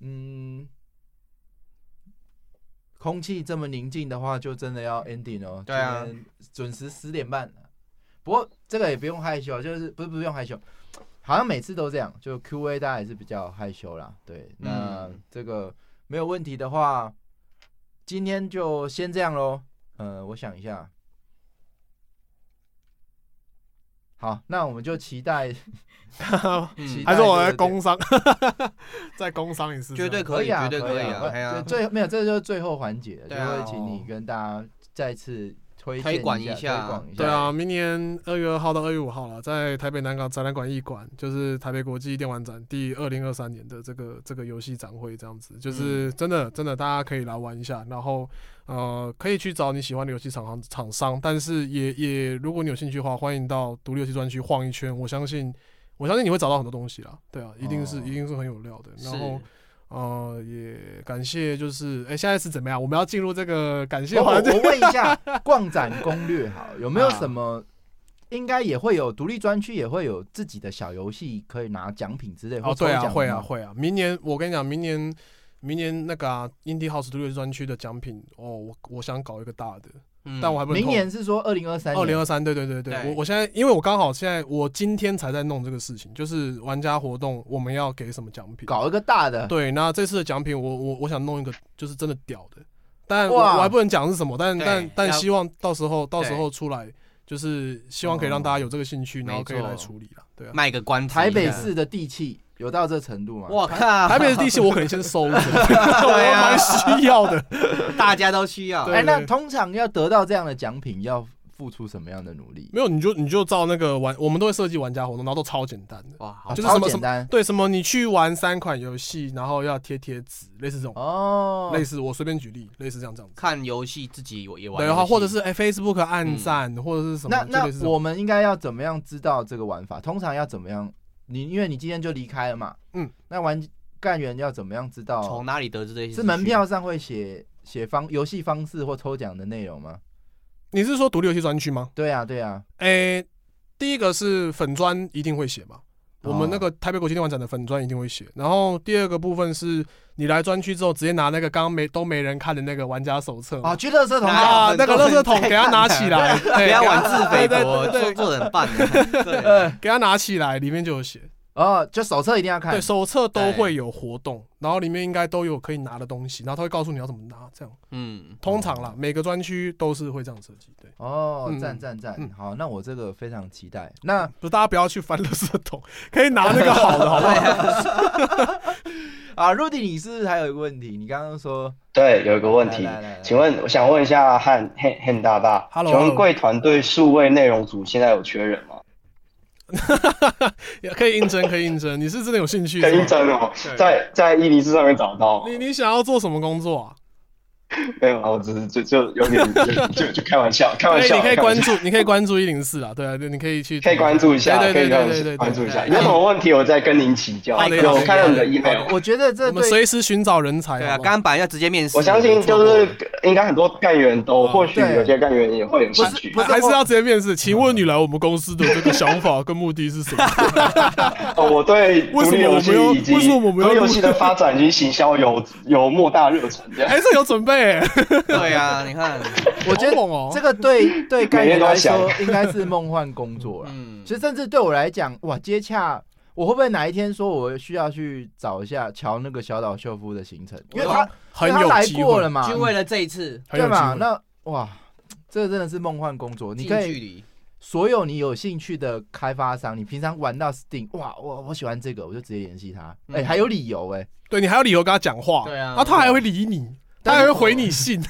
Speaker 1: 嗯，空气这么宁静的话，就真的要 ending 哦。
Speaker 3: 对啊，
Speaker 1: 准时十点半。不过这个也不用害羞，就是不是不用害羞，好像每次都这样，就 Q&A 大家也是比较害羞啦。对，那
Speaker 3: 嗯
Speaker 1: 这个没有问题的话，今天就先这样喽。呃，我想一下。好，那我们就期待，期待
Speaker 3: 嗯，
Speaker 2: 还是我
Speaker 1: 这
Speaker 2: 来
Speaker 1: 个
Speaker 2: 工商， 再工商一次，
Speaker 3: 绝对可以，
Speaker 1: 啊，
Speaker 3: 绝对可以
Speaker 1: 啊
Speaker 3: 啊，哎呀
Speaker 1: 对，最没有，这就是最后环节，就
Speaker 3: 对啊
Speaker 1: 会请你跟大家再次推荐
Speaker 3: 推广
Speaker 1: 一
Speaker 3: 一
Speaker 1: 下，
Speaker 3: 下
Speaker 1: 推广一下。
Speaker 2: 对啊，明年二月二号到二月五号了，在台北南港展览馆一馆，就是台北国际电玩展第二零二三年的这个这个游戏展会，这样子，
Speaker 1: 嗯
Speaker 2: 就是真的真的大家可以来玩一下，然后呃可以去找你喜欢的游戏厂商厂商，但是也也如果你有兴趣的话，欢迎到独立游戏专区晃一圈，我相信我相信你会找到很多东西啦，对啊，一定是、
Speaker 1: 哦
Speaker 2: 一定是很有料的，然后
Speaker 3: 是。
Speaker 2: 呃，也感谢，就是哎、现在是怎么样？我们要进入这个感谢
Speaker 1: 我我
Speaker 2: 环节，
Speaker 1: 我问一下 逛展攻略好，有没有
Speaker 2: 啊
Speaker 1: 什么？应该也会有独立专区，也会有自己的小游戏可以拿奖品之类。或
Speaker 2: 哦，对
Speaker 1: 抽
Speaker 2: 啊，
Speaker 1: 奖
Speaker 2: 会
Speaker 1: 的
Speaker 2: 啊，
Speaker 1: 吗。
Speaker 2: 会啊。明年我跟你讲，明年明年那个啊，Indie House 独立专区的奖品，哦，我我想搞一个大的，
Speaker 3: 嗯
Speaker 2: 但我还不能
Speaker 1: 明
Speaker 2: 透
Speaker 1: 年是说二零二三
Speaker 2: 二
Speaker 1: 年
Speaker 2: 零，二三，对对对对，
Speaker 3: 对
Speaker 2: 我我现在因为我刚好现在我今天才在弄这个事情，就是玩家活动我们要给什么奖品，
Speaker 1: 搞一个大的。
Speaker 2: 对，那这次的奖品我我我想弄一个就是真的屌的，但我
Speaker 1: 哇
Speaker 2: 我还不能讲是什么，但
Speaker 3: 对
Speaker 2: 但但
Speaker 3: 要
Speaker 2: 希望到时候到时
Speaker 3: 对
Speaker 2: 候出来，就是希望可以让大家有这个兴趣，然后
Speaker 3: 没
Speaker 2: 可以来
Speaker 3: 错
Speaker 2: 处理了，对啊。
Speaker 3: 卖个关子。
Speaker 1: 台北，市的地气有到这程度吗？
Speaker 3: 我
Speaker 1: 啊
Speaker 3: 靠，
Speaker 2: 台北的地形我可能先 收着，我蛮需要的。
Speaker 1: 啊
Speaker 3: 大家都需要。
Speaker 2: 对
Speaker 1: 哎、那通常要得到这样的奖品，要付出什么样的努力？
Speaker 2: 没有，你就你就照那个玩，我们都会设计玩家活动，然后都超简单的。
Speaker 3: 哇，好
Speaker 1: 啊
Speaker 2: 就是
Speaker 1: 超
Speaker 2: 什么
Speaker 1: 简单
Speaker 2: 对，什么你去玩三款游戏，然后要贴贴纸，类似这种，
Speaker 1: 哦。
Speaker 2: 类似我随便举例，类似这样这样子。
Speaker 3: 看游戏自己也玩
Speaker 2: 对，
Speaker 3: 游戏，
Speaker 2: 然后或者是哎 Facebook 暗赞，或者是什么
Speaker 1: 嗯那，
Speaker 2: 就类似
Speaker 1: 那
Speaker 2: 这种。
Speaker 1: 我们应该要怎么样知道这个玩法？通常要怎么样？你因为你今天就离开了嘛，
Speaker 2: 嗯，
Speaker 1: 那玩干员要怎么样知道
Speaker 3: 从？哪里得知这些？
Speaker 1: 是门票，上会写写方游戏方式或抽奖的内容吗？
Speaker 2: 你是说独立游戏专区吗？
Speaker 1: 对啊，对啊，
Speaker 2: 哎，第一个是粉砖一定会写嘛，我
Speaker 1: 哦
Speaker 2: 们那个台北国际电玩展的粉砖一定会写。然后第二个部分是你来专区之后，直接拿那个刚刚没都没人看的那个玩家手册嘛
Speaker 1: 哦，去乐色桶啊！
Speaker 2: 嗯啊，那个垃圾桶给他拿起来，
Speaker 3: 不
Speaker 2: 对，
Speaker 3: 要玩自
Speaker 2: 对
Speaker 3: 菲
Speaker 2: 对
Speaker 3: 国，做
Speaker 2: 对对对，
Speaker 3: 做人办的。啊对，
Speaker 2: 给他拿起来，里面就有写，
Speaker 1: 哦，就手册一定要看
Speaker 2: 对，。手册都会有活动，然后里面应该都有可以拿的东西，然后他会告诉你要怎么拿，这样。
Speaker 3: 嗯，
Speaker 2: 通常啦，每个专区都是会这样设计，对，
Speaker 1: 哦，
Speaker 2: 嗯
Speaker 1: 赞赞赞！
Speaker 2: 嗯
Speaker 1: 好，那我这个非常期待。那
Speaker 2: 不，大家不要去翻垃圾桶，可以拿那个好的，好不好？
Speaker 1: 啊，Rudy，你是不是还有一个问题？你刚刚说
Speaker 5: 对，有一个问题
Speaker 1: 来来来来，
Speaker 5: 请问我想问一下汉汉汉大大
Speaker 2: Hello，
Speaker 5: 请问
Speaker 2: hello
Speaker 5: 贵团队数位内容组现在有缺人吗？
Speaker 2: 也 可以应征，可以应征，你是真的有兴趣？
Speaker 5: 可以真的吗？在在伊犁市上面找到吗
Speaker 2: 你你想要做什么工作啊？
Speaker 5: 没有啊，我只是就就有点就 就就开玩笑，开玩
Speaker 2: 可以，
Speaker 5: 笑，
Speaker 2: 哎你可以
Speaker 5: 开玩
Speaker 2: 关
Speaker 5: 笑
Speaker 2: 注，你可以关注一零四啊，对啊，对你可以去，
Speaker 5: 可以关注一下，
Speaker 2: 对
Speaker 5: 可以
Speaker 2: 对
Speaker 5: 关
Speaker 2: 对对
Speaker 5: 注
Speaker 2: 对
Speaker 5: 关注
Speaker 2: 对，
Speaker 5: 一下。有什么问题我再跟您请教。
Speaker 2: 好的
Speaker 5: 有
Speaker 2: 好的
Speaker 5: 我看到你的
Speaker 2: 好的
Speaker 5: email，
Speaker 1: 我觉得这
Speaker 2: 我们
Speaker 1: 对
Speaker 2: 随时寻找人才，
Speaker 3: 对
Speaker 2: 好
Speaker 3: 啊，
Speaker 2: 不好
Speaker 3: 刚板要直接面试，
Speaker 5: 我相信就是应该很多干员都，
Speaker 2: 嗯
Speaker 5: 或许
Speaker 1: 对
Speaker 5: 有些干员也会有兴趣。
Speaker 1: 不是
Speaker 2: 还是要直接面试。请问你来我们公司的这个想法跟目的是 什么？
Speaker 5: 哦，我对独
Speaker 2: 为什么
Speaker 5: 立游
Speaker 2: 我
Speaker 5: 戏
Speaker 2: 们要
Speaker 5: 以及
Speaker 2: 为什么我们要
Speaker 5: 独立游戏的发展以及行销有有莫大热忱，这样
Speaker 2: 哎，这有准备欸，
Speaker 3: 对啊，你看，
Speaker 1: 我觉得
Speaker 2: 好猛哦
Speaker 1: 这个对 对概
Speaker 5: 每
Speaker 1: 念
Speaker 5: 天都
Speaker 1: 来
Speaker 5: 在想
Speaker 1: 说应该是梦幻工作了。
Speaker 3: 嗯
Speaker 1: 其，实甚至对我来讲，哇，接洽我会不会哪一天说我需要去找一下瞧那个小岛秀夫的行程？因为他
Speaker 3: 哇
Speaker 2: 很
Speaker 1: 因为
Speaker 2: 有
Speaker 1: 他来
Speaker 2: 机
Speaker 1: 过
Speaker 2: 会
Speaker 1: 了，嘛，
Speaker 3: 就为了这一次
Speaker 2: 很有
Speaker 1: 对
Speaker 2: 机
Speaker 1: 嘛？
Speaker 2: 会。
Speaker 1: 那哇，这个真的是梦幻工作。你
Speaker 3: 近
Speaker 1: 可
Speaker 3: 距
Speaker 1: 以
Speaker 3: 离，
Speaker 1: 所有你有兴趣的开发商，你平常玩到 Steam，哇，我我喜欢这个，我就直接联系他。
Speaker 3: 嗯
Speaker 1: 哎，还有理由 哎，
Speaker 2: 对你还有理由跟他讲话，
Speaker 3: 对啊
Speaker 2: 然后他还会理你，他还会回你信，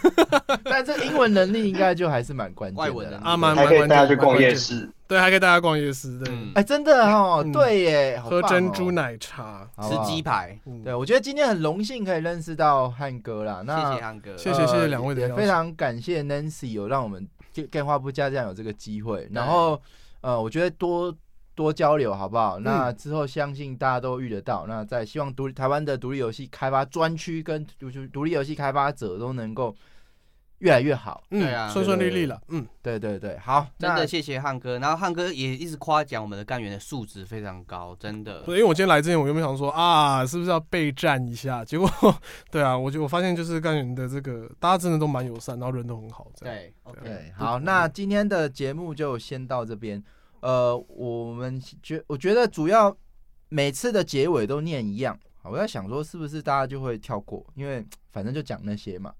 Speaker 1: 但这英文能力应该就还是蛮关
Speaker 3: 外
Speaker 1: 键
Speaker 3: 文
Speaker 1: 的
Speaker 3: 能
Speaker 1: 啦。
Speaker 2: 啊，蛮
Speaker 5: 还
Speaker 2: 蛮
Speaker 5: 可以
Speaker 2: 关
Speaker 5: 带他
Speaker 2: 键，
Speaker 5: 去逛
Speaker 2: 蛮
Speaker 5: 夜
Speaker 2: 关键，
Speaker 5: 市，
Speaker 2: 对，还可以带他逛夜市，对，
Speaker 3: 嗯，
Speaker 1: 哎，真的哦，
Speaker 2: 嗯
Speaker 1: 对耶，好
Speaker 2: 喝
Speaker 1: 棒哦
Speaker 2: 珍珠奶茶，
Speaker 1: 好不
Speaker 3: 吃
Speaker 1: 好
Speaker 3: 鸡排，
Speaker 2: 嗯
Speaker 1: 对，我啊觉得今天很荣幸可以认识到汉哥啦。
Speaker 3: 谢
Speaker 1: 那
Speaker 3: 谢汉哥，呃
Speaker 2: 谢谢谢谢两位的
Speaker 1: 呃也
Speaker 2: 邀
Speaker 1: 非
Speaker 2: 请
Speaker 1: 常感谢 Nancy 有让我们电电话不加这样有这个机会。然后呃，我觉得多多交流好不
Speaker 2: 嗯
Speaker 1: 好？那之后相信大家都遇得到。那在希望独台湾的独立游戏开发专区跟独独立游戏开发者都能够越来越好。
Speaker 3: 对啊
Speaker 2: 嗯，顺顺利利了，嗯，
Speaker 1: 对对对，好，
Speaker 3: 真
Speaker 1: 那
Speaker 3: 的谢谢汉哥，然后汉哥也一直夸奖我们的干员的素质非常高，真的
Speaker 2: 对，因为我今天来之前，我原本想说啊，是不是要备战一下？结果， 对啊，我就我发现就是干员的这个，大家真的都蛮友善，然后人都很好，这样。
Speaker 3: 对，OK，
Speaker 1: 对，好，那今天的节目就先到这边。呃，我们觉我觉得主要每次的结尾都念一样，好我在想说是不是大家就会跳过，因为反正就讲那些嘛。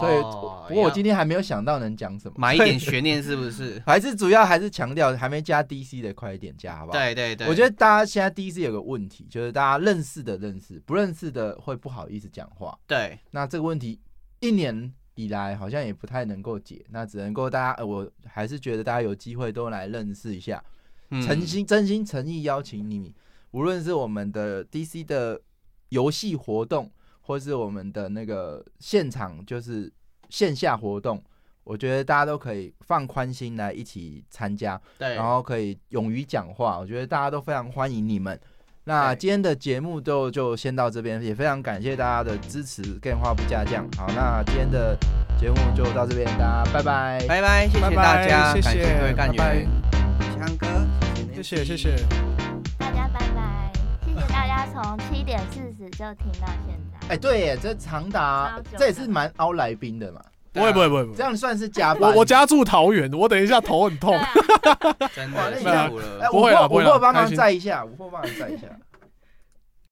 Speaker 1: 所以
Speaker 3: 哦
Speaker 1: 不过我
Speaker 3: 要
Speaker 1: 今天还没有想到能讲什么，？
Speaker 3: 买一点悬念是不是
Speaker 1: 还是主要还是强调还没加 DC 的快一点 加，好不好？
Speaker 3: 对对对，
Speaker 1: 我觉得大家现在 DC 有个问题，就是大家认识的认识，不认识的会不好意思讲话。
Speaker 3: 对，
Speaker 1: 那这个问题一年以来好像也不太能够解，那只能够大家，呃、我还是觉得大家有机会都来认识一下，
Speaker 3: 嗯
Speaker 1: 诚心真心诚意邀请你，无论是我们的 DC 的游戏活动，或是我们的那个现场就是线下活动。我觉得大家都可以放宽心来一起参加，
Speaker 3: 对，
Speaker 1: 然后可以勇于讲话。我觉得大家都非常欢迎你们。那
Speaker 3: 对
Speaker 1: 今天的节目就就先到这边，也非常感谢大家的支持，更话不加酱。好，那今天的节目就到这边，大家拜拜。
Speaker 3: 拜拜，谢
Speaker 2: 拜
Speaker 3: 谢
Speaker 2: 拜
Speaker 3: 大家，
Speaker 2: 谢
Speaker 3: 感
Speaker 2: 谢
Speaker 3: 谢各位干
Speaker 2: 拜
Speaker 3: 员，谢谢汉哥，
Speaker 2: 谢
Speaker 3: Nancy
Speaker 2: 谢谢谢，
Speaker 1: 啊
Speaker 4: 大家拜拜，谢谢大家从七点四十就听到现在。
Speaker 1: 哎，对耶，这长达
Speaker 4: 超久的
Speaker 1: 这也是蛮凹来宾的嘛，
Speaker 2: 不会不会不会不
Speaker 1: 这
Speaker 2: 会，
Speaker 1: 样算是加班。
Speaker 2: 我我家住桃园，我等一下头很
Speaker 4: 对
Speaker 2: 痛。
Speaker 4: 啊，
Speaker 3: 真
Speaker 1: 哇那
Speaker 3: 的辛
Speaker 1: 你
Speaker 3: 苦
Speaker 1: 哎，
Speaker 3: 了，
Speaker 1: 五
Speaker 2: 不会啦
Speaker 1: 货
Speaker 2: 不
Speaker 1: 五
Speaker 2: 会啦
Speaker 1: 货帮
Speaker 2: 开
Speaker 1: 忙
Speaker 2: 心
Speaker 1: 载一下，五货帮忙载一下。